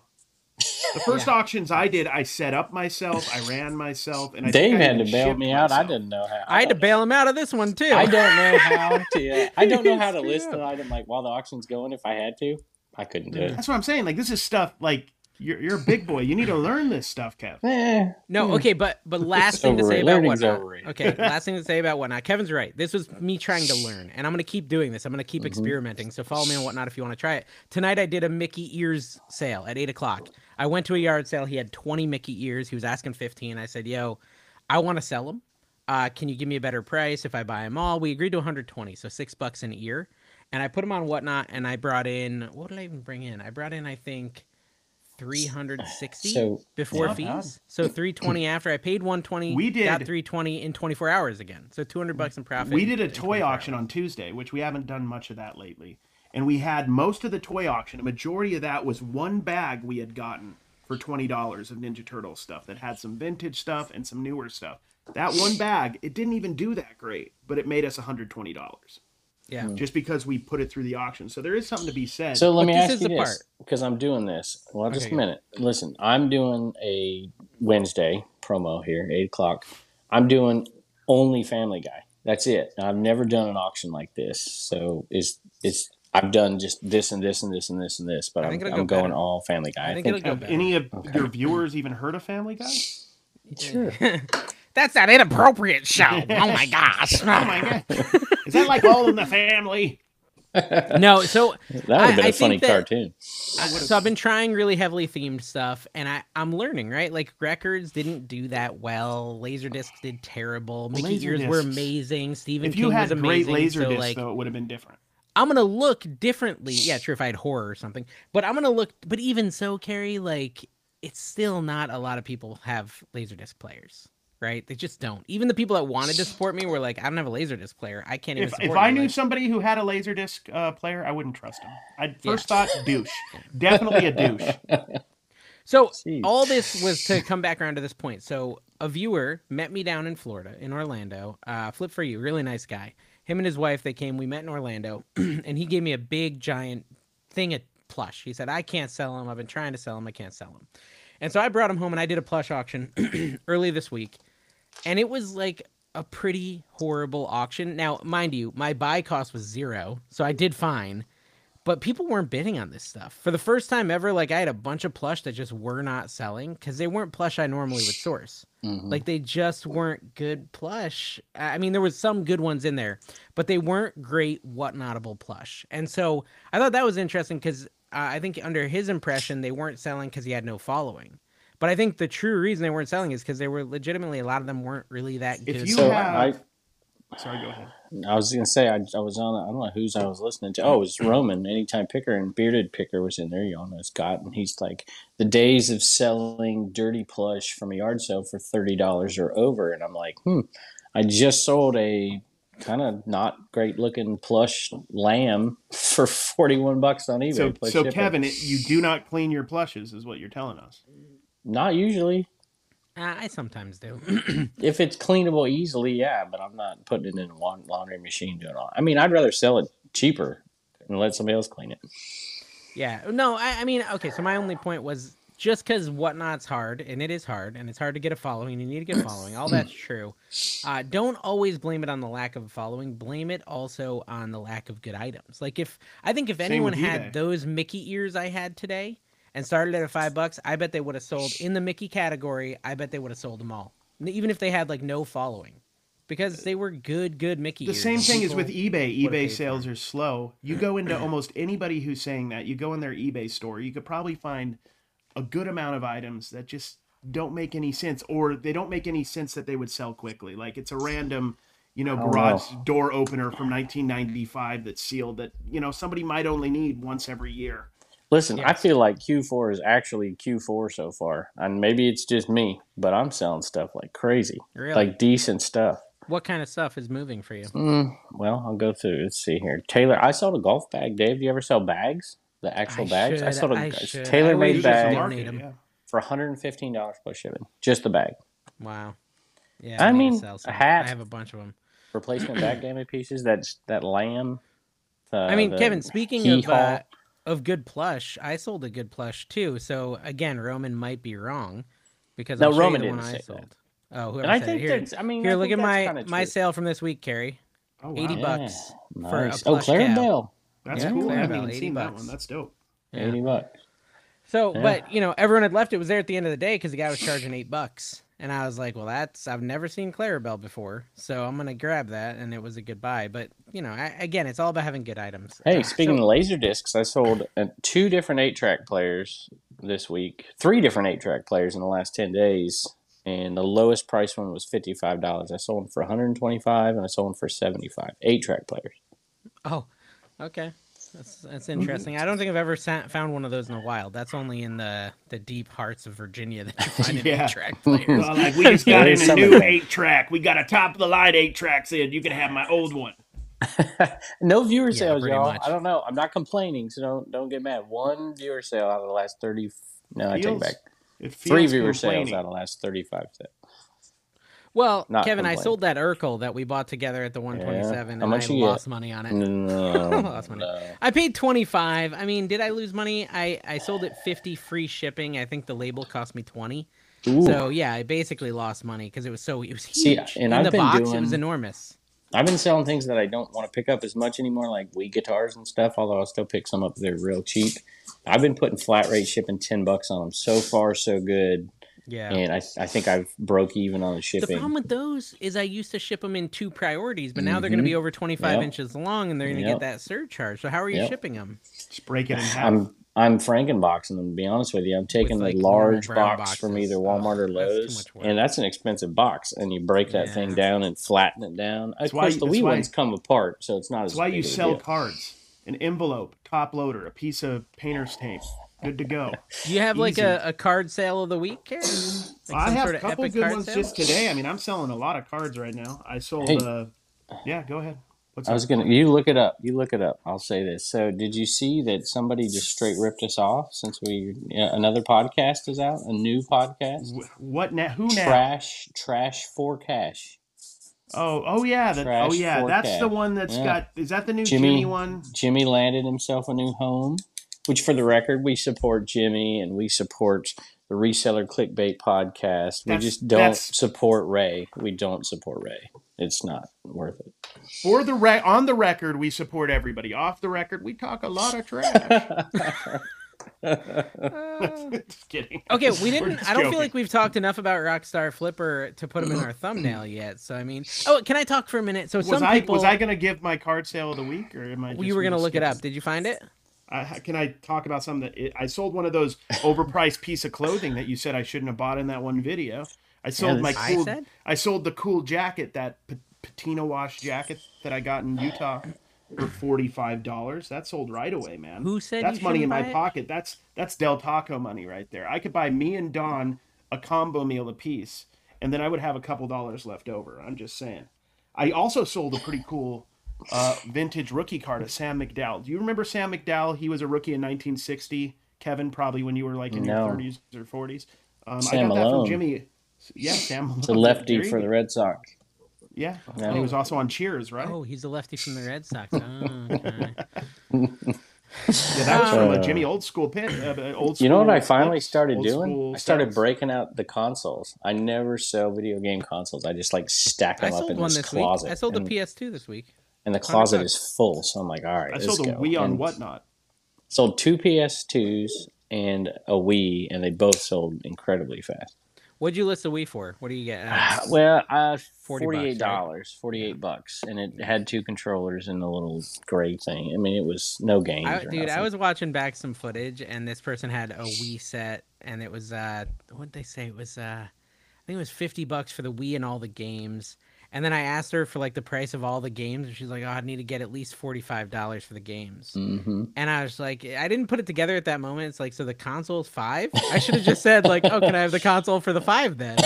Speaker 1: The first auctions I did, I set up myself, I ran myself, and I
Speaker 3: Dave
Speaker 1: think I
Speaker 3: had to
Speaker 1: even
Speaker 3: bail
Speaker 1: shipped
Speaker 3: me out. I
Speaker 1: myself.
Speaker 3: didn't know how.
Speaker 2: I had to bail him out of this one too.
Speaker 3: I don't know how to. I don't know how to
Speaker 2: Screw
Speaker 3: list an
Speaker 2: up.
Speaker 3: item like while the auction's going. If I had to, I couldn't do it.
Speaker 2: Mm.
Speaker 1: That's what I'm saying. Like this is stuff like you're you're a big boy. You need to learn this stuff, Kev.
Speaker 3: Eh,
Speaker 2: No, okay, but but last
Speaker 3: It's
Speaker 2: thing to say
Speaker 3: overrated.
Speaker 2: about
Speaker 3: Learning's
Speaker 2: whatnot.
Speaker 3: overrated.
Speaker 2: Okay, last thing to say about whatnot. Kevin's right. This was me trying to learn, and I'm gonna keep doing this. I'm gonna
Speaker 3: Mm-hmm.
Speaker 2: keep experimenting. So follow me on whatnot if you want to try it. Tonight I did a Mickey ears sale at eight o'clock. I went to a yard sale. He had 20 Mickey ears. He was asking 15. I said, "Yo, I want to sell them. Uh, can you give me a better price if I buy them all?" We agreed to 120, so six bucks an ear. And I put them on whatnot, and I brought in what did I even bring in? I brought in I think 360
Speaker 3: So-
Speaker 2: before
Speaker 3: Not
Speaker 2: fees. So 320 after I paid
Speaker 1: Oh,
Speaker 2: 120.
Speaker 1: We did-
Speaker 2: got 320 in 24 hours again. So 200 bucks in profit.
Speaker 1: We did a
Speaker 2: in
Speaker 1: toy
Speaker 2: 24
Speaker 1: auction on Tuesday, which we haven't done much of that lately. And we had most of the toy auction. A majority of that was one bag we had gotten for twenty dollars of Ninja Turtle stuff that had some vintage stuff and some newer stuff. That one bag, it didn't even do that great, but it made us one hundred twenty dollars
Speaker 2: Yeah.
Speaker 1: just because we put it through the auction. So there is something to be said.
Speaker 3: So let
Speaker 2: But
Speaker 3: me
Speaker 2: this
Speaker 3: ask
Speaker 2: is
Speaker 3: you
Speaker 2: the part.
Speaker 3: this because I'm doing this. Well, just
Speaker 2: Okay,
Speaker 3: a
Speaker 2: go.
Speaker 3: minute. Listen, I'm doing a Wednesday promo here, eight o'clock. I'm doing only Family Guy. That's it. I've never done an auction like this, so it's it's. I've done just this and this and this and this and this, but
Speaker 2: I
Speaker 3: I'm,
Speaker 2: think it'll
Speaker 3: I'm
Speaker 2: go
Speaker 3: going
Speaker 2: better.
Speaker 3: all Family Guy.
Speaker 2: I
Speaker 3: I
Speaker 2: think
Speaker 3: think,
Speaker 2: it'll go
Speaker 1: have
Speaker 2: better.
Speaker 1: any of your viewers even heard of Family Guy?
Speaker 2: That's that inappropriate show. Oh my gosh.
Speaker 1: Oh my god. Is that like all in the family?
Speaker 2: no, so
Speaker 3: that would
Speaker 2: I-
Speaker 3: have been a
Speaker 2: I think
Speaker 3: funny
Speaker 2: that-
Speaker 3: cartoon.
Speaker 2: so I've been trying really heavily themed stuff, and I I'm learning right. Like records didn't do that well. Laserdiscs did terrible. Mickey ears
Speaker 1: Laserdiscs.
Speaker 2: were amazing. Stephen
Speaker 1: If
Speaker 2: King
Speaker 1: you
Speaker 2: was
Speaker 1: had
Speaker 2: amazing.
Speaker 1: great laser
Speaker 2: so,
Speaker 1: discs,
Speaker 2: like,
Speaker 1: though, it would have been different.
Speaker 2: I'm gonna look differently. Yeah, sure. If I had horror or something, but I'm gonna look. But even so, Carrie, like it's still not a lot of people have laserdisc players, right? They just don't. Even the people that wanted to support me were like, I don't have a laserdisc player. I can't even
Speaker 1: If,
Speaker 2: support
Speaker 1: if
Speaker 2: you."
Speaker 1: I knew
Speaker 2: Like,
Speaker 1: somebody who had a Laserdisc uh, player, I wouldn't trust him. I first thought douche. Definitely a douche.
Speaker 2: So
Speaker 3: Jeez.
Speaker 2: all this was to come back around to this point. So a viewer met me down in Florida, in Orlando. Uh, Flip for you, really nice guy. Him and his wife, they came. We met in Orlando, and he gave me a big giant thing of plush. He said, "I can't sell him. I've been trying to sell him. I can't sell him." And so I brought him home, and I did a plush auction early this week, and it was like a pretty horrible auction. Now, mind you, my buy cost was zero, so I did fine but people weren't bidding on this stuff for the first time ever like i had a bunch of plush that just were not selling because they weren't plush i normally would source
Speaker 1: Mm-hmm.
Speaker 2: like they just weren't good plush i I mean there was some good ones in there but they weren't great whatnotable plush and so i thought that was interesting because uh, i think under his impression they weren't selling because he had no following but i think the true reason they weren't selling is because they were legitimately a lot of them weren't really that good
Speaker 1: If you
Speaker 3: So
Speaker 1: have, sorry, go ahead.
Speaker 3: I, I was gonna say I, I was on I don't know whose I was listening to. Oh, it was Roman. Anytime Picker and Bearded Picker was in there, you all know Scott, and he's like the days of selling dirty plush from a yard sale for thirty dollars or over, and I'm like, hmm. I just sold a kind of not great looking plush lamb for forty one bucks on eBay.
Speaker 1: So,
Speaker 3: plus
Speaker 1: so
Speaker 3: shipping.
Speaker 1: Kevin, it, you do not clean your plushes, is what you're telling us.
Speaker 3: not usually.
Speaker 2: uh, i sometimes do
Speaker 3: If it's cleanable easily, yeah, but I'm not putting it in a laun- laundry machine doing all. I mean, I'd rather sell it cheaper and let somebody else clean it.
Speaker 2: Yeah. No, I, I mean, okay. So my only point was just because whatnot's hard, and it is hard, and it's hard to get a following, you need to get a following. All that's true. Uh, don't always blame it on the lack of a following. Blame it also on the lack of good items. Like if I think if anyone
Speaker 1: with
Speaker 2: had
Speaker 1: eBay.
Speaker 2: those Mickey ears I had today and started at five bucks, I bet they would have sold in the Mickey category. I bet they would have sold them all, N- even if they had like no following, because they were good, good Mickey.
Speaker 1: The
Speaker 2: ears.
Speaker 1: same thing is
Speaker 2: People-
Speaker 1: with e eBay.
Speaker 2: would've paid
Speaker 1: eBay
Speaker 2: for
Speaker 1: sales are slow. You go into almost anybody who's saying that. You go in their eBay store, you could probably find a good amount of items that just don't make any sense, or they don't make any sense that they would sell quickly. Like it's a random, you know, garage door opener from 1995 that's sealed that you know somebody might only need once every year.
Speaker 3: Listen, I feel like Q4 is actually Q4 so far, and maybe it's just me, but I'm selling stuff like crazy,
Speaker 2: Really?
Speaker 3: like decent stuff.
Speaker 2: What kind of stuff is moving for you?
Speaker 3: Well, I'll go through. Let's see here. Taylor, I sold a golf bag. Dave, do you ever sell bags? The actual bags? I
Speaker 2: should,
Speaker 3: sold
Speaker 2: I
Speaker 3: a
Speaker 2: should.
Speaker 3: tailor
Speaker 2: I
Speaker 3: made
Speaker 1: Just
Speaker 2: wish- Bag.
Speaker 3: bag
Speaker 1: market it,
Speaker 2: Need 'em.
Speaker 1: yeah.
Speaker 3: for $115 plus shipping. Just the bag.
Speaker 2: Wow. Yeah,
Speaker 3: I
Speaker 2: need to
Speaker 3: mean,
Speaker 2: sell
Speaker 3: a
Speaker 2: some.
Speaker 3: hat.
Speaker 2: I have a bunch of them.
Speaker 3: Replacement bag damage pieces. That's that lamb. the-
Speaker 2: I mean,
Speaker 3: Uh, the
Speaker 2: Kevin, speaking
Speaker 3: key
Speaker 2: of uh,
Speaker 3: haul.
Speaker 2: of good plush, I sold a good plush too. So again, Roman might be wrong because
Speaker 3: No,
Speaker 2: I'll show you
Speaker 3: Roman
Speaker 2: the one
Speaker 3: didn't
Speaker 2: I
Speaker 3: say that.
Speaker 2: sold. Oh, whoever
Speaker 3: And I
Speaker 2: said it.
Speaker 3: think
Speaker 2: here,
Speaker 3: that's- I mean, I
Speaker 2: here, look at
Speaker 3: think that's
Speaker 2: my
Speaker 3: kinda
Speaker 2: my
Speaker 3: true.
Speaker 2: sale from this week, Carrie.
Speaker 1: Oh, wow.
Speaker 2: Eighty
Speaker 3: Yeah,
Speaker 2: bucks for a
Speaker 3: Nice. oh,
Speaker 2: plush cow.
Speaker 3: Clarabelle.
Speaker 1: That's
Speaker 3: Yeah.
Speaker 1: cool. I haven't
Speaker 2: Clarabelle,
Speaker 1: even
Speaker 2: 80
Speaker 1: seen that
Speaker 2: bucks.
Speaker 1: one. That's dope.
Speaker 3: 80 bucks.
Speaker 2: So,
Speaker 3: Yeah.
Speaker 2: but you know, everyone had left. It was there at the end of the day because the guy was charging eight bucks, and I was like, "Well, that's I've never seen Clarabelle before, so I'm gonna grab that." And it was a good buy. But you know, I, again, it's all about having good items.
Speaker 3: Hey,
Speaker 2: Uh,
Speaker 3: speaking of laser discs, I sold uh, two different eight track players this week, three different eight track players in the last 10 days. And the lowest price one was $55. I sold them for 125 and I sold them for 75 Eight track players.
Speaker 2: Oh, okay. That's that's
Speaker 3: Mm-hmm.
Speaker 2: interesting. I don't think I've ever sa- found one of those in the wild. That's only in the the deep hearts of Virginia that you find an
Speaker 1: Yeah.
Speaker 2: eight track players.
Speaker 1: Well, like we just got
Speaker 3: There
Speaker 1: in
Speaker 3: is
Speaker 1: a
Speaker 3: some
Speaker 1: new
Speaker 3: of that.
Speaker 1: eight track. We got a top of the line eight track. in. You can have my old one.
Speaker 3: No viewer sales,
Speaker 2: pretty
Speaker 3: y'all.
Speaker 2: much.
Speaker 3: I don't know. I'm not complaining, so don't don't get mad. One viewer sale out of the last 30. No, I take it
Speaker 1: Feels-
Speaker 3: back.
Speaker 1: It feels
Speaker 3: Three viewer sales
Speaker 1: complaining.
Speaker 3: out of the last 35. sales.
Speaker 2: Well,
Speaker 3: Not
Speaker 2: Kevin, I
Speaker 3: complaining.
Speaker 2: sold that Urkel that we bought together at the 127,
Speaker 3: How
Speaker 2: and
Speaker 3: much
Speaker 2: I
Speaker 3: you get? Mm-hmm.
Speaker 2: lost money on it.
Speaker 3: No,
Speaker 2: lost money. I paid 25. I mean, did I lose money? I I sold it 50 free shipping. I think the label cost me 20. So yeah, I basically lost money because it was so it was huge.
Speaker 3: See,
Speaker 2: In
Speaker 3: and I've
Speaker 2: the
Speaker 3: been
Speaker 2: box, it
Speaker 3: doing-
Speaker 2: was enormous.
Speaker 3: I've been selling things that I don't want to pick up as much anymore, like weed guitars and stuff. Although I'll still pick some up; they're real cheap. I've been putting flat rate shipping ten bucks on them. So far, so good,
Speaker 2: Yeah.
Speaker 3: and I, I think I've broke even on the
Speaker 2: The
Speaker 3: shipping.
Speaker 2: problem with those is I used to ship them in two priorities, but now they're going to be over 25
Speaker 3: Mm-hmm. Yep.
Speaker 2: inches long and they're going to get
Speaker 3: Yep.
Speaker 2: that surcharge. So how are you
Speaker 3: Yep.
Speaker 2: shipping them?
Speaker 1: Just break it in half.
Speaker 3: I'm I'm Frankenboxing them. To be honest with you, I'm taking
Speaker 2: like,
Speaker 3: the
Speaker 2: normal
Speaker 3: large
Speaker 2: brown
Speaker 3: box from
Speaker 2: boxes.
Speaker 3: either Walmart or
Speaker 2: Ugh, that's too
Speaker 3: Lowe's,
Speaker 2: much work.
Speaker 3: and that's an expensive box. And you break that thing
Speaker 2: Yeah.
Speaker 3: down and flatten it down. Of
Speaker 1: why
Speaker 3: course,
Speaker 1: you-
Speaker 3: the
Speaker 1: that's
Speaker 3: wee
Speaker 1: why-
Speaker 3: ones come apart, so it's not as
Speaker 1: That's why
Speaker 3: big
Speaker 1: you
Speaker 3: of a
Speaker 1: sell
Speaker 3: deal.
Speaker 1: cards. An envelope, top loader, a piece of painter's tape, good to go.
Speaker 2: Do you have like a, a card sale of the week, Carrie? Like
Speaker 1: I
Speaker 2: some
Speaker 1: have
Speaker 2: sort
Speaker 1: a
Speaker 2: of
Speaker 1: couple
Speaker 2: epic
Speaker 1: good
Speaker 2: card
Speaker 1: ones
Speaker 2: sale?
Speaker 1: just today. I mean, I'm selling a lot of cards right now. I sold.
Speaker 3: Hey.
Speaker 1: Uh, yeah, go ahead. What's
Speaker 3: I was gonna. You look it up. You look it up. I'll say this. So, did you see that somebody just straight ripped us off since we yeah, another podcast is out, a new podcast,
Speaker 1: Wh- What now? Who now?
Speaker 3: trash, trash for cash.
Speaker 1: Oh, oh yeah, that, oh
Speaker 3: Trash
Speaker 1: yeah, that's the
Speaker 3: forecast.
Speaker 1: one that's
Speaker 3: Yeah.
Speaker 1: got. Is that the new Jimmy,
Speaker 3: Jimmy-
Speaker 1: one?
Speaker 3: Jimmy landed himself a new home, which, for the record, we support Jimmy and we support the reseller clickbait podcast. We
Speaker 1: That's-
Speaker 3: just don't
Speaker 1: that's-
Speaker 3: support Ray. We don't support Ray. It's not worth it.
Speaker 1: For the re- on the record, we support everybody. Off the record, we talk a lot of trash. just kidding.
Speaker 2: Okay,
Speaker 1: We're
Speaker 2: we didn't.
Speaker 1: just
Speaker 2: I don't
Speaker 1: joking.
Speaker 2: feel like we've talked enough about Rockstar Flipper to put him in our thumbnail yet. So I mean, oh, can I talk for a minute? So
Speaker 1: Was
Speaker 2: some
Speaker 1: I
Speaker 2: people,
Speaker 1: was I gonna give my card sale of the week, or am I? Just
Speaker 2: you were gonna look it
Speaker 1: skip-
Speaker 2: up. Did you find it?
Speaker 1: I, can I talk about something that I sold one of those overpriced piece of clothing that you said I shouldn't have bought in that one video. I sold my
Speaker 2: I
Speaker 1: cool.
Speaker 2: said?
Speaker 1: I sold the cool jacket that p- patina wash jacket that I got in Utah for forty five dollars. That sold right away, man.
Speaker 2: Who said
Speaker 1: that's
Speaker 2: you
Speaker 1: money in my
Speaker 2: shouldn't buy it?
Speaker 1: pocket? That's that's Del Taco money right there. I could buy me and Don a combo meal apiece, and then I would have a couple dollars left over. I'm just saying. I also sold a pretty cool uh, vintage rookie card of Sam McDowell. Do you remember Sam McDowell? He was a rookie in 1960. Kevin, probably when you were like in
Speaker 3: No.
Speaker 1: your 30s or 40s. Um, I
Speaker 3: Sam
Speaker 1: got that from
Speaker 3: Malone.
Speaker 1: Jimmy. Yeah, Sam. Malone.
Speaker 3: It's a lefty
Speaker 1: There you
Speaker 3: for
Speaker 1: go.
Speaker 3: the Red Sox.
Speaker 1: Yeah, and he was also on Cheers, right?
Speaker 2: Oh, he's a lefty from the Red Sox. Oh, okay.
Speaker 1: yeah, that was from uh, Jimmy Old School Pit. Uh, uh, old
Speaker 3: You know what
Speaker 1: school
Speaker 3: I finally
Speaker 1: Pits,
Speaker 3: started
Speaker 1: old
Speaker 3: doing?
Speaker 1: school
Speaker 3: I started
Speaker 1: Stats.
Speaker 3: breaking out the consoles. I never sell video game consoles. I just like stack
Speaker 2: I
Speaker 3: them up
Speaker 2: sold
Speaker 3: in
Speaker 2: one
Speaker 3: this,
Speaker 2: this week.
Speaker 3: closet.
Speaker 2: I sold the
Speaker 3: and,
Speaker 2: PS2 this week.
Speaker 3: and the closet is full, so I'm like, all right.
Speaker 1: I
Speaker 3: let's
Speaker 1: sold a
Speaker 3: go.
Speaker 1: Wii on
Speaker 3: And
Speaker 1: whatnot.
Speaker 3: Sold two PS2s and a Wii, and they both sold incredibly fast.
Speaker 2: What'd you list the Wii for? What do you get? Uh,
Speaker 3: Well, uh,
Speaker 2: $40
Speaker 3: forty-eight dollars,
Speaker 2: bucks,
Speaker 3: forty-eight bucks, and it had two controllers and a little gray thing. I mean, it was no games.
Speaker 2: I,
Speaker 3: or
Speaker 2: dude, I
Speaker 3: nothing.
Speaker 2: was watching back some footage, and this person had a Wii set, and it was uh, what'd they say? It was uh, I think it was fifty bucks for the Wii and all the games. And then I asked her for like the price of all the games, and she's like, "Oh, I need to get at least forty five dollars for the games."
Speaker 3: Mhm.
Speaker 2: And I was like, I didn't put it together at that moment. It's like, so the console's five. I should have just said like, "Oh, can I have the console for the five then?"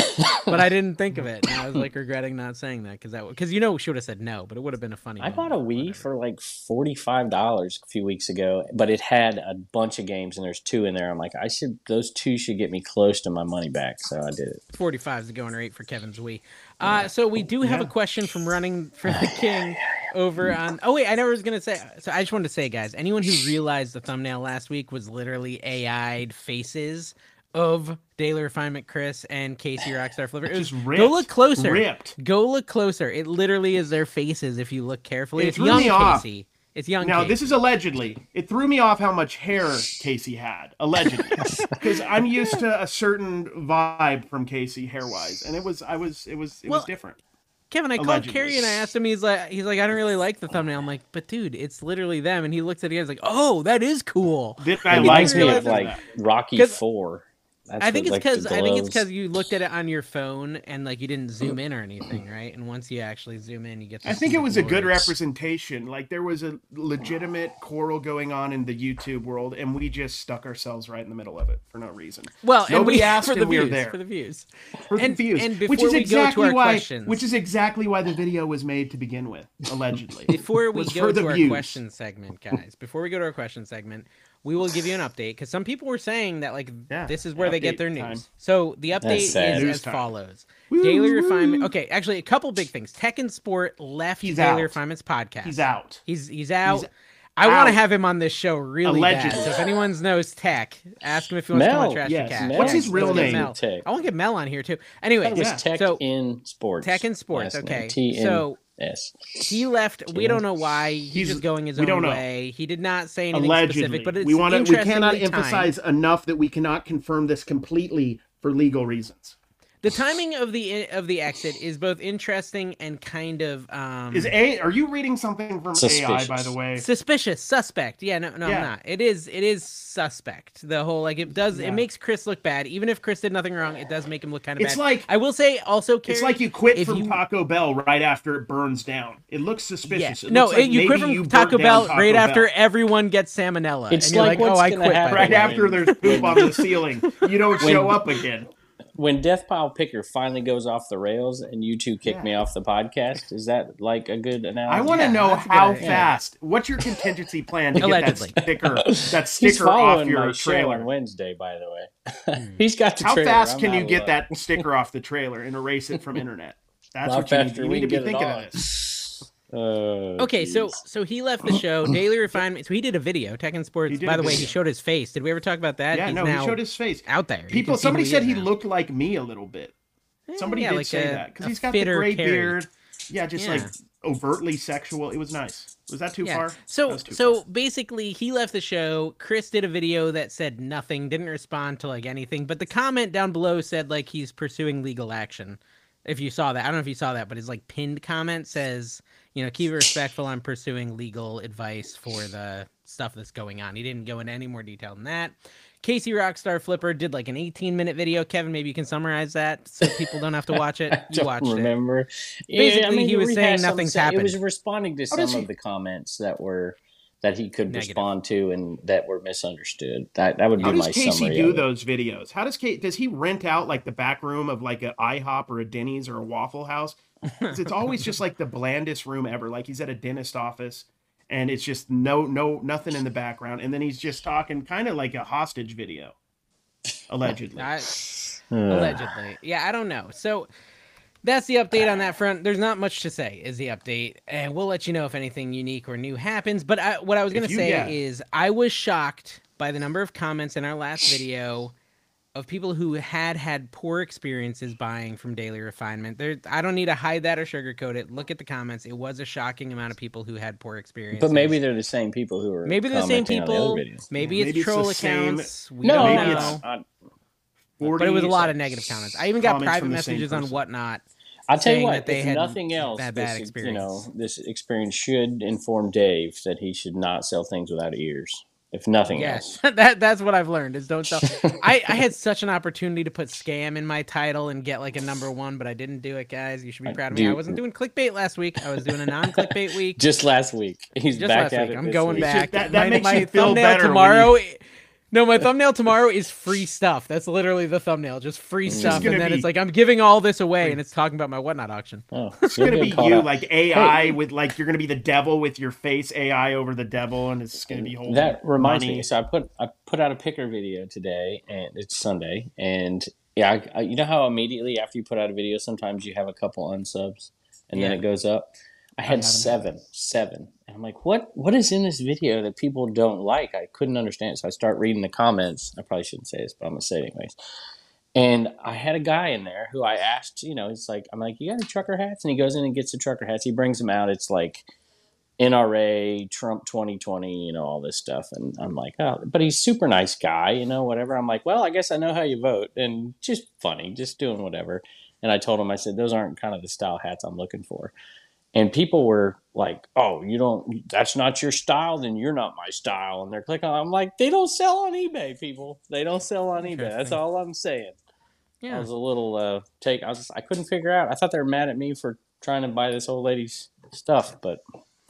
Speaker 2: But I didn't think of it, and I was like regretting not saying that because that because you know she would have said no, but it would have been a
Speaker 1: Oh,
Speaker 2: funny.
Speaker 3: I
Speaker 2: moment
Speaker 3: bought a
Speaker 2: or
Speaker 3: Wii
Speaker 2: whatever.
Speaker 3: for like forty five dollars a few weeks ago, but it had a bunch of games and there's two in there. I'm like, I should those two should get me close to my money back, so I did it.
Speaker 2: 45 is the going rate for Kevin's Wii. Uh, so we do have a question from running for the king over on. Oh wait, I never was gonna say. So I just wanted to say, guys, anyone who realized the thumbnail last week was literally AI'd faces of Daily Refinement Chris and Casey Rockstar Flipper. It was,
Speaker 1: Just
Speaker 2: go
Speaker 1: ripped,
Speaker 2: look closer.
Speaker 1: ripped.
Speaker 2: Go look closer. It literally is their faces if you look carefully.
Speaker 1: It
Speaker 2: it's
Speaker 1: threw
Speaker 2: young
Speaker 1: me off.
Speaker 2: Casey. It's young.
Speaker 1: Now
Speaker 2: Casey.
Speaker 1: this is allegedly. It threw me off how much hair Casey had, allegedly, because I'm used to a certain vibe from Casey hair-wise, and it was I was it was it
Speaker 2: Well,
Speaker 1: was different.
Speaker 2: Kevin, I called
Speaker 1: Allegedly.
Speaker 2: Carrie and I asked him. He's like, he's like, I don't really like the thumbnail. I'm like, but dude, it's literally them. And he looks at it. He's like, oh, that is cool.
Speaker 1: Then I liked
Speaker 3: It reminds
Speaker 1: it.
Speaker 3: me of
Speaker 2: realize
Speaker 3: like Rocky
Speaker 2: 'Cause-
Speaker 3: Four. That's
Speaker 2: I think
Speaker 3: what,
Speaker 2: it's
Speaker 3: like, the
Speaker 2: because I think it's
Speaker 3: gloves.
Speaker 2: because you looked at it on your phone and like you didn't zoom in or anything, right? And once you actually zoom in, you get. to
Speaker 1: I think
Speaker 2: see
Speaker 1: it
Speaker 2: the
Speaker 1: was a good
Speaker 2: glory.
Speaker 1: representation. Like there was a legitimate quarrel going on in the YouTube world, and we just stuck ourselves right in the middle of it for no reason.
Speaker 2: Well, and
Speaker 1: nobody
Speaker 2: we
Speaker 1: asked,
Speaker 2: for the
Speaker 1: and we
Speaker 2: views,
Speaker 1: were there
Speaker 2: for the views.
Speaker 1: We're
Speaker 2: and,
Speaker 1: confused.
Speaker 2: And before
Speaker 1: which is
Speaker 2: we
Speaker 1: exactly
Speaker 2: go to our
Speaker 1: why,
Speaker 2: questions,
Speaker 1: which is exactly why the video was made to begin with, allegedly.
Speaker 2: before we
Speaker 1: was
Speaker 2: go
Speaker 1: for
Speaker 2: to
Speaker 1: the
Speaker 2: our
Speaker 1: views.
Speaker 2: question segment, guys, before we go to our question segment, we will give you an update because some people were saying that like
Speaker 1: Yeah,
Speaker 2: this is where they get their
Speaker 1: update
Speaker 2: news.
Speaker 1: time.
Speaker 2: So the update is
Speaker 3: sad.
Speaker 1: News
Speaker 2: as
Speaker 1: time.
Speaker 2: follows: Daily Refinement. Okay, actually, a couple big things. Tech and Sport left
Speaker 1: He's
Speaker 2: Daily
Speaker 1: out.
Speaker 2: Refinement's podcast.
Speaker 1: he's out.
Speaker 2: He's he's out. I want to
Speaker 1: out.
Speaker 2: have him on this show really bad.
Speaker 1: Allegedly.
Speaker 2: So if anyone knows Tech, ask him if he wants to come on
Speaker 3: Mel,
Speaker 2: Trash
Speaker 1: yes,
Speaker 2: and Cash.
Speaker 3: Mel. What's his
Speaker 2: Let's
Speaker 1: real
Speaker 2: get
Speaker 1: name?
Speaker 2: Mel.
Speaker 3: Tech.
Speaker 2: I want to get Mel on here too. Anyway,
Speaker 3: It was tech
Speaker 2: so
Speaker 3: in sports.
Speaker 2: Tech in sports,
Speaker 3: last name.
Speaker 2: okay.
Speaker 3: T N
Speaker 2: So-
Speaker 3: S.
Speaker 2: he left. We don't know why. He's,
Speaker 1: He's-
Speaker 2: just going his
Speaker 1: we
Speaker 2: own
Speaker 1: don't know.
Speaker 2: way. He did not say anything
Speaker 1: allegedly.
Speaker 2: specific, but it's
Speaker 1: we want to. We
Speaker 2: interestingly
Speaker 1: cannot
Speaker 2: timed.
Speaker 1: emphasize enough that we cannot confirm this completely for legal reasons.
Speaker 2: The timing of the of the exit is both interesting and kind of um,
Speaker 3: Hmm.
Speaker 1: Is a are you reading something from AI by
Speaker 3: Suspicious.
Speaker 1: the way?
Speaker 2: suspicious suspect yeah no no
Speaker 1: Yeah.
Speaker 2: i'm not it is it is suspect the whole like it does
Speaker 1: Yeah.
Speaker 2: it makes chris look bad even if chris did nothing wrong it does make him look kind of
Speaker 1: It's
Speaker 2: bad
Speaker 1: like-
Speaker 2: i will say also
Speaker 1: It's
Speaker 2: Carrie,
Speaker 1: like you quit
Speaker 2: if
Speaker 1: from
Speaker 2: you-
Speaker 1: Taco Bell right after it burns down. It looks
Speaker 2: yeah.
Speaker 1: suspicious. It
Speaker 2: no
Speaker 1: looks like
Speaker 2: it- you quit
Speaker 1: maybe
Speaker 2: from
Speaker 1: burnt
Speaker 2: taco
Speaker 1: down
Speaker 2: bell
Speaker 1: Taco
Speaker 2: right
Speaker 1: Bell.
Speaker 2: after everyone gets salmonella
Speaker 3: It's
Speaker 2: and you're
Speaker 3: like
Speaker 2: like, oh
Speaker 3: what's
Speaker 2: i
Speaker 3: gonna
Speaker 2: quit by
Speaker 3: happen
Speaker 2: the
Speaker 1: right
Speaker 2: way."
Speaker 3: when-
Speaker 1: after there's poop on the ceiling. You don't
Speaker 3: When-
Speaker 1: show up again.
Speaker 3: When Death Pile Picker finally goes off the rails and you two kick
Speaker 1: Yeah.
Speaker 3: me off the podcast, is that like a good analogy?
Speaker 1: I want to
Speaker 2: Yeah,
Speaker 1: know
Speaker 2: that's a good
Speaker 1: how
Speaker 2: idea.
Speaker 1: fast. What's your contingency plan to get
Speaker 2: Allegedly.
Speaker 1: that sticker? That
Speaker 3: He's
Speaker 1: sticker
Speaker 3: following
Speaker 1: off
Speaker 3: my
Speaker 1: your
Speaker 3: show on
Speaker 1: trailer. Hmm.
Speaker 3: Wednesday, by the way. He's got the
Speaker 1: How
Speaker 3: trailer.
Speaker 1: fast
Speaker 3: I'm
Speaker 1: can
Speaker 3: out
Speaker 1: you
Speaker 3: of
Speaker 1: get
Speaker 3: luck.
Speaker 1: that sticker off the trailer and erase it from internet? That's
Speaker 3: Lot
Speaker 1: what you need.
Speaker 3: faster
Speaker 1: You
Speaker 3: we
Speaker 1: need to
Speaker 3: can
Speaker 1: be
Speaker 3: get it
Speaker 1: thinking
Speaker 3: on.
Speaker 1: of this.
Speaker 3: Uh,
Speaker 2: okay so
Speaker 3: geez.
Speaker 2: so he left the show daily refinement so he did a video tech and sports
Speaker 1: did
Speaker 2: by
Speaker 1: a
Speaker 2: the way he
Speaker 1: video.
Speaker 2: showed his face did we ever talk about that
Speaker 1: Yeah,
Speaker 2: He's
Speaker 1: no,
Speaker 2: now
Speaker 1: he showed his face.
Speaker 2: out there You
Speaker 1: People,
Speaker 2: can see
Speaker 1: somebody
Speaker 2: who
Speaker 1: said
Speaker 2: is
Speaker 1: he
Speaker 2: now.
Speaker 1: looked like me a little bit. Somebody
Speaker 2: Eh, Yeah,
Speaker 1: did
Speaker 2: like
Speaker 1: say
Speaker 2: a-
Speaker 1: that because
Speaker 2: a
Speaker 1: he's got the
Speaker 2: fitter
Speaker 1: gray
Speaker 2: Carrie.
Speaker 1: beard. Yeah, just like
Speaker 2: Yeah.
Speaker 1: overtly sexual. It was nice. Was that too far? That
Speaker 2: So
Speaker 1: was too
Speaker 2: so
Speaker 1: far.
Speaker 2: basically he left the show. Chris did a video that said nothing, didn't respond to like anything, but the comment down below said like he's pursuing legal action. If you saw that, I don't know if you saw that, but his like pinned comment says, you know, keep it respectful. I'm pursuing legal advice for the stuff that's going on. He didn't go into any more detail than that. Casey Rockstar Flipper did like an 18 minute video. Kevin, maybe you can summarize that so people don't have to watch it. You
Speaker 3: don't
Speaker 2: watched it.
Speaker 3: remember. Yeah,
Speaker 2: Basically, he
Speaker 3: to
Speaker 2: was saying
Speaker 3: rehash some of
Speaker 2: nothing's
Speaker 3: the- It
Speaker 2: happened.
Speaker 3: was responding to
Speaker 1: How does
Speaker 3: some
Speaker 1: he-
Speaker 3: of the comments that were that he could
Speaker 2: Negative.
Speaker 3: respond to and that were misunderstood. That that would
Speaker 1: How
Speaker 3: be
Speaker 1: does
Speaker 3: my
Speaker 1: Casey
Speaker 3: summary.
Speaker 1: do
Speaker 3: of it.
Speaker 1: those videos? How does Kate? Does he rent out like the back room of like a IHOP or a Denny's or a Waffle House? 'Cause It's always just like the blandest room ever. Like he's at a dentist office, and it's just no, no, nothing in the background, and then he's just talking, kind of like a hostage video, allegedly.
Speaker 2: I-
Speaker 3: Uh,
Speaker 2: allegedly. Yeah, I don't know. So that's the update on that front. There's not much to say is the update, and we'll let you know if anything unique or new happens. But I, what I was
Speaker 1: If
Speaker 2: gonna
Speaker 1: you-
Speaker 2: say
Speaker 1: yeah.
Speaker 2: is I was shocked by the number of comments in our last video of people who had had poor experiences buying from Daily Refinement. There, I don't need to hide that or sugarcoat it. Look at the comments. It was a shocking amount of people who had poor experiences.
Speaker 3: But maybe they're the same people who are
Speaker 2: maybe they're the same
Speaker 3: commenting on the
Speaker 2: people.
Speaker 3: other videos.
Speaker 2: maybe
Speaker 1: Yeah,
Speaker 2: it's
Speaker 1: maybe it's the
Speaker 2: troll
Speaker 1: same-
Speaker 2: accounts. We
Speaker 3: No,
Speaker 2: don't
Speaker 1: maybe
Speaker 2: know.
Speaker 1: it's-
Speaker 3: it's, I,
Speaker 2: But it was a
Speaker 1: 40
Speaker 2: lot of negative comments. I even got
Speaker 1: comments
Speaker 2: private
Speaker 1: from the same
Speaker 2: messages on
Speaker 1: person.
Speaker 2: whatnot.
Speaker 3: I'll tell you
Speaker 2: saying
Speaker 3: what.
Speaker 2: that they
Speaker 3: if
Speaker 2: had
Speaker 3: nothing else,
Speaker 2: bad,
Speaker 3: this,
Speaker 2: bad
Speaker 3: you
Speaker 2: experience.
Speaker 3: know, this experience should inform Dave that he should not sell things without ears. If nothing
Speaker 2: Yes,
Speaker 3: else,
Speaker 2: that that's what I've learned is don't sell. I I had such an opportunity to put scam in my title and get like a number one, but I didn't do it, guys. You should be proud of me. I
Speaker 3: do-
Speaker 2: wasn't doing clickbait last week. I was doing a non-clickbait week.
Speaker 3: just last week he's
Speaker 2: Just
Speaker 3: back
Speaker 2: last
Speaker 3: at
Speaker 2: week.
Speaker 3: it
Speaker 2: I'm
Speaker 3: this
Speaker 2: going
Speaker 3: week.
Speaker 2: back.
Speaker 1: That- that
Speaker 2: my,
Speaker 1: makes
Speaker 2: my
Speaker 1: you feel
Speaker 2: thumbnail
Speaker 1: better when
Speaker 2: tomorrow. No, my thumbnail tomorrow is free stuff. That's literally the thumbnail, just free stuff.
Speaker 1: gonna
Speaker 2: And then
Speaker 1: be-
Speaker 2: it's like I'm giving all this away, and it's talking about my whatnot auction.
Speaker 3: Oh,
Speaker 1: It's gonna be you, like AI with like you're gonna be the devil with your face AI over the devil, and it's gonna be whole.
Speaker 3: that reminds
Speaker 1: money.
Speaker 3: me. So I put I put out a picker video today, and it's Sunday, and yeah, I, I, you know how immediately after you put out a video, sometimes you have a couple unsubs, and then
Speaker 2: Yeah.
Speaker 3: it goes up. I had seven, seven, and I'm like, what? What is in this video that people don't like? I couldn't understand, so I start reading the comments. I probably shouldn't say this, but I'm gonna say it anyways. And I had a guy in there who I asked, you know, he's like, I'm like, you got any trucker hats? And he goes in and gets the trucker hats. He brings them out. It's like NRA, Trump 2020, you know, all this stuff. And I'm like, oh, but he's super nice guy, you know, whatever. I'm like, well, I guess I know how you vote. And just funny, just doing whatever. And I told him, I said, those aren't kind of the style hats I'm looking for. And people were like, oh, you don't, that's not your style, then you're not my style. And they're clicking on, I'm like, they don't sell on eBay, people. They don't sell on eBay. That's
Speaker 2: Interesting.
Speaker 3: all I'm saying. I
Speaker 2: Yeah,
Speaker 3: was a little uh, take. I was I couldn't figure out. I thought they were mad at me for trying to buy this old lady's stuff, but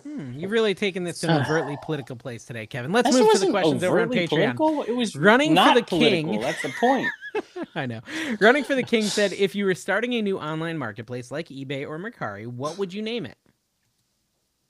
Speaker 2: Hmm, you've really taken this to an overtly political place today, Kevin. Let's
Speaker 3: This
Speaker 2: move to the
Speaker 3: wasn't
Speaker 2: questions over on
Speaker 3: overtly
Speaker 2: Patreon.
Speaker 3: Political. It was
Speaker 2: Running for
Speaker 3: not
Speaker 2: the
Speaker 3: political.
Speaker 2: king.
Speaker 3: That's the point.
Speaker 2: I know. Running for the King said, if you were starting a new online marketplace like eBay or Mercari, what would you name it?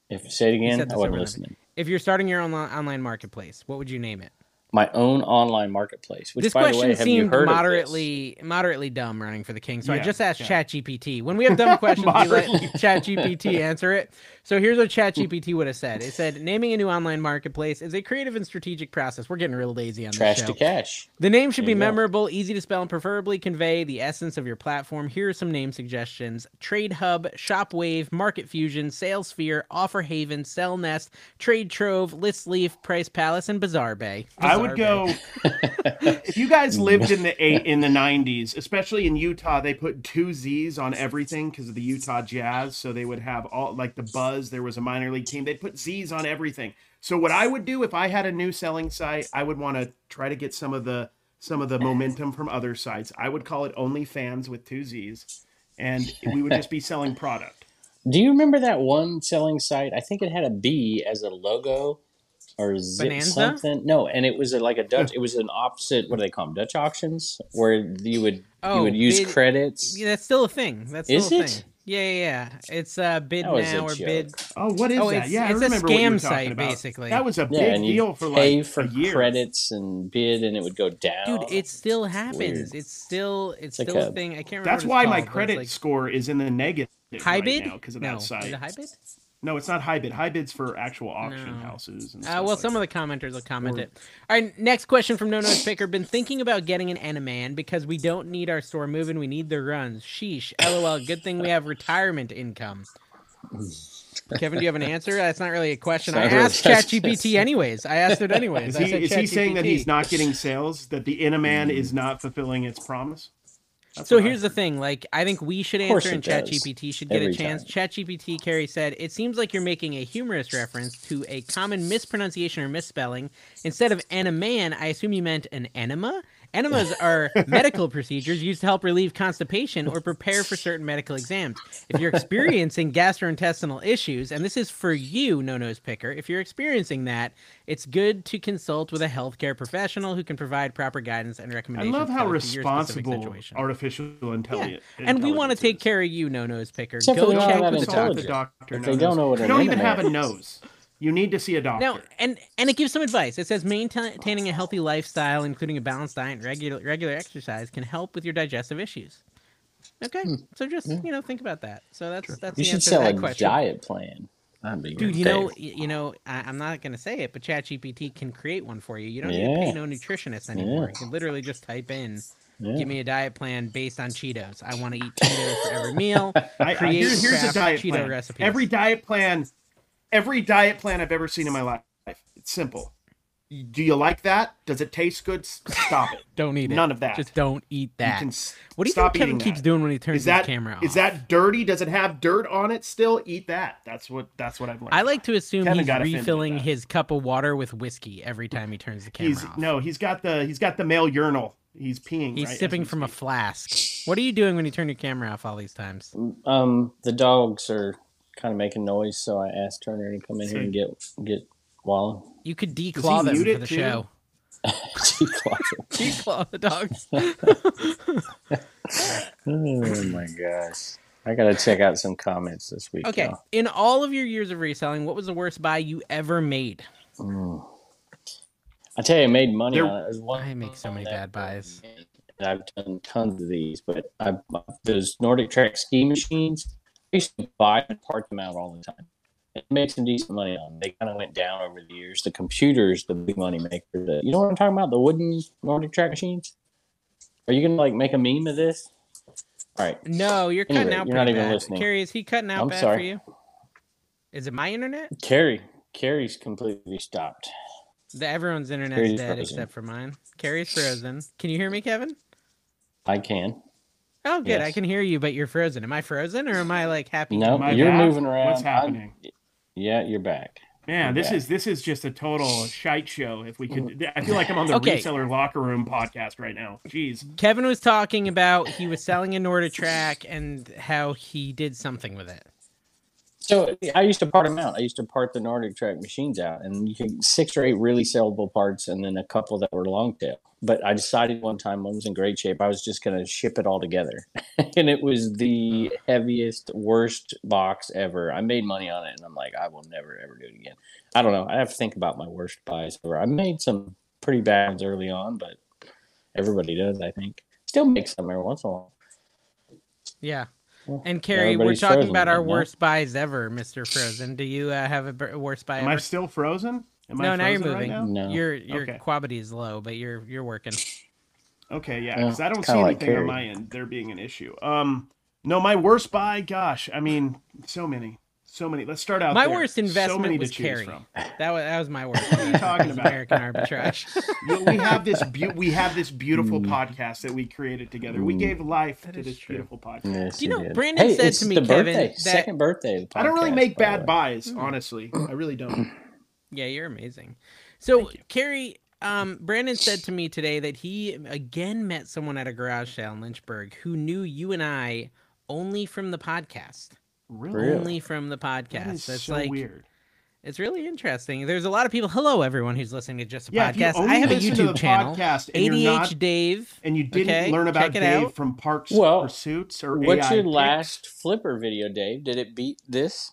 Speaker 3: If you
Speaker 2: said
Speaker 3: say it again,
Speaker 2: this
Speaker 3: I wasn't
Speaker 2: over
Speaker 3: listening.
Speaker 2: If you're starting your own online marketplace, what would you name it?
Speaker 3: My own online marketplace. Which,
Speaker 2: this
Speaker 3: by the
Speaker 2: question
Speaker 3: way, have you
Speaker 2: seemed
Speaker 3: heard
Speaker 2: moderately moderately dumb running for the king. So I
Speaker 1: Yeah,
Speaker 2: just asked
Speaker 1: yeah.
Speaker 2: ChatGPT. When we have dumb questions, we let
Speaker 1: Moderately.
Speaker 2: ChatGPT answer it. So here's what ChatGPT would have said. It said naming a new online marketplace is a creative and strategic process. We're getting real lazy on
Speaker 3: of
Speaker 2: this
Speaker 3: this? Trash
Speaker 2: show.
Speaker 3: to cash.
Speaker 2: The name should
Speaker 3: There
Speaker 2: be
Speaker 3: you go.
Speaker 2: memorable, easy to spell, and preferably convey the essence of your platform. Here are some name suggestions Trade Hub, Shopwave, Market Fusion, Salesphere, Offer Haven, Cell Nest, Trade Trove, List Leaf, Price Palace, and Bazaar Bay.
Speaker 1: I
Speaker 2: Bazaar
Speaker 1: would go if you guys lived in the eight in the nineties, especially in Utah, they put two Z's on everything because of the Utah Jazz. So they would have all like the buzz. There was a minor league team. They put Z's on everything. So what I would do if I had a new selling site, I would want to try to get some of the some of the momentum from other sites. I would call it OnlyFans with two Z's, and we would just be selling product.
Speaker 3: Do you remember that one selling site? I think it had a B as a logo or zip
Speaker 2: Bonanza?
Speaker 3: something. No, and it was a, like a Dutch. It was an opposite. What do they call them? Dutch auctions, where you would
Speaker 2: Oh,
Speaker 3: you would use
Speaker 2: bid-
Speaker 3: credits.
Speaker 2: Yeah, that's still a thing. That's still
Speaker 3: Is
Speaker 2: a
Speaker 3: it?
Speaker 2: thing. Yeah, yeah, yeah. It's uh, bid
Speaker 3: That was a
Speaker 2: now or bid.
Speaker 1: Oh, what is
Speaker 2: Oh,
Speaker 1: that?
Speaker 2: it's-
Speaker 1: yeah, I
Speaker 2: it's a
Speaker 1: remember what you
Speaker 2: scam
Speaker 1: were talking
Speaker 2: site,
Speaker 1: about.
Speaker 2: basically.
Speaker 1: That was a
Speaker 3: Yeah,
Speaker 1: big
Speaker 3: and you
Speaker 1: deal for like
Speaker 3: pay for
Speaker 1: a year.
Speaker 3: credits and bid, and it would go down.
Speaker 2: Dude, it still happens.
Speaker 3: weird.
Speaker 2: It's still it's
Speaker 3: like
Speaker 2: still a
Speaker 3: a-
Speaker 2: thing. I can't remember.
Speaker 1: That's
Speaker 2: what it's
Speaker 1: why my
Speaker 2: called, but it's
Speaker 1: credit
Speaker 2: like
Speaker 1: score is in the negative
Speaker 2: high
Speaker 1: right
Speaker 2: bid
Speaker 1: now because of
Speaker 2: no.
Speaker 1: that site.
Speaker 2: Is it high bid?
Speaker 1: No, it's not high bid. High bid's for actual auction
Speaker 2: No.
Speaker 1: houses. And
Speaker 2: Uh,
Speaker 1: stuff
Speaker 2: well,
Speaker 1: like
Speaker 2: some
Speaker 1: that.
Speaker 2: of the commenters will comment it. All right, next question from No Notice Picker. Been thinking about getting an Enaman because we don't need our store moving. We need the runs. Sheesh. LOL. Good thing we have retirement income. Kevin, do you have an answer? That's not really a question. I
Speaker 3: Sorry,
Speaker 2: asked
Speaker 3: that's
Speaker 2: ChatGPT anyways. I asked it anyways.
Speaker 1: Is
Speaker 2: I
Speaker 1: he,
Speaker 2: said
Speaker 1: is he saying that he's
Speaker 2: ChatGPT. Mm.
Speaker 1: not getting sales? That the Inaman is not fulfilling its promise? That's
Speaker 2: So
Speaker 1: what I
Speaker 2: here's the thing, like I think we should
Speaker 3: course
Speaker 2: answer and
Speaker 3: it does.
Speaker 2: ChatGPT should get a
Speaker 3: Every
Speaker 2: chance. ChatGPT Carrie said, "It seems like you're making a humorous reference to a common mispronunciation or misspelling. Instead of an man, I assume you meant an enema. Enemas are medical procedures used to help relieve constipation or prepare for certain medical exams. If you're experiencing gastrointestinal issues, and this is for you, no nose picker, if you're experiencing that, it's good to consult with a healthcare professional who can provide proper guidance and
Speaker 1: I
Speaker 2: recommendations.
Speaker 1: love how
Speaker 2: tailored to your specific
Speaker 1: responsible
Speaker 2: situation.
Speaker 1: artificial
Speaker 2: Yeah.
Speaker 1: intelligence.
Speaker 2: And we want to take care of you, no nose picker.
Speaker 3: Except for
Speaker 2: Go
Speaker 3: the one
Speaker 2: check
Speaker 3: about
Speaker 2: with the
Speaker 1: consult
Speaker 3: intelligence.
Speaker 1: the
Speaker 2: doctor.
Speaker 1: doctor.
Speaker 3: If
Speaker 1: no
Speaker 3: they don't
Speaker 1: nose.
Speaker 3: know what
Speaker 1: you
Speaker 3: an
Speaker 1: don't even
Speaker 3: Inaman
Speaker 1: have a
Speaker 3: is.
Speaker 1: nose. You need to see a doctor.
Speaker 2: Now, and and it gives some advice. It says maintaining a healthy lifestyle, including a balanced diet and regular regular exercise, can help with your digestive issues. Okay, so just you know think about that. So that's that's
Speaker 3: Hmm.
Speaker 2: the
Speaker 3: You should
Speaker 2: answer
Speaker 3: sell
Speaker 2: to
Speaker 3: a
Speaker 2: that question.
Speaker 3: diet plan. That'd be
Speaker 2: Dude, you
Speaker 3: great.
Speaker 2: know, y- you know, I, I'm not gonna say it, but ChatGPT can create one for you. You don't need to pay
Speaker 3: Yeah.
Speaker 2: no nutritionist anymore. You can literally just type in, "Give me a diet plan based on Cheetos. I want to eat Cheetos for every meal."
Speaker 1: I, I,
Speaker 2: create
Speaker 1: here- here's a
Speaker 2: craft
Speaker 1: diet
Speaker 2: Cheeto
Speaker 1: plan.
Speaker 2: recipes.
Speaker 1: Every diet plan, every diet plan I've ever seen in my life. It's simple. Do you like that? Does it taste good? S- Stop it.
Speaker 2: Don't eat it.
Speaker 1: None of that.
Speaker 2: Just don't eat that.
Speaker 1: can s-
Speaker 2: what do you
Speaker 1: stop
Speaker 2: think Kevin
Speaker 1: eating
Speaker 2: keeps
Speaker 1: that.
Speaker 2: doing when he turns
Speaker 1: Is that
Speaker 2: his camera off?
Speaker 1: Is that dirty? Does it have dirt on it still? Eat that. That's what that's what I've learned.
Speaker 2: I like to assume
Speaker 1: Kevin
Speaker 2: he's
Speaker 1: got offended at
Speaker 2: refilling
Speaker 1: that.
Speaker 2: his cup of water with whiskey every time he turns the camera
Speaker 1: he's
Speaker 2: off.
Speaker 1: no, he's got the he's got the male urinal. He's peeing.
Speaker 2: he's
Speaker 1: right, as
Speaker 2: sipping
Speaker 1: we
Speaker 2: from a
Speaker 1: speak.
Speaker 2: flask. What are you doing when you turn your camera off all these times?
Speaker 3: Um, the dogs are kind of making noise, so I asked Turner to come in here and get get Walla.
Speaker 2: You could declaw them for
Speaker 1: mute
Speaker 2: the
Speaker 1: it too?
Speaker 2: show.
Speaker 3: She clocked it.
Speaker 2: Declaw the dogs.
Speaker 3: oh my gosh! I gotta check out some comments this week.
Speaker 2: Okay.
Speaker 3: y'all.
Speaker 2: In all of your years of reselling, what was the worst buy you ever made?
Speaker 3: I tell you, I made money
Speaker 1: There-
Speaker 3: on it. There's one
Speaker 2: I make so many bad buys.
Speaker 3: and I've done tons of these, but I those Nordic Track ski machines. I used to buy and part them out all the time. It makes some decent money on. them. They kind of went down over the years. The computers, the big money maker. The, you know what I'm talking about? The wooden Nordic Track machines. Are you gonna like make a meme of this? All right.
Speaker 2: No, you're cutting
Speaker 3: Anyway,
Speaker 2: out
Speaker 3: you're
Speaker 2: pretty
Speaker 3: not even
Speaker 2: bad.
Speaker 3: listening.
Speaker 2: Carrie, is he cutting out
Speaker 3: I'm
Speaker 2: bad for
Speaker 3: sorry.
Speaker 2: you? Is it my internet?
Speaker 3: Carrie, Carrie's completely stopped.
Speaker 2: The, everyone's internet's
Speaker 3: Carrie's
Speaker 2: dead
Speaker 3: frozen.
Speaker 2: except for mine. Carrie's frozen. Can you hear me, Kevin?
Speaker 3: I can.
Speaker 2: Oh, good. I
Speaker 3: Yes.
Speaker 2: can hear you, but you're frozen. Am I frozen or am I like happy?
Speaker 3: No,
Speaker 1: Am I
Speaker 3: you're
Speaker 1: back?
Speaker 3: moving around.
Speaker 1: What's
Speaker 3: I'm-
Speaker 1: happening?
Speaker 3: yeah, you're back.
Speaker 1: Man, this
Speaker 3: Yeah.
Speaker 1: is this is just a total shite show. If we could, I feel like I'm on the
Speaker 2: Okay.
Speaker 1: reseller locker room podcast right now. Jeez,
Speaker 2: Kevin was talking about he was selling a Norda track and how he did something with it.
Speaker 3: So I used to part them out. I used to part the Nordic track machines out, and you could six or eight really sellable parts, and then a couple that were long tail. But I decided one time one was in great shape. I was just going to ship it all together, and it was the heaviest, worst box ever. I made money on it, and I'm like, I will never ever do it again. I don't know. I have to think about my worst buys ever. I made some pretty bad ones early on, but everybody does, I think. Still make some every once in a while.
Speaker 2: Yeah. And Carrie,
Speaker 3: everybody's
Speaker 2: we're talking
Speaker 3: frozen
Speaker 2: about our
Speaker 3: right now.
Speaker 2: worst buys ever, Mr. Frozen. Do you uh, have a b- worst buy
Speaker 1: am
Speaker 2: ever?
Speaker 1: I still frozen? Am
Speaker 2: no,
Speaker 1: I frozen
Speaker 2: now
Speaker 1: Right
Speaker 2: you're moving.
Speaker 1: now?
Speaker 3: No.
Speaker 2: Your your
Speaker 1: Okay.
Speaker 2: quality is low, but you're you're working.
Speaker 1: Okay, yeah,
Speaker 3: Mm. Yeah,
Speaker 1: because I don't
Speaker 3: it's
Speaker 1: see
Speaker 3: kinda like
Speaker 1: anything on
Speaker 3: Carrie.
Speaker 1: my end there being an issue. Um, no, my worst buy, gosh, I mean, so many, So many. Let's start out.
Speaker 2: my
Speaker 1: there.
Speaker 2: worst
Speaker 1: So
Speaker 2: investment
Speaker 1: many to
Speaker 2: was
Speaker 1: choose
Speaker 2: Carrie.
Speaker 1: from.
Speaker 2: That was that was my worst.
Speaker 1: What are you talking about?
Speaker 2: American arbitrage.
Speaker 1: You- we have this beau we have this
Speaker 3: Mm.
Speaker 1: beautiful podcast that we created together. We gave life to
Speaker 2: is
Speaker 1: this
Speaker 2: true.
Speaker 1: beautiful podcast.
Speaker 3: Yes,
Speaker 2: You
Speaker 3: it
Speaker 2: know,
Speaker 3: is.
Speaker 2: Brandon said
Speaker 3: it's
Speaker 2: to me,
Speaker 3: the
Speaker 2: Kevin,
Speaker 3: birthday,
Speaker 2: that-
Speaker 3: second birthday. Of the
Speaker 1: I don't really
Speaker 3: podcast,
Speaker 1: make
Speaker 3: by the
Speaker 1: bad
Speaker 3: way.
Speaker 1: buys,
Speaker 2: Mm.
Speaker 1: honestly. I really don't.
Speaker 2: Yeah, you're amazing. So, Carrie, um, Brandon said to me today that he again met someone at a garage sale in Lynchburg who knew you and I only from the podcast.
Speaker 3: Really?
Speaker 2: Only from the
Speaker 1: That
Speaker 2: podcast.
Speaker 1: is
Speaker 2: That's
Speaker 1: so
Speaker 2: like
Speaker 1: weird.
Speaker 2: it's really interesting. There's a lot of people. Hello, everyone who's listening to just a
Speaker 1: Yeah, if you
Speaker 2: podcast.
Speaker 1: only
Speaker 2: I have a
Speaker 1: listen to the
Speaker 2: YouTube channel,
Speaker 1: podcast and you're
Speaker 2: ADH
Speaker 1: not-
Speaker 2: Dave.
Speaker 1: And you didn't
Speaker 2: Okay,
Speaker 1: learn about
Speaker 2: check it
Speaker 1: Dave
Speaker 2: out.
Speaker 1: from Parks
Speaker 3: Well,
Speaker 1: Pursuits or
Speaker 3: What's
Speaker 1: AI
Speaker 3: your
Speaker 1: Picks?
Speaker 3: last Flipper video, Dave? Did it beat this?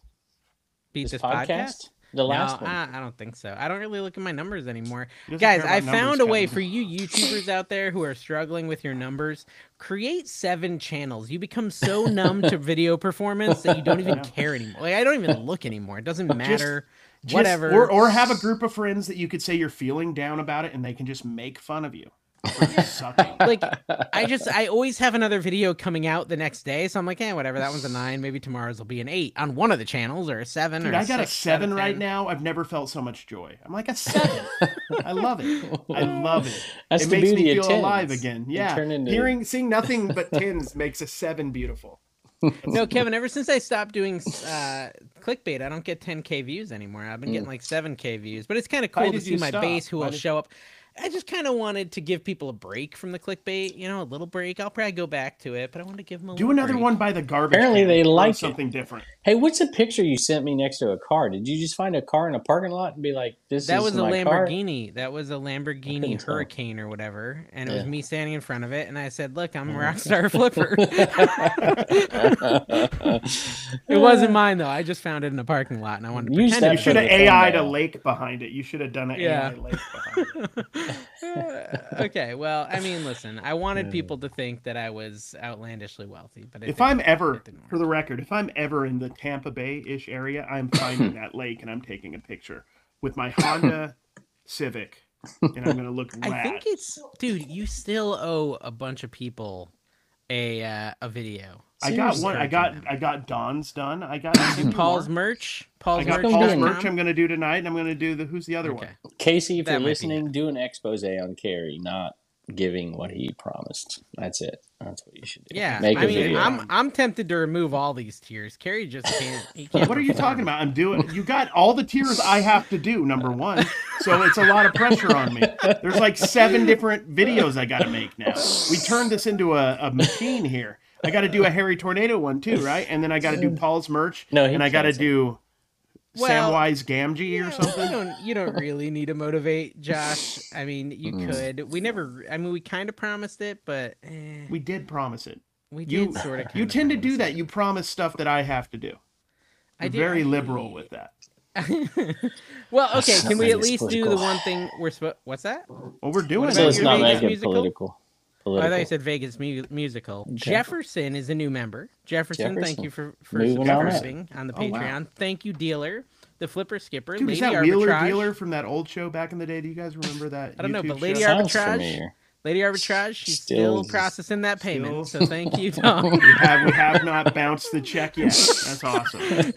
Speaker 2: Beat
Speaker 3: this,
Speaker 2: this
Speaker 3: podcast?
Speaker 2: podcast.
Speaker 3: The last
Speaker 2: no,
Speaker 3: one.
Speaker 2: I, I don't think so. I don't really look at my numbers anymore.
Speaker 1: He doesn't
Speaker 2: Guys,
Speaker 1: care
Speaker 2: I
Speaker 1: about numbers,
Speaker 2: found a way
Speaker 1: Kevin.
Speaker 2: for you YouTubers out there who are struggling with your numbers. Create seven channels. You become so numb to video performance that you don't even care anymore. Like I don't even look anymore. It doesn't matter.
Speaker 1: Just-
Speaker 2: whatever.
Speaker 1: Or, or have a group of friends that you could say you're feeling down about it and they can just make fun of you. for sucking.
Speaker 2: like I just I always have another video coming out the next day, so I'm like, eh, whatever. That one's a nine. Maybe tomorrow's will be an eight on one of the channels or a seven
Speaker 1: Dude,
Speaker 2: or
Speaker 1: I got a
Speaker 2: six out of
Speaker 1: seven right
Speaker 2: 10.
Speaker 1: now. I've never felt so much joy. I'm like a seven. I love it. I love it.
Speaker 3: That's
Speaker 1: it
Speaker 3: the
Speaker 1: makes
Speaker 3: beauty
Speaker 1: me
Speaker 3: of
Speaker 1: feel alive
Speaker 3: tens.
Speaker 1: again.
Speaker 3: You
Speaker 1: Yeah,
Speaker 3: turn into-
Speaker 1: hearing seeing nothing but tens makes a seven beautiful.
Speaker 2: No, Kevin, ever since I stopped doing uh, clickbait, I don't get 10K views anymore. I've been
Speaker 3: Mm.
Speaker 2: getting like 7K views, but it's kind of
Speaker 1: Why
Speaker 2: cool to
Speaker 1: did
Speaker 2: see
Speaker 1: you
Speaker 2: my
Speaker 1: stop?
Speaker 2: base who
Speaker 1: Why
Speaker 2: will
Speaker 1: did-
Speaker 2: show up. I just kind of wanted to give people a break from the clickbait, you know, a little break. I'll probably go back to it, but I want to give them a
Speaker 1: Do
Speaker 2: little
Speaker 1: another
Speaker 2: break.
Speaker 1: one by the garbage.
Speaker 3: Apparently
Speaker 1: can.
Speaker 3: they
Speaker 1: Throw
Speaker 3: like it.
Speaker 1: something different.
Speaker 3: Hey, what's the picture you sent me next to a car? Did you just find a car in a parking lot and be like, "This
Speaker 2: That
Speaker 3: is
Speaker 2: was a
Speaker 3: my car?
Speaker 2: Lamborghini. That was a Lamborghini
Speaker 3: couldn't tell.
Speaker 2: Hurricane or whatever, and it was
Speaker 3: Yeah. Mm.
Speaker 2: me standing in front of it, and I said, "Look, I'm a rockstar flipper." it wasn't mine though. I just found it in a parking lot, and I wanted to
Speaker 3: Use
Speaker 2: pretend.
Speaker 3: that
Speaker 1: You
Speaker 2: it
Speaker 3: for
Speaker 1: should have
Speaker 3: the thumbnail.
Speaker 1: AI'd a lake behind it. You should have done an
Speaker 2: Yeah.
Speaker 1: AI lake behind it.
Speaker 2: Uh, okay, well, I mean, listen, I wanted people to think that I was outlandishly wealthy, but I
Speaker 1: If
Speaker 2: think-
Speaker 1: I'm ever, for the record, if I'm ever in the Tampa Bay ish area, I'm finding that lake and I'm taking a picture with my Honda Civic, and I'm gonna look rad.
Speaker 2: I think it's dude. You still owe a bunch of people a uh, a video.
Speaker 1: I got one. I got
Speaker 2: Seriously.
Speaker 1: I got Don's done. I got I think, two
Speaker 2: Paul's
Speaker 1: more.
Speaker 2: merch. Paul's
Speaker 1: I got
Speaker 2: merch.
Speaker 1: Paul's
Speaker 3: done.
Speaker 1: merch. I'm gonna do tonight, and I'm gonna do the who's the other
Speaker 2: Okay.
Speaker 1: one.
Speaker 3: Casey, if
Speaker 2: That
Speaker 3: you're
Speaker 2: might be
Speaker 3: listening, do an expose on Carrie, not giving what he promised. That's it. That's what you should do.
Speaker 2: Yeah,
Speaker 3: make a
Speaker 2: I mean,
Speaker 3: video.
Speaker 2: I'm I'm tempted to remove all these tiers. Carrie just can't. He can't
Speaker 1: What are you talking about? I'm doing. You got all the tiers I have to do. Number one, so it's a lot of pressure on me. There's like seven different videos I got to make now. We turned this into a, a machine here. I got to do a Harry Tornado one too, right? And then I got to do Paul's merch.
Speaker 3: No, he
Speaker 1: and I got to
Speaker 3: canceled.
Speaker 1: do
Speaker 2: Well,
Speaker 1: Samwise Gamgee or
Speaker 2: No,
Speaker 1: something.
Speaker 2: You don't, you don't really need to motivate Josh. I mean, you
Speaker 1: Mm.
Speaker 2: could. We never. I mean, we kind of promised it, but eh,
Speaker 1: We did promise it.
Speaker 2: we
Speaker 1: you-
Speaker 2: did sort of.
Speaker 1: You tend to do that. You promise stuff that I have to do.
Speaker 2: I
Speaker 1: You're
Speaker 2: do.
Speaker 1: very liberal with that.
Speaker 2: Well, okay. Can we
Speaker 3: Something
Speaker 2: at
Speaker 3: is
Speaker 2: least do
Speaker 3: political.
Speaker 2: the one thing we're supposed? What's that? Oh,
Speaker 1: Well, we're doing
Speaker 2: about
Speaker 3: so let's
Speaker 1: it.
Speaker 2: your
Speaker 3: not
Speaker 2: Vegas
Speaker 3: make it
Speaker 2: musical? Oh,
Speaker 3: political.
Speaker 2: I
Speaker 3: Political.
Speaker 2: thought you said Vegas mu- musical. Jefferson is a new member. Jefferson, thank
Speaker 3: Jefferson.
Speaker 2: you for for
Speaker 3: Moving on up. Oh,
Speaker 2: subscribing on, the Patreon. Thank you, dealer, the flipper skipper,
Speaker 1: Dude,
Speaker 2: lady
Speaker 1: is that
Speaker 2: arbitrage.
Speaker 1: Wheeler Dealer from that old show back in the day? Do you guys remember that?
Speaker 2: I don't know,
Speaker 1: YouTube
Speaker 2: but Lady
Speaker 1: show?
Speaker 2: Ar-
Speaker 3: Sounds
Speaker 2: arbitrage.
Speaker 3: familiar.
Speaker 2: Lady arbitrage. She's still
Speaker 3: Still-
Speaker 2: processing that payment.
Speaker 1: still-
Speaker 2: So thank you, Tom.
Speaker 1: we, have, we have not bounced the check yet. That's awesome.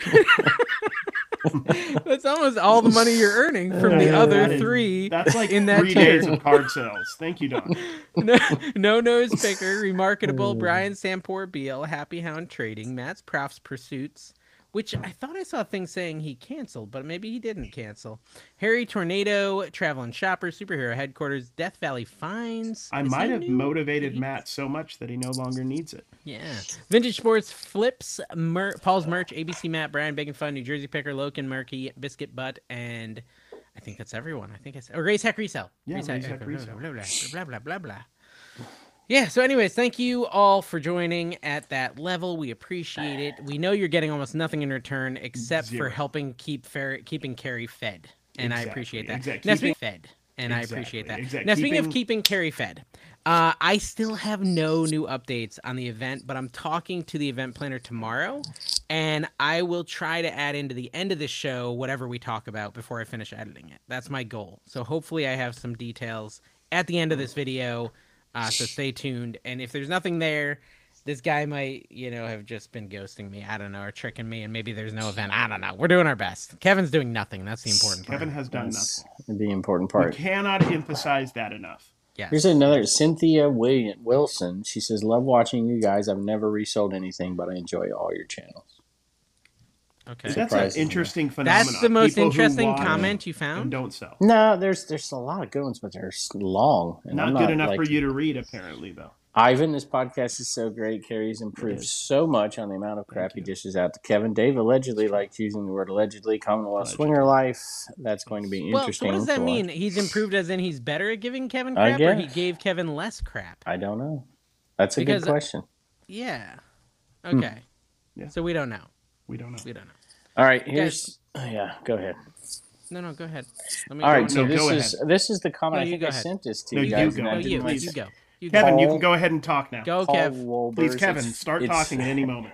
Speaker 2: That's almost all the money you're earning from the
Speaker 1: That
Speaker 2: other
Speaker 1: is-
Speaker 2: three.
Speaker 1: That's like
Speaker 2: in that
Speaker 1: three
Speaker 2: tier.
Speaker 1: days of card sales. Thank you, Don.
Speaker 2: no, no nose picker, remarkable Brian Sampor Beal, Happy Hound Trading, Matt's Profs Pursuits, which I thought I saw things saying he canceled, but maybe he didn't cancel. Harry Tornado, Traveling Shopper, Superhero Headquarters, Death Valley Finds.
Speaker 1: I
Speaker 2: Is
Speaker 1: might
Speaker 2: he
Speaker 1: have
Speaker 2: new?
Speaker 1: motivated Matt so much that he no longer needs it.
Speaker 2: Yeah. Vintage Sports, Flips, Mer- Paul's Merch, ABC Matt, Brian Bacon Fun, New Jersey Picker, Loken, Murky, Biscuit Butt, and I think that's everyone. I think it's or Race Hack Resell.
Speaker 1: Yeah,
Speaker 2: Race Hack-
Speaker 1: Race Hack Resell.
Speaker 2: Blah, blah, blah, blah, blah, blah. Yeah. So, anyways, thank you all for joining at that level. We appreciate it. We know you're getting almost nothing in return except
Speaker 1: Zero.
Speaker 2: for helping keep fair, keeping Carrie fed, and I appreciate that.
Speaker 1: Exactly,
Speaker 2: Now,
Speaker 1: exactly.
Speaker 2: speaking of fed, and I appreciate
Speaker 1: Exactly,
Speaker 2: that.
Speaker 1: exact-
Speaker 2: Now, speaking of
Speaker 1: keeping-
Speaker 2: keeping Carrie fed, uh, I still have no new updates on the event, but I'm talking to the event planner tomorrow, and I will try to add into the end of the show whatever we talk about before I finish editing it. That's my goal. So hopefully, I have some details at the end of this video. Uh, so stay tuned, and if there's nothing there, this guy might, you know, have just been ghosting me. I don't know, or tricking me, and maybe there's no event. I don't know. We're doing our best. Kevin's doing nothing. That's the important part.
Speaker 1: Kevin has done
Speaker 3: That's
Speaker 1: nothing.
Speaker 3: the important
Speaker 1: You
Speaker 3: part.
Speaker 1: cannot emphasize that enough.
Speaker 2: Yes.
Speaker 3: Here's another Cynthia William Wilson. She says, "Love watching you guys. I've never resold anything, but I enjoy all your channels."
Speaker 2: Okay.
Speaker 1: That's
Speaker 3: Surprising.
Speaker 1: an interesting phenomenon.
Speaker 2: That's the most
Speaker 1: People who
Speaker 2: interesting
Speaker 1: lie
Speaker 2: comment you
Speaker 1: And
Speaker 2: found.
Speaker 1: don't sell.
Speaker 3: No, there's there's a lot of good ones, but they're s- long. And
Speaker 1: Not,
Speaker 3: I'm
Speaker 1: good enough
Speaker 3: like-
Speaker 1: for you to read, apparently, though.
Speaker 3: Ivan, this podcast is so great. Carrie's improved so much on the amount of crap he dishes out to Kevin. Dave allegedly likes using the word allegedly. Commonwealth swinger life. That's going to be
Speaker 2: Well, so
Speaker 3: interesting.
Speaker 2: what does
Speaker 3: to
Speaker 2: that
Speaker 3: watch.
Speaker 2: mean? He's improved as in he's better at giving Kevin
Speaker 3: I
Speaker 2: crap, or he
Speaker 3: guess.
Speaker 2: gave Kevin less crap?
Speaker 3: I don't know. That's a
Speaker 2: Because- uh,
Speaker 3: good question.
Speaker 2: Yeah. Okay.
Speaker 1: Yeah.
Speaker 2: So we don't know.
Speaker 1: We don't know.
Speaker 2: We don't know.
Speaker 3: All right, here's yeah. Go ahead.
Speaker 2: No, no, go ahead. Let me
Speaker 3: All
Speaker 2: go
Speaker 3: right,
Speaker 2: with-
Speaker 3: so
Speaker 1: no,
Speaker 3: this
Speaker 1: go
Speaker 3: is this is the
Speaker 2: No,
Speaker 3: comment I
Speaker 2: you
Speaker 3: think
Speaker 2: go
Speaker 3: I
Speaker 2: ahead.
Speaker 3: sent this to
Speaker 1: No,
Speaker 3: you
Speaker 1: you
Speaker 3: guys.
Speaker 1: go.
Speaker 3: and I
Speaker 2: No,
Speaker 3: didn't
Speaker 2: you,
Speaker 3: like-
Speaker 2: you go. You go.
Speaker 1: Kevin, you
Speaker 3: Paul-
Speaker 1: can go ahead and talk now.
Speaker 2: Go,
Speaker 3: Paul
Speaker 2: Kev.
Speaker 3: Wolbers,
Speaker 1: Please, Kevin,
Speaker 3: it's-
Speaker 1: start
Speaker 3: it's-
Speaker 1: talking at any moment.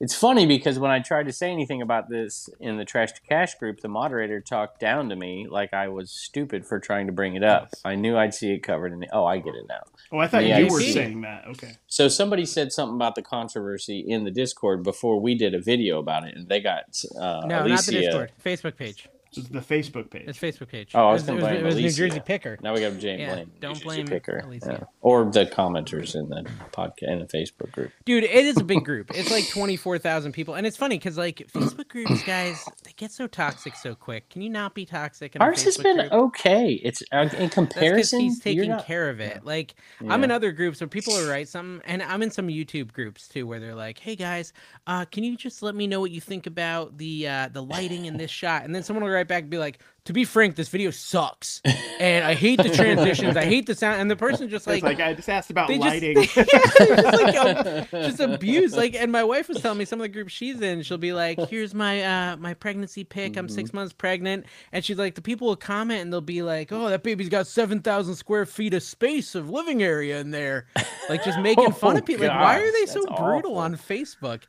Speaker 3: It's funny because when I tried to say anything about this in the Trash to Cash group, the moderator talked down to me like I was stupid for trying to bring it up. I knew I'd see it covered in the. Oh, I get it now.
Speaker 1: Oh, I thought
Speaker 3: Yeah,
Speaker 1: you
Speaker 3: you
Speaker 1: were
Speaker 3: see.
Speaker 1: saying that. Okay.
Speaker 3: So somebody said something about the controversy in the Discord before we did a video about it, and they got uh,
Speaker 2: No, not the
Speaker 3: Alicia.
Speaker 2: Discord. Facebook page.
Speaker 1: This is the Facebook
Speaker 2: It's
Speaker 1: page.
Speaker 2: Facebook page.
Speaker 3: Oh, I
Speaker 2: It
Speaker 3: was
Speaker 2: it
Speaker 3: gonna blame
Speaker 2: It was New
Speaker 3: Alicia.
Speaker 2: Jersey Picker.
Speaker 3: Now we got to blame.
Speaker 2: Yeah,
Speaker 3: blame
Speaker 2: don't
Speaker 3: Juju
Speaker 2: blame
Speaker 3: Picker.
Speaker 2: Alicia.
Speaker 3: Yeah. or the commenters in the podcast in the Facebook group.
Speaker 2: Dude, it is a big group. It's like 24,000 people. And it's funny because, like, Facebook groups, guys, they get so toxic so quick. Can you not be toxic in a
Speaker 3: Ours
Speaker 2: Facebook
Speaker 3: has been
Speaker 2: group?
Speaker 3: okay. It's uh, in
Speaker 2: That's because
Speaker 3: comparison.
Speaker 2: he's taking
Speaker 3: you're not-
Speaker 2: care of it. Like I'm in other groups where people will write something, and I'm in some YouTube groups too, where they're like, "Hey guys, uh, can you just let me know what you think about the uh, the lighting in this shot?" And then someone will write back and be like, "To be frank, this video sucks, and I hate the transitions, I hate the sound." And the person just
Speaker 1: It's
Speaker 2: like.
Speaker 1: like I just asked about
Speaker 2: they just,
Speaker 1: lighting.
Speaker 2: yeah, they just like ab- just abuse like and my wife was telling me some of the groups she's in she'll be like here's my uh my pregnancy pic i'm
Speaker 1: Mm-hmm.
Speaker 2: six months pregnant and she's like the people will comment and they'll be like oh that baby's got 7000 square feet of space of living area in there like just making fun
Speaker 3: Oh,
Speaker 2: of people like why
Speaker 3: gosh,
Speaker 2: are they so
Speaker 3: that's
Speaker 2: brutal
Speaker 3: awful.
Speaker 2: on facebook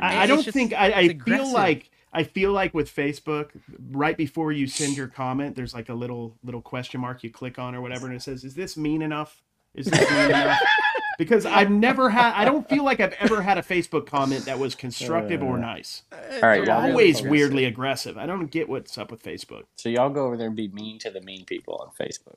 Speaker 1: I,
Speaker 2: And
Speaker 1: I
Speaker 2: it's
Speaker 1: don't
Speaker 2: just-
Speaker 1: think I, I
Speaker 2: it's
Speaker 1: feel
Speaker 2: aggressive.
Speaker 1: like I feel like with Facebook, right before you send your comment, there's like a little little question mark you click on or whatever, and it says, "Is this mean enough? Is this mean enough?" Because I've never had, I don't feel like I've ever had a Facebook comment that was constructive
Speaker 3: Uh,
Speaker 1: or nice.
Speaker 3: All
Speaker 2: They're
Speaker 3: right, y'all
Speaker 2: really
Speaker 1: Always
Speaker 2: aggressive.
Speaker 1: weirdly aggressive. I don't get what's up with Facebook.
Speaker 3: So y'all go over there and be mean to the mean people on Facebook.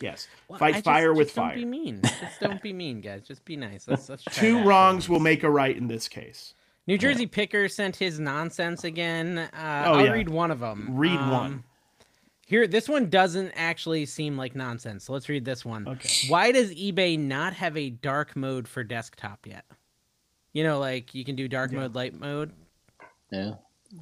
Speaker 1: Yes,
Speaker 2: Well, I
Speaker 1: fight
Speaker 2: just-
Speaker 1: fire with
Speaker 2: just
Speaker 1: fire.
Speaker 2: don't be mean just don't be mean guys just be nice let's, let's try
Speaker 1: Two
Speaker 2: that.
Speaker 1: wrongs will make a right in this case.
Speaker 2: New Jersey Picker sent his nonsense again. Uh,
Speaker 1: Oh,
Speaker 2: I'll
Speaker 1: yeah.
Speaker 2: read one of them.
Speaker 1: Read one.
Speaker 2: Here, this one doesn't actually seem like nonsense. So let's read this one.
Speaker 1: Okay.
Speaker 2: Why does eBay not have a dark mode for desktop yet? You know, like you can do dark mode, light mode.
Speaker 3: Yeah.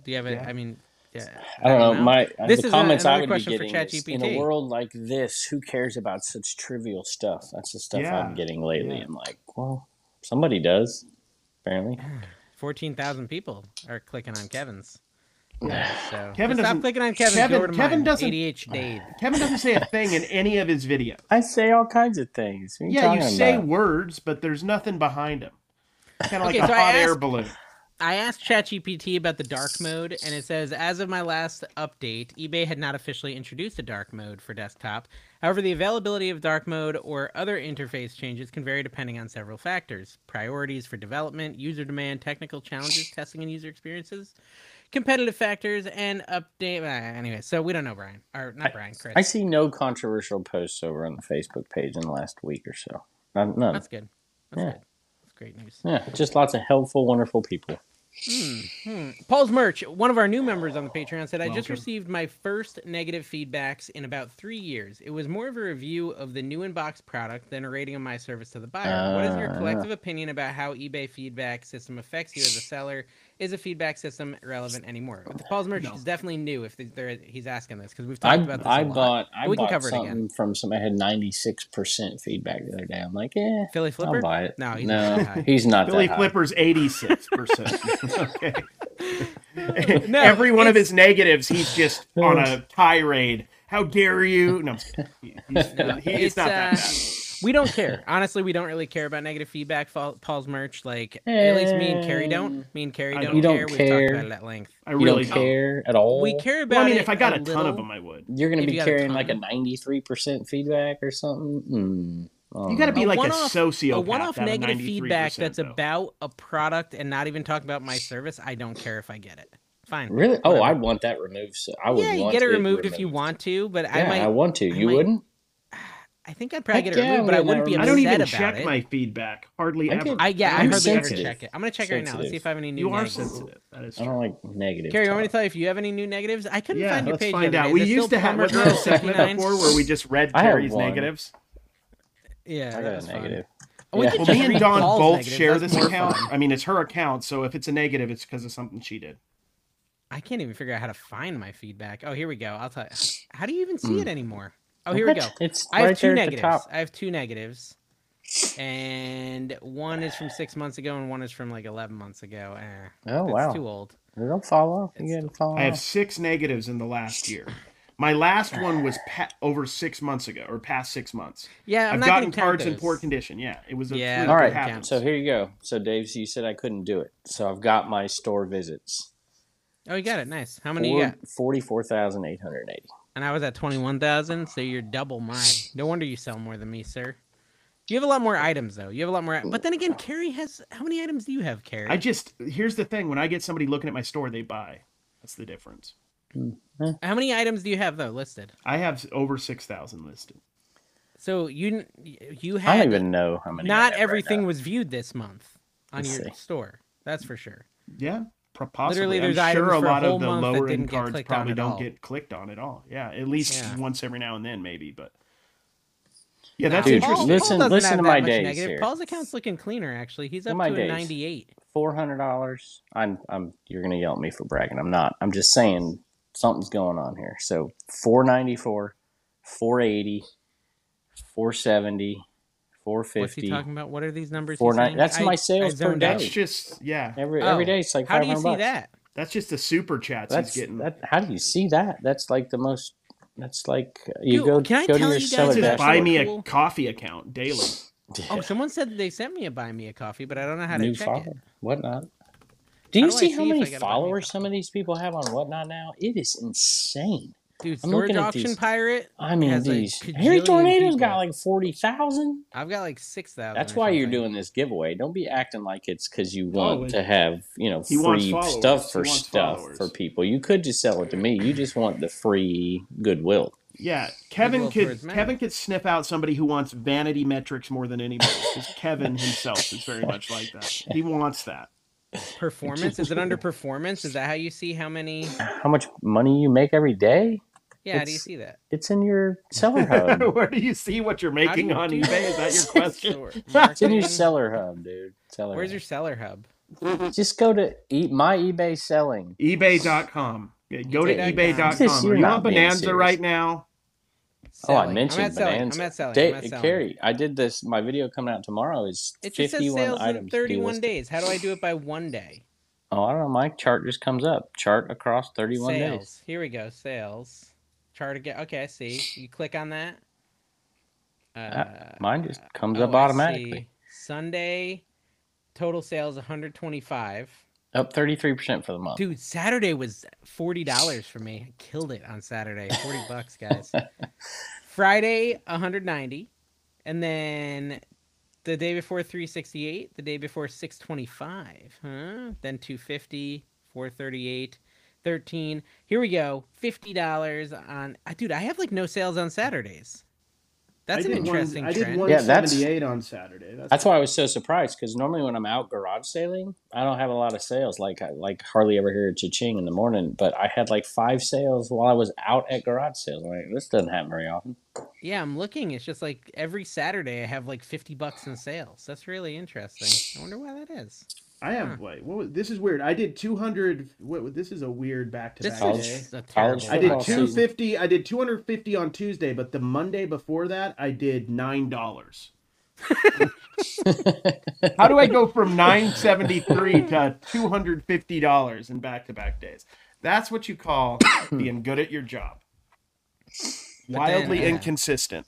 Speaker 2: Do you have it?
Speaker 1: Yeah.
Speaker 2: I mean, yeah.
Speaker 3: I don't know. Uh, My
Speaker 2: This
Speaker 3: this the
Speaker 2: is a-
Speaker 3: comments I
Speaker 2: another
Speaker 3: would be
Speaker 2: question for
Speaker 3: getting is, in a
Speaker 2: ChatGPT.
Speaker 3: world like this, who cares about such trivial stuff? That's the stuff
Speaker 1: Yeah.
Speaker 3: I'm getting lately.
Speaker 1: Yeah.
Speaker 3: I'm like, well, somebody does, apparently.
Speaker 2: Fourteen thousand people are clicking on Kevin's. So
Speaker 1: Kevin
Speaker 2: stop
Speaker 1: doesn't-
Speaker 2: clicking on Kevin's.
Speaker 1: Kevin-
Speaker 2: go over to
Speaker 1: Kevin
Speaker 2: mine,
Speaker 1: doesn't-
Speaker 2: ADH Dave.
Speaker 1: Kevin doesn't say a thing in any of his videos.
Speaker 3: I say all kinds of things. What are
Speaker 1: Yeah, you
Speaker 3: talking
Speaker 1: say
Speaker 3: about?
Speaker 1: words, but there's nothing behind them. Kind of
Speaker 2: Okay,
Speaker 1: like a
Speaker 2: so I
Speaker 1: hot air
Speaker 2: asked-
Speaker 1: balloon.
Speaker 2: I asked ChatGPT about the dark mode, and it says as of my last update, eBay had not officially introduced a dark mode for desktop. However, the availability of dark mode or other interface changes can vary depending on several factors priorities for development, user demand, technical challenges, testing and user experiences, competitive factors, and update. Uh, anyway, so we don't know, Brian. Or not Brian, Chris.
Speaker 3: I see no controversial posts over on the Facebook page in the last week or so. None. none.
Speaker 2: That's good. That's
Speaker 3: Yeah.
Speaker 2: good. That's great news.
Speaker 3: Yeah, just lots of helpful, wonderful people.
Speaker 2: Paul's merch. One of our new members on the Patreon said, "I just received my first negative feedbacks in about three years. It was more of a review of the new inbox product than a rating of my service to the buyer. what is
Speaker 3: Ah.
Speaker 2: your collective opinion about how eBay feedback system affects you as a seller? Is a feedback system relevant anymore?" With Paul's merch is definitely new. If there, he's asking this because we've
Speaker 3: I,
Speaker 2: talked about this. a
Speaker 3: I
Speaker 2: lot.
Speaker 3: bought I
Speaker 2: But we can
Speaker 3: bought
Speaker 2: cover it again.
Speaker 3: something from some. I had ninety six percent feedback the other day. I'm like, yeah,
Speaker 2: Philly Flipper?
Speaker 3: I'll buy it.
Speaker 2: No, he's
Speaker 3: no,
Speaker 2: not that high.
Speaker 3: he's not
Speaker 1: Billy
Speaker 3: that high.
Speaker 1: Flipper's 86%. okay.
Speaker 2: No,
Speaker 1: Every one of
Speaker 2: it's-
Speaker 1: his negatives, he's just on a tirade. How dare you? No, I'm just kidding. He- he's, he- it's
Speaker 2: It's,
Speaker 1: not that
Speaker 2: uh,
Speaker 1: bad.
Speaker 2: we don't care. Honestly, we don't really care about negative feedback. Paul- Paul's merch, like at least me and Carrie don't. Me and Carrie
Speaker 1: I
Speaker 2: don't,
Speaker 1: don't- You
Speaker 3: don't
Speaker 2: care. We've talked
Speaker 3: care.
Speaker 2: about it at length.
Speaker 1: I
Speaker 3: You
Speaker 1: really
Speaker 3: don't care at all.
Speaker 2: We care uh, about.
Speaker 1: Well, I mean,
Speaker 2: it
Speaker 1: if I got a, ton
Speaker 2: little.
Speaker 1: of them, I would.
Speaker 3: You're going to
Speaker 2: If
Speaker 3: be
Speaker 2: you got a
Speaker 3: carrying like a
Speaker 2: ton.
Speaker 3: ninety three percent feedback or something. Mm.
Speaker 1: You got to be
Speaker 2: A
Speaker 1: like a
Speaker 2: one-off-
Speaker 1: sociopath.
Speaker 2: A one-off
Speaker 1: out of
Speaker 2: negative
Speaker 1: 93%,
Speaker 2: feedback that's
Speaker 1: though.
Speaker 2: about a product and not even talking about my service, I don't care if I get it. Fine.
Speaker 3: Really? Oh,
Speaker 2: Whatever.
Speaker 3: I'd want that removed. So I would.
Speaker 2: yeah, you
Speaker 3: want
Speaker 2: get it removed if you want to, but I
Speaker 3: Yeah,
Speaker 2: might.
Speaker 3: I want to.
Speaker 2: I
Speaker 3: You
Speaker 2: might-
Speaker 3: wouldn't?
Speaker 2: I think I'd probably
Speaker 3: Heck
Speaker 2: get it
Speaker 3: yeah,
Speaker 2: removed,
Speaker 3: I'm
Speaker 2: but I
Speaker 3: gonna
Speaker 2: wouldn't be
Speaker 3: let
Speaker 1: I
Speaker 2: upset
Speaker 1: don't even
Speaker 2: about
Speaker 1: check
Speaker 2: it.
Speaker 1: my feedback. Hardly
Speaker 3: I
Speaker 1: ever.
Speaker 3: could-
Speaker 2: I yeah, i
Speaker 3: I'm
Speaker 2: hardly
Speaker 3: sensitive.
Speaker 2: ever check it. I'm gonna check it right now. Let's see
Speaker 3: Sensitive.
Speaker 2: if I have any new
Speaker 1: You are
Speaker 2: negatives.
Speaker 1: sensitive. That is
Speaker 3: I
Speaker 1: true.
Speaker 3: don't like negative.
Speaker 2: Carrie, you want me to
Speaker 3: talk.
Speaker 2: tell you if you have any new negatives? I couldn't
Speaker 1: Yeah,
Speaker 2: find your
Speaker 1: let's
Speaker 2: page.
Speaker 1: find
Speaker 2: the
Speaker 1: out.
Speaker 2: other day.
Speaker 1: We
Speaker 2: Is it
Speaker 1: used
Speaker 2: still
Speaker 1: to have was
Speaker 2: Palmer
Speaker 1: there a
Speaker 2: Girl
Speaker 1: segment
Speaker 2: 59?
Speaker 1: before where we just read
Speaker 3: I have
Speaker 1: Carrie's
Speaker 3: one.
Speaker 1: negatives.
Speaker 2: Yeah,
Speaker 3: I
Speaker 2: that
Speaker 3: got
Speaker 2: was
Speaker 3: a
Speaker 2: fun.
Speaker 3: negative.
Speaker 2: We
Speaker 3: Yeah.
Speaker 2: could
Speaker 1: Well,
Speaker 2: just
Speaker 1: me and
Speaker 2: read
Speaker 1: Don
Speaker 2: Paul's
Speaker 1: both
Speaker 2: negatives.
Speaker 1: share
Speaker 2: That's
Speaker 1: this
Speaker 2: more
Speaker 1: account.
Speaker 2: fun.
Speaker 1: I mean, it's her account, so if it's a negative, it's because of something she did.
Speaker 2: I can't even figure out how to find my feedback. Oh, here we go. I'll tell you. How do you even see it anymore? Oh, here we go.
Speaker 3: What? It's
Speaker 2: I have
Speaker 3: right
Speaker 2: two
Speaker 3: there at the
Speaker 2: negatives.
Speaker 3: top.
Speaker 2: I have two negatives. And one is from six months ago, and one is from like 11 months ago. Eh,
Speaker 3: Oh,
Speaker 2: that's
Speaker 3: wow.
Speaker 2: too old.
Speaker 3: Don't follow up. You gotta follow
Speaker 1: I
Speaker 2: Oh.
Speaker 1: have
Speaker 3: up.
Speaker 1: six negatives in the last year. My last one was pa- over six months ago, or past six months.
Speaker 2: Yeah, I'm
Speaker 1: I've
Speaker 2: not
Speaker 1: gotten
Speaker 2: gonna count
Speaker 1: cards in
Speaker 2: those.
Speaker 1: poor condition. Yeah, it was a
Speaker 2: Yeah,
Speaker 1: fluke.
Speaker 2: that
Speaker 3: All
Speaker 1: It
Speaker 3: right.
Speaker 2: counts.
Speaker 1: happens.
Speaker 3: So here you go. So Dave, you said I couldn't do it. So I've got my store visits.
Speaker 2: Oh, you got it. Nice. How many you
Speaker 3: Four,
Speaker 2: got?
Speaker 3: 44,880.
Speaker 2: And I was at 21,000, so you're double mine. No wonder you sell more than me, sir. You have a lot more items, though. You have a lot more. But then again, Carrie has. How many items do you have, Carrie?
Speaker 1: I just here's the thing: when I get somebody looking at my store, they buy. That's the difference.
Speaker 2: How many items do you have, though, listed?
Speaker 1: I have over six thousand listed.
Speaker 2: So you you had
Speaker 3: I don't even know how many. I
Speaker 2: not
Speaker 3: have right
Speaker 2: everything
Speaker 3: now.
Speaker 2: was viewed this month on
Speaker 3: Let's
Speaker 2: your
Speaker 3: see.
Speaker 2: store. That's for sure.
Speaker 1: Yeah, pro- possibly.
Speaker 2: Literally, there's
Speaker 1: I'm sure
Speaker 2: items
Speaker 1: a
Speaker 2: for a
Speaker 1: lot
Speaker 2: whole
Speaker 1: of the
Speaker 2: month that
Speaker 1: lower
Speaker 2: didn't
Speaker 1: end
Speaker 2: get
Speaker 1: cards
Speaker 2: clicked on
Speaker 1: probably
Speaker 2: at
Speaker 1: don't
Speaker 2: all.
Speaker 1: get clicked on at all. Yeah, at least
Speaker 2: Yeah.
Speaker 1: once every now and then, maybe. But yeah, that's
Speaker 3: Dude,
Speaker 1: interesting.
Speaker 3: listen-
Speaker 2: doesn't
Speaker 3: listen
Speaker 2: have
Speaker 3: to
Speaker 2: that
Speaker 3: my
Speaker 2: much
Speaker 3: days
Speaker 2: negative.
Speaker 3: here.
Speaker 2: Paul's account's looking cleaner actually. He's up
Speaker 3: my
Speaker 2: to a
Speaker 3: days.
Speaker 2: 98.
Speaker 3: four hundred dollars. I'm I'm you're gonna yell at me for bragging. I'm not. I'm just saying something's going on here. So four ninety four, four eighty, four seventy, four
Speaker 2: What's he
Speaker 3: fifty.
Speaker 2: talking about? What are these numbers?
Speaker 3: Four
Speaker 2: he's
Speaker 3: nine-
Speaker 2: saying?
Speaker 3: that's
Speaker 2: I-
Speaker 3: my sales
Speaker 2: I
Speaker 3: per
Speaker 2: zoned
Speaker 3: day.
Speaker 2: out.
Speaker 1: That's just yeah.
Speaker 3: Every
Speaker 2: Oh,
Speaker 3: every day it's like
Speaker 2: how
Speaker 3: five
Speaker 2: do you
Speaker 3: hundred
Speaker 2: see
Speaker 3: bucks.
Speaker 2: that?
Speaker 1: That's just the super chats
Speaker 3: That's
Speaker 1: he's getting.
Speaker 3: that. How do you see that? That's like the most. That's like uh, you
Speaker 2: Dude,
Speaker 3: go
Speaker 2: can I
Speaker 3: go to
Speaker 2: tell
Speaker 3: your
Speaker 2: you guys
Speaker 3: seller
Speaker 2: who's
Speaker 1: just
Speaker 2: that's
Speaker 1: buy
Speaker 3: dashboard.
Speaker 1: me
Speaker 2: cool.
Speaker 1: a coffee account daily.
Speaker 2: Oh, someone said that they sent me a buy me a coffee, but I don't know how to
Speaker 3: new
Speaker 2: check
Speaker 3: follower,
Speaker 2: it.
Speaker 3: whatnot. Do you
Speaker 2: How do I
Speaker 3: see how
Speaker 2: see if
Speaker 3: many
Speaker 2: I got a buy me a
Speaker 3: followers
Speaker 2: coffee?
Speaker 3: some of these people have on whatnot now? It is insane.
Speaker 2: Dude,
Speaker 3: I'm
Speaker 2: storage
Speaker 3: looking at
Speaker 2: auction
Speaker 3: these.
Speaker 2: pirate.
Speaker 3: I mean,
Speaker 2: has a
Speaker 3: these
Speaker 2: kajillion
Speaker 3: Harry Tornado's
Speaker 2: people.
Speaker 3: got like forty thousand.
Speaker 2: I've got like six thousand.
Speaker 3: That's why you're doing this giveaway. Don't be acting like it's because you want
Speaker 1: Oh, it-
Speaker 3: to have you know
Speaker 1: He wants
Speaker 3: free
Speaker 1: followers.
Speaker 3: stuff for
Speaker 1: He wants
Speaker 3: stuff
Speaker 1: followers.
Speaker 3: for people. You could just sell it to me. You just want the free goodwill.
Speaker 1: Yeah, Kevin
Speaker 2: Goodwill
Speaker 1: could
Speaker 2: towards men.
Speaker 1: Kevin could sniff out somebody who wants vanity metrics more than anybody because Kevin himself is very much like that. He wants that.
Speaker 2: performance. Is it under performance? Is that how you see how many?
Speaker 3: How much money you make every day?
Speaker 2: Yeah, how do you
Speaker 3: It's-
Speaker 2: see that?
Speaker 3: It's in your seller hub.
Speaker 1: Where do you see what you're
Speaker 2: How do
Speaker 1: making
Speaker 2: you
Speaker 1: on
Speaker 2: do
Speaker 1: eBay? Is that your question?
Speaker 2: Store-
Speaker 3: It's in your
Speaker 2: marketing?
Speaker 3: seller Oh, hub, dude. Seller.
Speaker 2: Where's your
Speaker 3: hub.
Speaker 2: seller hub?
Speaker 3: Just go to eat my eBay selling.
Speaker 1: eBay.com. Yeah, go to
Speaker 2: eBay.com.
Speaker 1: eBay.com.
Speaker 3: This-
Speaker 1: Are
Speaker 3: you're
Speaker 1: you
Speaker 3: not
Speaker 1: on
Speaker 3: being
Speaker 1: Bonanza
Speaker 3: serious.
Speaker 1: right now?
Speaker 3: Oh, I
Speaker 2: Selling.
Speaker 3: mentioned
Speaker 2: I'm at selling.
Speaker 3: Bonanza.
Speaker 2: I'm at selling.
Speaker 3: Dave,
Speaker 2: I'm at selling.
Speaker 3: Carrie, I did this. My video coming out tomorrow is
Speaker 2: It just says
Speaker 3: 51
Speaker 2: sales
Speaker 3: items.
Speaker 2: in 31
Speaker 3: delisted.
Speaker 2: days. How do I do it by one day?
Speaker 3: Oh, I don't know. My chart just comes up. Chart across 31
Speaker 2: sales.
Speaker 3: days.
Speaker 2: Here we go. Sales. Chart again. Okay, I see. You click on that. Uh,
Speaker 3: Mine just comes
Speaker 2: oh,
Speaker 3: up
Speaker 2: I
Speaker 3: automatically.
Speaker 2: see. Sunday, total sales 125.
Speaker 3: Up 33% for the month.
Speaker 2: Dude, Saturday was forty dollars for me. I killed it on Saturday. Forty bucks, guys. Friday, one hundred ninety, and then the day before three sixty eight. The day before six twenty five. Huh? Then 250, 438, 13. Here we go. Fifty dollars on. I dude, I have like no sales on Saturdays. That's
Speaker 1: I
Speaker 2: an
Speaker 1: did one-
Speaker 2: interesting
Speaker 1: I did
Speaker 2: trend.
Speaker 3: Yeah, that's-
Speaker 1: 178 on Saturday. That's,
Speaker 3: That's why I was so surprised because normally when I'm out garage sailing, I don't have a lot of sales. Like I like hardly ever hear a cha-ching in the morning, but I had like five sales while I was out at garage sales. Like this doesn't happen very often.
Speaker 2: Yeah, I'm looking. It's just like every Saturday I have like fifty bucks in sales. That's really interesting. I wonder why that is.
Speaker 1: I have like what was, this is weird. I did 200. What, this is a weird back to back
Speaker 3: College-
Speaker 1: day.
Speaker 2: is a
Speaker 3: college
Speaker 2: terrible
Speaker 1: I did
Speaker 3: football
Speaker 2: podcast.
Speaker 3: season.
Speaker 1: 250. I did 250 on Tuesday, but the Monday before that, I did nine dollars. How do I go from 973 to 250 dollars in back to back days? That's what you call being good at your job. Wildly
Speaker 2: then, uh,
Speaker 1: inconsistent.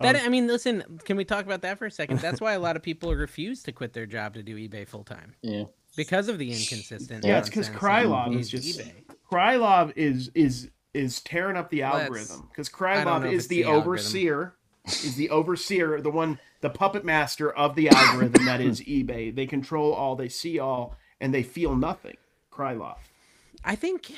Speaker 2: That I mean, listen, can we talk about that for a second? That's why a lot of people refuse to quit their job to do eBay full time
Speaker 3: Yeah.
Speaker 2: because of the inconsistent.
Speaker 1: Yeah, it's because
Speaker 2: nonsense and
Speaker 1: Krylov is
Speaker 2: used
Speaker 1: just
Speaker 2: eBay.
Speaker 1: Krylov is is is tearing up the
Speaker 2: Well, that's-
Speaker 1: algorithm because
Speaker 2: I don't know
Speaker 1: Krylov
Speaker 2: if
Speaker 1: is
Speaker 2: it's
Speaker 1: the,
Speaker 2: the algorithm.
Speaker 1: overseer is the overseer, the one, the puppet master of the algorithm that is eBay. They control all, they see all, and they feel nothing. Krylov.
Speaker 2: I think,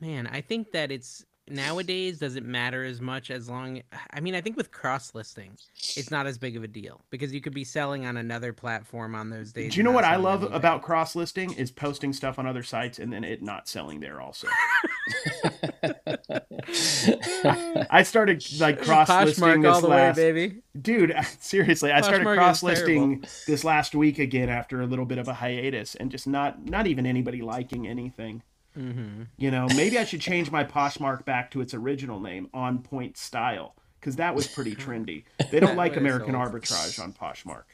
Speaker 2: man, I think that it's nowadays doesn't matter as much as long. I mean, I think with cross listing, it's not as big of a deal because you could be selling on another platform on those days.
Speaker 1: Do you know
Speaker 2: and
Speaker 1: what
Speaker 2: not
Speaker 1: I
Speaker 2: selling on
Speaker 1: love
Speaker 2: eBay.
Speaker 1: about cross listing is posting stuff on other sites and then it not selling there also. I started like cross listing
Speaker 2: Poshmark
Speaker 1: this
Speaker 2: all the
Speaker 1: last
Speaker 2: way, baby?
Speaker 1: dude seriously i started
Speaker 2: Poshmark is
Speaker 1: cross listing this last week again after a little bit of a hiatus and just not not even anybody liking anything
Speaker 2: Mm-hmm.
Speaker 1: you know maybe i should change my poshmark back to its original name on point style because that was pretty trendy they don't like
Speaker 2: was
Speaker 1: american
Speaker 2: old. Mm-hmm.
Speaker 1: arbitrage on poshmark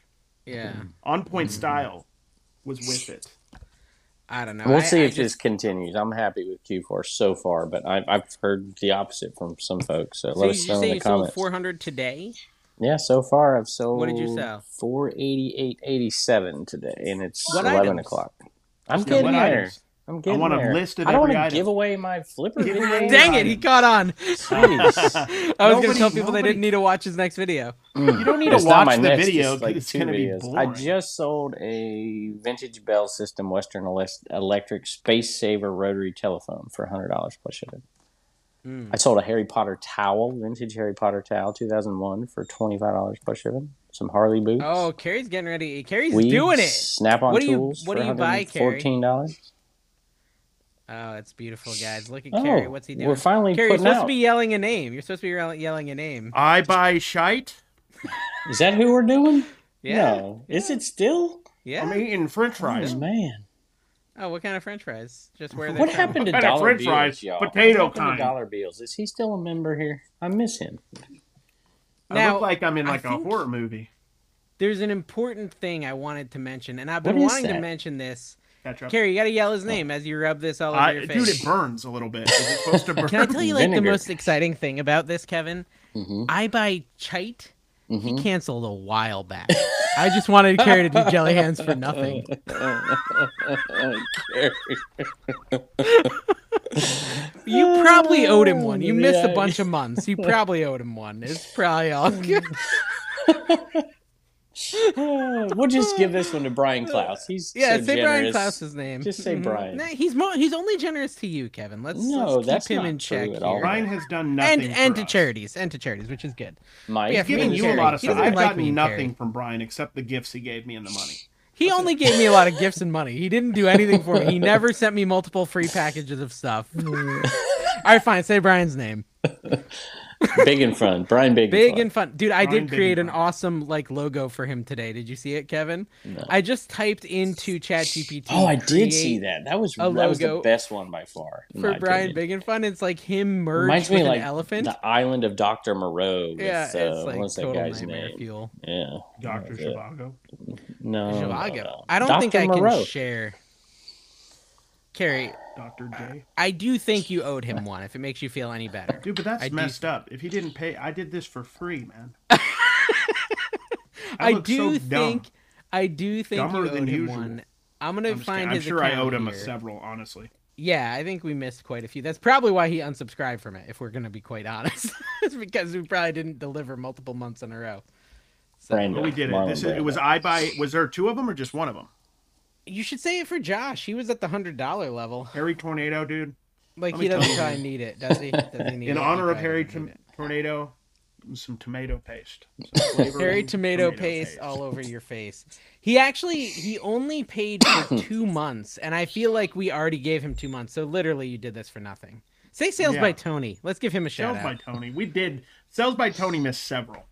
Speaker 2: Yeah,
Speaker 3: Mm-hmm.
Speaker 1: on point style was with it
Speaker 2: I don't know.
Speaker 3: We'll
Speaker 2: I-
Speaker 3: see
Speaker 2: I
Speaker 3: if
Speaker 2: just-
Speaker 3: this continues. I'm happy with Q4 so far, but I, I've heard the opposite from some folks. So,
Speaker 2: So
Speaker 3: let
Speaker 2: you,
Speaker 3: us
Speaker 2: you
Speaker 3: know in
Speaker 2: say
Speaker 3: the
Speaker 2: you sold
Speaker 3: comments.
Speaker 2: 400 today?
Speaker 3: Yeah, so far I've sold.
Speaker 2: did you sell?
Speaker 3: Four eighty eight eighty seven today, and it's
Speaker 2: What
Speaker 3: eleven
Speaker 2: items?
Speaker 3: o'clock. I'm
Speaker 1: Now,
Speaker 3: getting
Speaker 1: what
Speaker 3: there.
Speaker 1: items?
Speaker 3: I'm getting
Speaker 1: want a
Speaker 3: there.
Speaker 1: list of
Speaker 3: I don't
Speaker 1: every
Speaker 3: wanna
Speaker 1: item.
Speaker 3: give away my flipper
Speaker 1: Give
Speaker 3: video.
Speaker 1: away-
Speaker 2: Dang it, he
Speaker 1: item.
Speaker 2: caught on.
Speaker 3: Jeez.
Speaker 2: I was going to
Speaker 1: Nobody-
Speaker 2: tell people they
Speaker 1: nobody-
Speaker 2: didn't need to watch his next video.
Speaker 1: you don't need
Speaker 3: It's
Speaker 1: to watch
Speaker 3: not my
Speaker 1: the
Speaker 3: next,
Speaker 1: video
Speaker 3: it's
Speaker 1: 'cause
Speaker 3: like
Speaker 1: it's
Speaker 3: two
Speaker 1: going to be
Speaker 3: videos.
Speaker 1: boring
Speaker 3: I just sold a vintage Bell System Western Eles- Electric Space Saver rotary telephone for hundred dollars plus shipping.
Speaker 2: Hmm.
Speaker 3: I sold a Harry Potter towel, vintage Harry Potter towel, two thousand one, for twenty five dollars plus shipping. Some Harley boots.
Speaker 2: Oh, Carrie's getting ready. Carrie's
Speaker 3: Weeds,
Speaker 2: doing it.
Speaker 3: Snap-on
Speaker 2: What do you-
Speaker 3: tools.
Speaker 2: what
Speaker 3: for
Speaker 2: do you buy, Carrie?
Speaker 3: Fourteen dollars.
Speaker 2: Oh, it's beautiful, guys. Look at
Speaker 3: Oh,
Speaker 2: Carrie. What's he
Speaker 3: we're
Speaker 2: doing?
Speaker 3: finally
Speaker 2: Carrie, you're
Speaker 3: putting
Speaker 2: supposed
Speaker 3: out.
Speaker 2: to be yelling a name. You're supposed to be yell- yelling a name.
Speaker 1: i buy shite
Speaker 3: Is that who we're doing?
Speaker 2: Yeah.
Speaker 3: No. Is it still?
Speaker 2: Yeah.
Speaker 1: i'm eating french fries
Speaker 3: Man.
Speaker 2: oh, what kind of french fries? Just where they're
Speaker 3: What
Speaker 2: from.
Speaker 3: happened to
Speaker 1: I had a
Speaker 3: Dollar
Speaker 1: french
Speaker 3: Bills,
Speaker 1: fries,
Speaker 3: y'all?
Speaker 1: potato
Speaker 3: what happened
Speaker 1: kind.
Speaker 3: to Dollar Bills? Is he still a member here? I miss him.
Speaker 1: i
Speaker 2: Now,
Speaker 1: look like i'm in
Speaker 2: I
Speaker 1: like a
Speaker 2: think-
Speaker 1: horror movie
Speaker 2: There's an important thing I wanted to mention, and I've been
Speaker 3: What is
Speaker 2: wanting to
Speaker 3: that?
Speaker 2: mention this.
Speaker 1: That's right.
Speaker 2: Carrie, you got to yell his name as you rub this all over
Speaker 1: I,
Speaker 2: your
Speaker 1: dude, it
Speaker 2: face.
Speaker 1: burns a little bit. Is it supposed to burn?
Speaker 2: Can I tell you like the
Speaker 3: Vinegar. Mm-hmm.
Speaker 2: most exciting thing about this, Kevin? I buy Chite. He canceled a while back. I just wanted Carrie to do jelly hands for nothing. You probably owed him one. You missed a
Speaker 3: Yeah.
Speaker 2: bunch of months. You probably owed him one. It's probably all
Speaker 3: Hmm.
Speaker 2: good.
Speaker 3: Uh, we'll just give this one to Brian Klaus. He's
Speaker 2: Yeah,
Speaker 3: so
Speaker 2: say Brian
Speaker 3: generous.
Speaker 2: Klaus's name.
Speaker 3: Just say
Speaker 2: Mhm.
Speaker 3: Brian.
Speaker 2: Nah, he's mo- he's only generous to you, Kevin. Let's,
Speaker 3: No,
Speaker 2: let's keep
Speaker 3: that's
Speaker 2: him
Speaker 3: not
Speaker 2: in
Speaker 3: true
Speaker 2: check
Speaker 3: at all.
Speaker 2: here.
Speaker 1: Brian has done nothing
Speaker 2: and and
Speaker 1: for
Speaker 2: to
Speaker 1: us.
Speaker 2: charities and to charities, which is good.
Speaker 3: Mike.
Speaker 2: Yeah,
Speaker 1: He's giving
Speaker 2: He
Speaker 1: you a lot of
Speaker 2: doesn't
Speaker 1: stuff. I've
Speaker 2: like me,
Speaker 1: gotten
Speaker 2: Carrie.
Speaker 1: nothing from Brian except the gifts he gave me and the money.
Speaker 2: He only gave me a lot of gifts and money. He didn't do anything for me. He never sent me multiple free packages of stuff. all right, fine. Say Brian's name.
Speaker 3: Big and fun. Brian Big,
Speaker 2: Big
Speaker 3: and
Speaker 2: and fun, dude. I
Speaker 1: Brian
Speaker 2: did
Speaker 1: Big
Speaker 2: create
Speaker 1: and
Speaker 2: an
Speaker 1: Fun.
Speaker 2: awesome like logo for him today. Did you see it, Kevin? I just typed into ChatGPT.
Speaker 3: Oh, I did see
Speaker 2: create
Speaker 3: that. That was
Speaker 2: a
Speaker 3: that was the
Speaker 2: logo
Speaker 3: best one by far. in
Speaker 2: for
Speaker 3: my
Speaker 2: Brian
Speaker 3: opinion.
Speaker 2: Big and Fun. It's like him merged
Speaker 3: Reminds
Speaker 2: with
Speaker 3: me
Speaker 2: an
Speaker 3: like
Speaker 2: elephant.
Speaker 3: the island of Doctor Moreau. With,
Speaker 2: yeah, it's
Speaker 3: uh,
Speaker 2: like
Speaker 3: what's that
Speaker 2: total
Speaker 3: guy's
Speaker 2: nightmare
Speaker 3: name?
Speaker 2: fuel.
Speaker 3: Yeah,
Speaker 1: Dr. Shivago.
Speaker 3: no, no,
Speaker 2: Zhivago.
Speaker 3: no.
Speaker 2: I don't
Speaker 3: Dr.
Speaker 2: think I can
Speaker 3: Oh, um, Moreau.
Speaker 2: share. Carrie,
Speaker 1: Dr. J.
Speaker 2: I do think you owed him one. If it makes you feel any better,
Speaker 1: Dude, but that's
Speaker 2: I do-
Speaker 1: messed up. If he didn't pay, I did this for free, man.
Speaker 2: I,
Speaker 1: look so dumb.
Speaker 2: do think I do think
Speaker 1: Dumber
Speaker 2: you owed
Speaker 1: than
Speaker 2: him
Speaker 1: usual.
Speaker 2: one. I'm gonna
Speaker 1: I'm, just kidding.
Speaker 2: find
Speaker 1: I'm
Speaker 2: his
Speaker 1: sure I
Speaker 2: account
Speaker 1: owed him a
Speaker 2: here.
Speaker 1: several, honestly.
Speaker 2: Yeah, I think we missed quite a few. That's probably why he unsubscribed from it, if we're going to be quite honest. it's because we probably didn't deliver multiple months in a row.
Speaker 3: Brando.
Speaker 1: But we did it.
Speaker 3: Marlon
Speaker 1: This is, it
Speaker 3: Brando.
Speaker 1: was I buy. Was there two of them or just one of them?
Speaker 2: You should say it for Josh. He was at the $100 level.
Speaker 1: Harry Tornado, dude.
Speaker 2: Like,
Speaker 1: Let
Speaker 2: he
Speaker 1: me tell
Speaker 2: doesn't
Speaker 1: you.
Speaker 2: probably need it, does he? Does he need
Speaker 1: In
Speaker 2: it? He
Speaker 1: honor of
Speaker 2: probably
Speaker 1: Harry
Speaker 2: doesn't need
Speaker 1: Tom- Tornado, some tomato paste. Some
Speaker 2: it. Harry
Speaker 1: flavoring
Speaker 2: tomato paste Oh, all over your face. He actually, he only paid for two months, and I feel like we already gave him two months. So literally, you did this for nothing. Say sales
Speaker 1: Yeah.
Speaker 2: by Tony. Let's give him a shout
Speaker 1: Sales
Speaker 2: out.
Speaker 1: by Tony. We did sales by Tony missed several.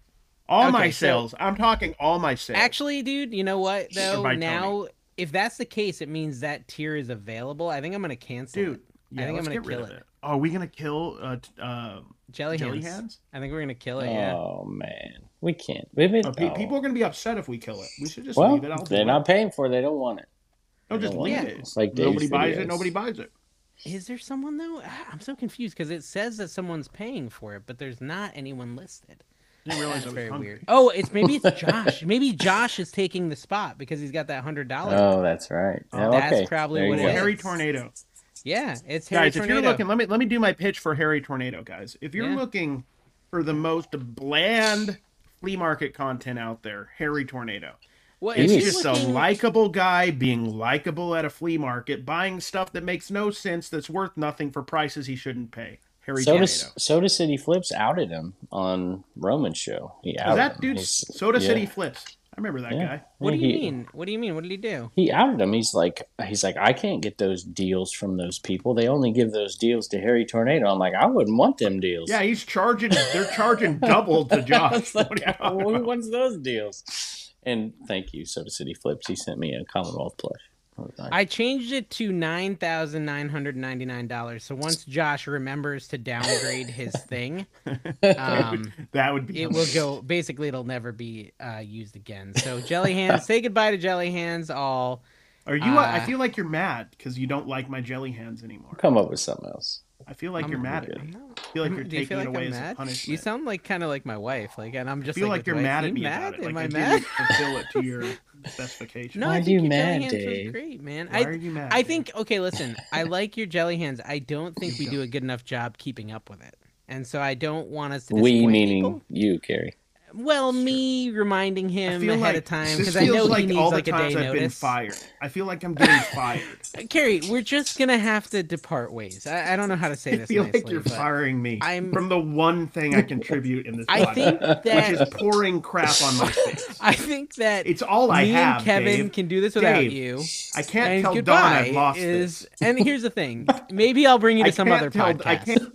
Speaker 1: All
Speaker 2: Okay,
Speaker 1: my
Speaker 2: so-
Speaker 1: sales. I'm talking all my sales.
Speaker 2: Actually, dude, you know what though?
Speaker 1: by Tony.
Speaker 2: Now, if that's the case, it means that tier is available. I think I'm gonna cancel.
Speaker 1: dude.
Speaker 2: it.
Speaker 1: Yeah,
Speaker 2: I think I'm
Speaker 1: let's
Speaker 2: gonna
Speaker 1: get rid
Speaker 2: kill
Speaker 1: of
Speaker 2: it.
Speaker 1: it. Are we gonna kill uh, t- uh,
Speaker 2: Jelly,
Speaker 1: Jelly
Speaker 2: hands.
Speaker 1: hands?
Speaker 2: I think we're gonna kill it. Yeah.
Speaker 3: Oh man, we can't. We've been,
Speaker 1: uh, pe-
Speaker 3: oh.
Speaker 1: People are gonna be upset if we kill it. We should just
Speaker 3: Well,
Speaker 1: leave it. I'll
Speaker 3: they're not paying for. it. They don't want it.
Speaker 1: No, just
Speaker 3: don't want
Speaker 1: leave
Speaker 3: it.
Speaker 1: it.
Speaker 3: It's like Dave's
Speaker 1: nobody buys
Speaker 3: videos.
Speaker 1: it. Nobody buys it.
Speaker 2: Is there someone though? Ah, I'm so confused because it says that someone's paying for it, but there's not anyone listed.
Speaker 1: Didn't realize I
Speaker 2: That's
Speaker 1: was
Speaker 2: very
Speaker 1: hungry.
Speaker 2: weird. Oh, it's maybe it's Josh. maybe Josh is taking the spot because he's got that hundred dollars.
Speaker 3: Oh, that's right. Yeah,
Speaker 2: that's
Speaker 3: okay.
Speaker 2: probably
Speaker 3: There you
Speaker 2: what it
Speaker 3: go.
Speaker 2: is.
Speaker 1: Harry Tornado.
Speaker 2: yeah, it's Harry
Speaker 1: guys, if
Speaker 2: Tornado.
Speaker 1: you're looking, let me let me do my pitch for Harry Tornado, guys. If you're
Speaker 2: Yeah.
Speaker 1: looking for the most bland flea market content out there. Harry Tornado.
Speaker 2: Well,
Speaker 3: It
Speaker 2: if
Speaker 3: is.
Speaker 2: you're
Speaker 1: Just a
Speaker 2: looking-
Speaker 1: likable guy being likable at a flea market, buying stuff that makes no sense, that's worth nothing for prices he shouldn't pay. Harry
Speaker 3: Soda,
Speaker 1: Tornado.
Speaker 3: Soda City Flips outed him on Roman's show. He
Speaker 1: Oh,
Speaker 3: outed
Speaker 1: that
Speaker 3: him.
Speaker 1: dude,
Speaker 3: He's-
Speaker 1: Soda
Speaker 3: yeah.
Speaker 1: City Flips. I remember that
Speaker 3: Yeah.
Speaker 1: guy.
Speaker 2: What do
Speaker 3: Yeah,
Speaker 2: you
Speaker 3: he-
Speaker 2: mean? What do you mean? What did he do?
Speaker 3: He outed him. He's like, he's like, I can't get those deals from those people. They only give those deals to Harry Tornado. I'm like, I wouldn't want them deals.
Speaker 1: Yeah, he's charging. They're charging double to Josh.
Speaker 3: It's like, oh.
Speaker 1: What do you-
Speaker 3: who wants those deals? And thank you, Soda City Flips. He sent me a Commonwealth plush. That was nice.
Speaker 2: I changed it to nine thousand nine hundred ninety nine dollars. So once Josh remembers to downgrade his thing, um,
Speaker 1: that would be.
Speaker 2: it will go. Basically, it'll never be uh, used again. So jelly hands, say goodbye to jelly hands. All
Speaker 1: Are you? I
Speaker 2: Uh,
Speaker 1: feel like you're mad because you don't like my jelly hands anymore.
Speaker 3: Come up with something else.
Speaker 1: I feel like you're mad at me. I feel like you're
Speaker 2: do you
Speaker 1: taking
Speaker 2: feel
Speaker 1: it
Speaker 2: like
Speaker 1: away
Speaker 2: I'm
Speaker 1: as a
Speaker 2: mad?
Speaker 1: punishment.
Speaker 2: You sound like kind of like my wife. Like, and I'm
Speaker 1: I
Speaker 2: just
Speaker 1: feel like,
Speaker 2: with
Speaker 1: you're
Speaker 2: wife,
Speaker 1: mad at
Speaker 2: "You
Speaker 1: me about
Speaker 2: mad?
Speaker 1: it.
Speaker 2: Am
Speaker 1: like
Speaker 2: I
Speaker 1: I
Speaker 2: mad?
Speaker 1: didn't fulfill it to your specification.
Speaker 2: No,
Speaker 3: Why
Speaker 2: I
Speaker 3: are
Speaker 2: think
Speaker 3: you
Speaker 2: your jelly
Speaker 3: mad,
Speaker 2: hands was
Speaker 3: Dave?
Speaker 2: great, man.
Speaker 1: Why
Speaker 2: I,
Speaker 1: are you mad?
Speaker 2: I
Speaker 1: Dave?
Speaker 2: think okay, listen, I like your jelly hands. I don't think we do a good enough job keeping up with it. And so I don't want us to
Speaker 3: We
Speaker 2: disappoint
Speaker 3: meaning
Speaker 2: people.
Speaker 3: you, Carrie.
Speaker 2: well, me reminding him
Speaker 1: feel
Speaker 2: ahead
Speaker 1: like
Speaker 2: of time
Speaker 1: this
Speaker 2: because I know
Speaker 1: feels like
Speaker 2: he needs
Speaker 1: all
Speaker 2: like
Speaker 1: the
Speaker 2: a day
Speaker 1: times I've been
Speaker 2: notice.
Speaker 1: fired. I feel like I'm getting fired.
Speaker 2: Uh, Carrie, we're just gonna have to depart ways. I, I don't know how to say
Speaker 1: I
Speaker 2: this.
Speaker 1: feel
Speaker 2: nicely,
Speaker 1: like you're
Speaker 2: but
Speaker 1: firing me
Speaker 2: I'm-
Speaker 1: from the one thing I contribute in this.
Speaker 2: I
Speaker 1: podcast,
Speaker 2: think
Speaker 1: which is
Speaker 2: that
Speaker 1: pouring crap on my face.
Speaker 2: I think that
Speaker 1: It's all I
Speaker 2: me
Speaker 1: have,
Speaker 2: and Kevin
Speaker 1: Dave.
Speaker 2: can do this without
Speaker 1: Dave,
Speaker 2: you.
Speaker 1: I can't
Speaker 2: and
Speaker 1: tell Don
Speaker 2: goodbye
Speaker 1: I've lost
Speaker 2: is
Speaker 1: this.
Speaker 2: and here's the thing maybe i'll bring you to
Speaker 1: I
Speaker 2: some
Speaker 1: can't
Speaker 2: other
Speaker 1: tell-
Speaker 2: podcast
Speaker 1: I can't-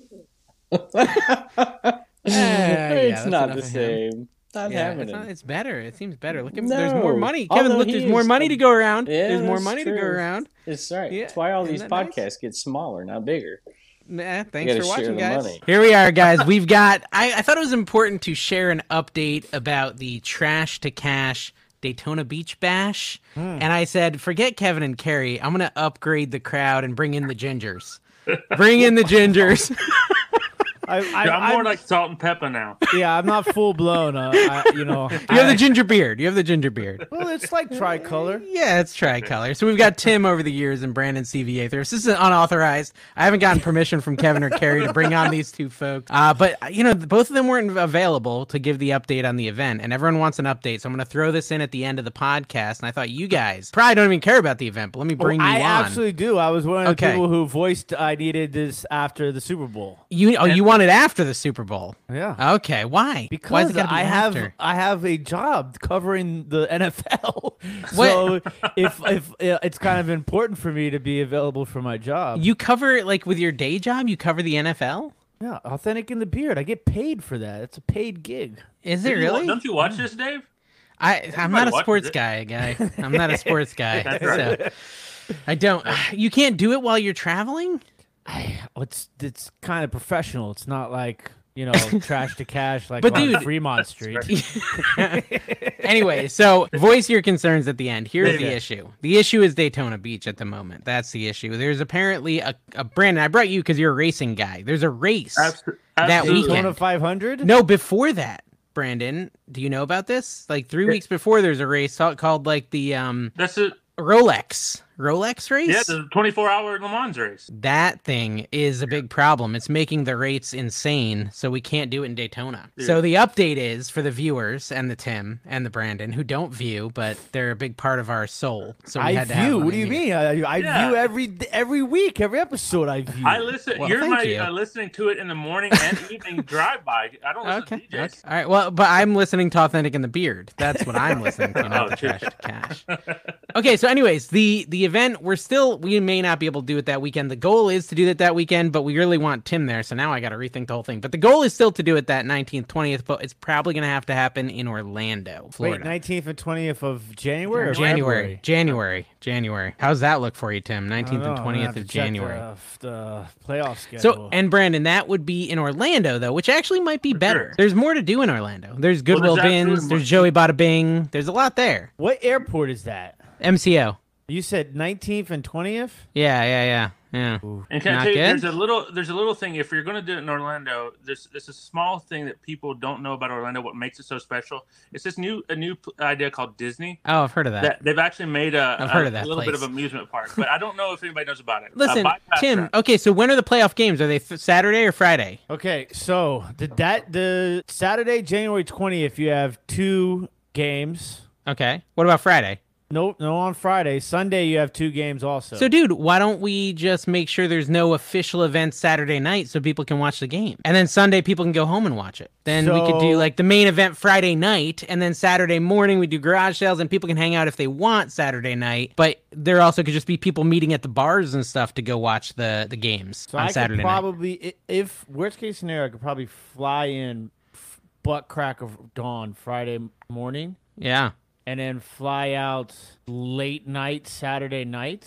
Speaker 2: Ah, yeah,
Speaker 3: it's
Speaker 2: that's
Speaker 3: not
Speaker 2: enough
Speaker 3: the
Speaker 2: of him.
Speaker 3: same. Not
Speaker 2: yeah,
Speaker 3: happening.
Speaker 2: it's, not- it's better it seems better look at there's more
Speaker 3: No.
Speaker 2: money kevin
Speaker 3: Although
Speaker 2: look
Speaker 3: he
Speaker 2: there's more
Speaker 3: is
Speaker 2: money
Speaker 3: a-
Speaker 2: to go around
Speaker 3: Yeah,
Speaker 2: there's more
Speaker 3: that's
Speaker 2: money to go
Speaker 3: true.
Speaker 2: around
Speaker 3: It's right.
Speaker 2: Yeah,
Speaker 3: That's why all
Speaker 2: isn't
Speaker 3: these
Speaker 2: that nice?
Speaker 3: podcasts get smaller, not bigger.
Speaker 2: Nah,
Speaker 3: gotta
Speaker 2: thanks for
Speaker 3: share
Speaker 2: watching
Speaker 3: the
Speaker 2: guys
Speaker 3: money.
Speaker 2: here we are guys we've got I, I thought it was important to share an update about the trash to cash daytona beach bash
Speaker 1: Hmm.
Speaker 2: and i said forget kevin and carrie i'm gonna upgrade the crowd and bring in the gingers bring in the gingers
Speaker 4: I,
Speaker 5: Yeah, I'm,
Speaker 4: I,
Speaker 5: more
Speaker 4: I'm,
Speaker 5: like salt and pepper now.
Speaker 4: yeah, I'm not full blown. Uh, I, you know,
Speaker 2: You have
Speaker 4: I-
Speaker 2: the ginger beard. You have the ginger beard.
Speaker 4: well, it's like tricolor.
Speaker 2: Yeah, it's tricolor. So we've got Tim over the years and Brandon CVA through. This is unauthorized. I haven't gotten permission from Kevin or Carrie to bring on these two folks. Uh, but uh, you know, th- both of them weren't available to give the update on the event, and everyone wants an update. So I'm going to throw this in at the end of the podcast. And I thought you guys probably don't even care about the event, but let me bring
Speaker 4: Oh, I
Speaker 2: you on.
Speaker 4: absolutely do. I was one of
Speaker 2: Okay.
Speaker 4: the people who voiced I needed this after the Super Bowl.
Speaker 2: You oh, you want it after the Super Bowl?
Speaker 4: Yeah.
Speaker 2: Okay, Oh, why? Why
Speaker 4: Because
Speaker 2: has it gotta be
Speaker 4: I have
Speaker 2: after?
Speaker 4: I have a job covering the NFL,
Speaker 2: What-
Speaker 4: so if if uh, it's kind of important for me to be available for my job,
Speaker 2: You cover it like with your day job. You cover the NFL.
Speaker 4: yeah, authentic in the beard. I get paid for that. It's a paid gig.
Speaker 2: Is it
Speaker 5: Don't you wa-
Speaker 2: really?
Speaker 5: Don't you watch this, Dave?
Speaker 2: I, I'm
Speaker 5: might
Speaker 2: not a
Speaker 5: watch
Speaker 2: sports
Speaker 5: it.
Speaker 2: guy, guy. I'm not a sports guy.
Speaker 5: That's right.
Speaker 2: so I don't. You can't do it while you're traveling.
Speaker 4: Well, it's it's kind of professional. It's not like you know trash to cash like
Speaker 2: But
Speaker 4: on
Speaker 2: dude-
Speaker 4: Fremont Street.
Speaker 2: anyway, so voice your concerns at the end. Here's the
Speaker 4: Maybe.
Speaker 2: issue. The issue is Daytona Beach at the moment. That's the issue. There's apparently a, a Brandon. I brought you because you're a racing guy. There's a race.
Speaker 5: Abso-
Speaker 2: That
Speaker 5: absolutely.
Speaker 2: weekend.
Speaker 4: Daytona 500.
Speaker 2: No, before that, Brandon. Do you know about this? Like three weeks before, there's a race ca- called like the um
Speaker 5: That's it.
Speaker 2: Rolex Rolex race.
Speaker 5: Yeah, the 24 hour Le Mans race.
Speaker 2: that thing is a big problem. It's making the rates insane, so we can't do it in Daytona. So the update is for the viewers and the Tim and the Brandon who don't view, but they're a big part of our soul. So we
Speaker 4: I
Speaker 2: had to have
Speaker 4: view.
Speaker 2: one
Speaker 4: What do
Speaker 2: in
Speaker 4: you
Speaker 2: here.
Speaker 4: mean? I, I
Speaker 5: Yeah.
Speaker 4: view every every week, every episode. I view.
Speaker 5: I listen.
Speaker 2: Hmm. Well,
Speaker 5: you're
Speaker 2: thank
Speaker 5: my
Speaker 2: you.
Speaker 5: Uh, listening to it in the morning and evening drive by. I don't listen
Speaker 2: Okay.
Speaker 5: to DJs.
Speaker 2: okay. All right. Well, but I'm listening to Authentic in the Beard. That's what I'm listening to, not
Speaker 5: Oh,
Speaker 2: the
Speaker 5: true.
Speaker 2: Trash to Cash. Okay. So, anyways, the the event we're still we may not be able to do it that weekend. The goal is to do it that weekend, but we really want Tim there, so now I got to rethink the whole thing. But the goal is still to do it that 19th, 20th, but it's probably going to have to happen in Orlando,
Speaker 4: Wait,
Speaker 2: Florida.
Speaker 4: nineteenth and twentieth of January. Or
Speaker 2: January, January, January. How's that look for you, Tim?
Speaker 4: I
Speaker 2: 19th
Speaker 4: don't know. I'm
Speaker 2: and
Speaker 4: gonna
Speaker 2: 20th
Speaker 4: have to
Speaker 2: of
Speaker 4: check
Speaker 2: January.
Speaker 4: The, the playoff schedule.
Speaker 2: So, and Brandon, that would be in Orlando though, which actually might be better.
Speaker 5: sure.
Speaker 2: There's more to do in Orlando. There's Goodwill
Speaker 5: there's absolutely
Speaker 2: Bins, there's
Speaker 5: more-
Speaker 2: Joey Bada Bing, there's a lot there.
Speaker 4: what airport is that?
Speaker 2: MCO.
Speaker 4: You said nineteenth and twentieth.
Speaker 2: Yeah, yeah, yeah. Yeah.
Speaker 5: And can
Speaker 2: Not
Speaker 5: I tell
Speaker 2: good?
Speaker 5: you, there's a little there's a little thing. If you're going to do it in Orlando, there's it's a small thing that people don't know about Orlando. What makes it so special? It's this new a new p- idea called Disney.
Speaker 2: Oh, I've heard of that.
Speaker 5: That uh, they've actually made a,
Speaker 2: I've
Speaker 5: a-
Speaker 2: heard of
Speaker 5: a
Speaker 2: that
Speaker 5: little bit
Speaker 2: place.
Speaker 5: of amusement park, but I don't know if anybody knows about it. Uh,
Speaker 2: Listen,
Speaker 5: bypass
Speaker 2: Tim.
Speaker 5: that.
Speaker 2: Okay, so when are the playoff games? Are they th- Saturday or Friday?
Speaker 4: Okay, so the that the Saturday, January twentieth, you have two games.
Speaker 2: Okay. What about Friday?
Speaker 4: No, no, on Friday, Sunday, you have two games also.
Speaker 2: So, dude, why don't we just make sure there's no official event Saturday night so people can watch the game, and then Sunday people can go home and watch it. Then we could do
Speaker 4: So-
Speaker 2: like the main event Friday night, and then Saturday morning we do garage sales, and people can hang out if they want Saturday night. But there also could just be people meeting at the bars and stuff to go watch the the games
Speaker 4: So
Speaker 2: on
Speaker 4: I
Speaker 2: Saturday
Speaker 4: could
Speaker 2: night.
Speaker 4: probably, i- if worst case scenario, I could probably fly in f- butt crack of dawn Friday m- morning,
Speaker 2: Yeah.
Speaker 4: and then fly out late night Saturday night.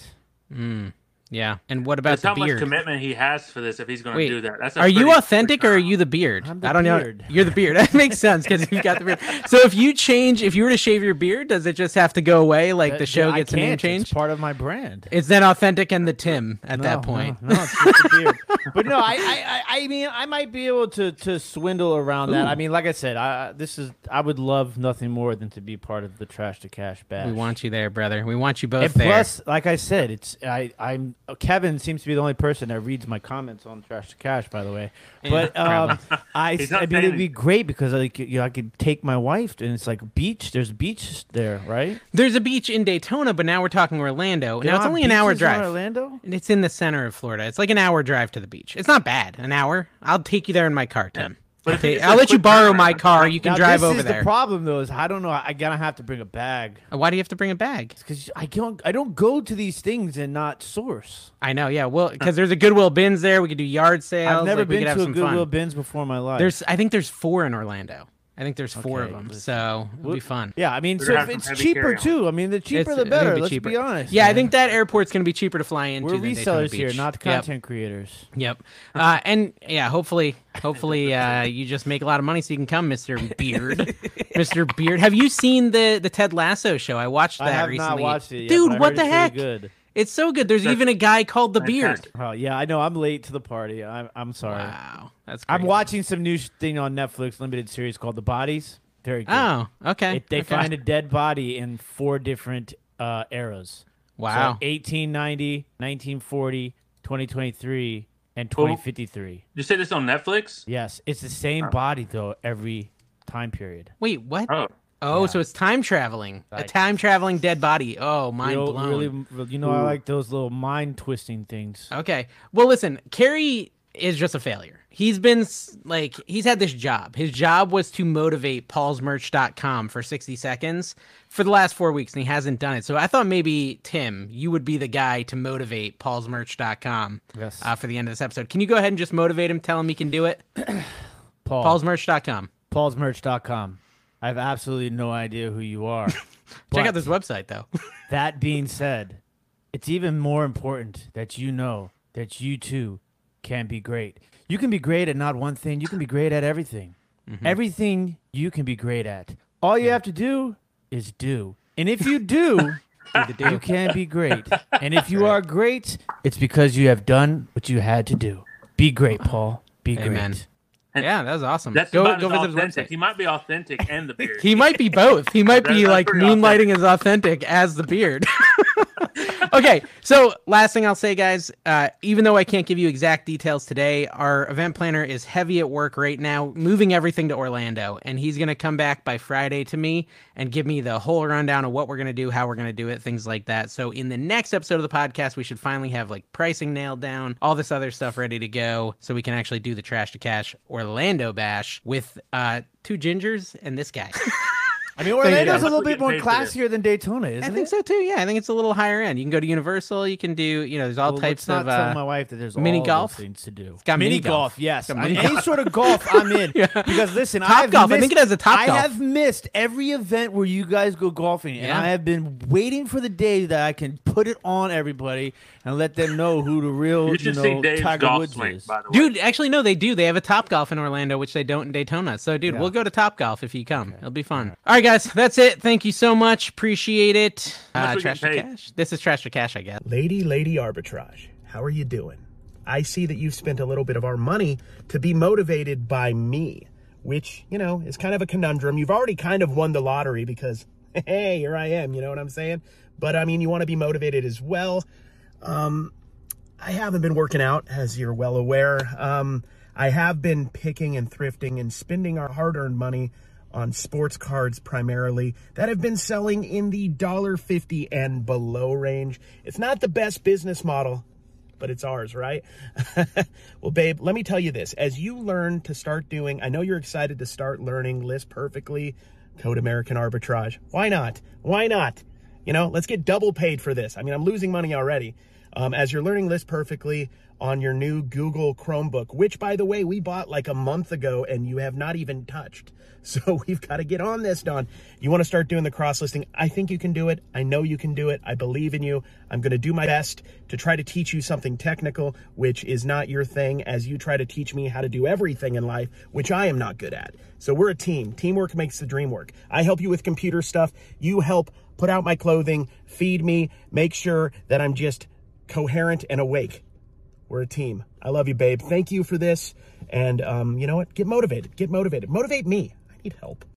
Speaker 2: Mm. Yeah. And what about
Speaker 5: That's how
Speaker 2: the
Speaker 5: much
Speaker 2: beard?
Speaker 5: commitment he has for this if he's going
Speaker 2: Wait,
Speaker 5: to do that. That's a
Speaker 2: Are you
Speaker 5: pretty-
Speaker 2: authentic or are you the beard?
Speaker 4: I'm the
Speaker 2: I don't
Speaker 4: beard.
Speaker 2: know. You're the beard. That makes sense because you've got the beard. So if you change, if you were to shave your beard, does it just have to go away? Like
Speaker 4: That-
Speaker 2: the show
Speaker 4: I
Speaker 2: gets a name
Speaker 4: can't,
Speaker 2: change?
Speaker 4: It's part of my brand.
Speaker 2: It's then authentic and the Tim at
Speaker 4: No,
Speaker 2: that point.
Speaker 4: No, no, it's just a beard. but no, I, I, I I mean, I might be able to to swindle around that. I mean, like I said, I this is I would love nothing more than to be part of the trash to cash bash.
Speaker 2: We want you there, brother. We want you both
Speaker 4: and
Speaker 2: there.
Speaker 4: plus, like I said, it's I I'm Kevin seems to be the only person that reads my comments on trash to cash. By the way, but um, I
Speaker 5: He's not
Speaker 4: I mean it'd
Speaker 5: saying
Speaker 4: be great because like you know, I could take my wife and it's like beach. There's beach there, right?
Speaker 2: There's a beach in Daytona, but now we're talking Orlando.
Speaker 4: They
Speaker 2: now it's
Speaker 4: don't
Speaker 2: only
Speaker 4: have
Speaker 2: an hour
Speaker 4: beaches in
Speaker 2: drive.
Speaker 4: Orlando.
Speaker 2: And it's in the center of Florida. It's like an hour drive to the beach. It's not bad. An hour. I'll take you there in my car, Tim.
Speaker 5: But
Speaker 2: I'll,
Speaker 5: if you
Speaker 2: take-
Speaker 5: just
Speaker 2: I'll
Speaker 5: do a
Speaker 2: let you
Speaker 5: quick
Speaker 2: borrow
Speaker 5: turnaround,
Speaker 2: my car. You can
Speaker 4: Now,
Speaker 2: drive
Speaker 4: this
Speaker 2: over
Speaker 4: is
Speaker 2: there.
Speaker 4: the problem though is I don't know. I gotta have to bring a bag.
Speaker 2: Why do you have to bring a bag?
Speaker 4: because I don't I don't go to these things and not source.
Speaker 2: I know, yeah. Well, because there's a Goodwill bins there. We could do yard sales.
Speaker 4: I've never
Speaker 2: like, we
Speaker 4: been
Speaker 2: could have
Speaker 4: to a
Speaker 2: some
Speaker 4: Goodwill
Speaker 2: fun.
Speaker 4: bins before in my life.
Speaker 2: There's, I think there's four in Orlando. I think there's four of
Speaker 4: Okay,
Speaker 2: them.
Speaker 4: listen.
Speaker 2: So it'll be fun.
Speaker 4: yeah, I mean,
Speaker 5: We're
Speaker 4: so
Speaker 5: gonna
Speaker 4: if
Speaker 5: have
Speaker 4: it's
Speaker 5: some heavy
Speaker 4: cheaper
Speaker 5: carry-on.
Speaker 4: too. I mean, the cheaper
Speaker 2: It's-
Speaker 4: the
Speaker 2: I think it'd
Speaker 4: better.
Speaker 2: be
Speaker 4: Let's
Speaker 2: cheaper.
Speaker 4: be honest.
Speaker 2: Yeah, I
Speaker 4: man.
Speaker 2: think that airport's going to be cheaper to fly into.
Speaker 4: we're
Speaker 2: than Daytona
Speaker 4: resellers here,
Speaker 2: Beach.
Speaker 4: not
Speaker 2: Yep.
Speaker 4: content creators.
Speaker 2: Yep. Uh, and yeah, hopefully, hopefully, uh, you just make a lot of money so you can come, Mister Beard. Mister Beard, have you seen the the Ted Lasso show? I watched that
Speaker 4: I have
Speaker 2: recently.
Speaker 4: not watched it, yet, but I
Speaker 2: dude. What
Speaker 4: heard
Speaker 2: the
Speaker 4: it's really
Speaker 2: heck?
Speaker 4: Good.
Speaker 2: It's so good. There's even a guy called the Beard.
Speaker 5: fantastic.
Speaker 4: Oh yeah, I know. I'm late to the party. I'm I'm sorry.
Speaker 2: Wow, that's.
Speaker 4: I'm
Speaker 2: crazy.
Speaker 4: watching some new sh- thing on Netflix, limited series called The Bodies. Very good.
Speaker 2: Oh, okay.
Speaker 4: It- they
Speaker 2: okay.
Speaker 4: find a dead body in four different uh, eras. So
Speaker 2: Wow.
Speaker 4: 1890, 1940, 2023, and 2053.
Speaker 5: You say this on Netflix?
Speaker 4: Yes, it's the same body though every time period.
Speaker 2: Wait, what?
Speaker 5: Oh,
Speaker 2: Oh, so it's time traveling. A
Speaker 4: Right.
Speaker 2: time traveling dead body. Oh, mind
Speaker 4: you know,
Speaker 2: blown.
Speaker 4: really, you know, I like those little mind twisting things.
Speaker 2: Okay. Well, listen, Kerry is just a failure. He's been s- like, he's had this job. His job was to motivate paulsmerch.com for 60 seconds for the last four weeks, and he hasn't done it. So I thought maybe, Tim, you would be the guy to motivate paulsmerch.com
Speaker 4: Yes.
Speaker 2: uh, for the end of this episode. Can you go ahead and just motivate him? Tell him he can do it?
Speaker 4: Paul,
Speaker 2: paulsmerch.com.
Speaker 4: paulsmerch.com. I have absolutely no idea who you are.
Speaker 2: Check
Speaker 4: But-
Speaker 2: out this website, though.
Speaker 4: That being said, it's even more important that you know that you too can be great. You can be great at not one thing, you can be great at everything.
Speaker 2: Mm-hmm.
Speaker 4: Everything you can be great at. All you have to do is do. And if you do, you can be great. And if you are great, it's because you have done what you had to do. Be great, Paul. Be
Speaker 2: Amen.
Speaker 4: great.
Speaker 2: yeah, that was awesome.
Speaker 5: that's
Speaker 2: go
Speaker 5: about
Speaker 2: go
Speaker 5: as
Speaker 2: visit his
Speaker 5: authentic.
Speaker 2: website.
Speaker 5: He might be authentic and the beard.
Speaker 2: He might be both. He might be
Speaker 5: That's
Speaker 2: like
Speaker 5: pretty
Speaker 2: moonlighting as authentic as the beard. okay, so last thing I'll say, guys, uh, even though I can't give you exact details today, our event planner is heavy at work right now, moving everything to Orlando, and he's going to come back by Friday to me and give me the whole rundown of what we're going to do, how we're going to do it, things like that. So in the next episode of the podcast, we should finally have like pricing nailed down, all this other stuff ready to go, so we can actually do the trash to cash Orlando bash with uh, two gingers and this guy.
Speaker 4: I mean,
Speaker 5: Orlando's a
Speaker 4: Orlando's a little
Speaker 5: Look, we
Speaker 4: bit
Speaker 5: get
Speaker 4: more
Speaker 5: paid for this.
Speaker 4: classier than Daytona, isn't
Speaker 2: I think
Speaker 4: it?
Speaker 2: so too. Yeah, I think it's a little higher end. You can go to Universal. You can do, you know, there's all
Speaker 4: Well,
Speaker 2: types
Speaker 4: let's
Speaker 2: of.
Speaker 4: not tell
Speaker 2: Uh,
Speaker 4: my wife that there's
Speaker 2: mini
Speaker 4: all those
Speaker 2: golf.
Speaker 4: things to do.
Speaker 2: got mini
Speaker 4: mini golf,
Speaker 2: golf.
Speaker 4: yes.
Speaker 2: It's got
Speaker 4: I-
Speaker 2: mini
Speaker 4: Any sort of golf, I'm in. Because listen, I
Speaker 2: Topgolf.
Speaker 4: have Missed,
Speaker 2: I think it has a
Speaker 4: I
Speaker 2: Topgolf.
Speaker 4: have missed every event where you guys go golfing, and
Speaker 2: Yeah.
Speaker 4: I have been waiting for the day that I can put it on everybody and let them know who the real
Speaker 5: you
Speaker 4: you,
Speaker 5: should see
Speaker 4: know
Speaker 5: Dave's
Speaker 4: Tiger
Speaker 5: golf
Speaker 4: Woods
Speaker 5: swing,
Speaker 4: is.
Speaker 5: by the way.
Speaker 2: dude, actually, no, they do. They have a Top Golf in Orlando, which they don't in Daytona. So, dude, we'll go to Top Golf if you come. It'll be fun. All right, guys, that's it. Thank you so much. Appreciate it.
Speaker 5: How much
Speaker 2: Uh,
Speaker 5: we
Speaker 2: trash
Speaker 5: getting
Speaker 2: to
Speaker 5: paid?
Speaker 2: cash. This is trash to cash, I guess.
Speaker 6: Lady Lady Arbitrage.
Speaker 1: How are you doing? I see that you've spent a little bit of our money to be motivated by me, which, you know, is kind of a conundrum. You've already kind of won the lottery because, hey, here I am, you know what I'm saying? But I mean, you want to be motivated as well. Um, I haven't been working out, as you're well aware. Um, I have been picking and thrifting and spending our hard earned money on sports cards primarily that have been selling in the $1.50 and below range. It's not the best business model, but it's ours, right? well, babe, let me tell you this. As you learn to start doing, I know you're excited to start learning List Perfectly, Code American Arbitrage. Why not? Why not? You know, let's get double paid for this. I mean, I'm losing money already. Um, as you're learning List Perfectly on your new Google Chromebook, which, by the way, we bought like a month ago and you have not even touched. So we've got to get on this, Don. You want to start doing the cross listing? I think you can do it. I know you can do it. I believe in you. I'm going to do my best to try to teach you something technical, which is not your thing, as you try to teach me how to do everything in life, which I am not good at. So we're a team. Teamwork makes the dream work. I help you with computer stuff. You help put out my clothing, feed me, make sure that I'm just coherent and awake. We're a team. I love you, babe. Thank you for this. And um, you know what? Get motivated. Get motivated. Motivate me. I need help.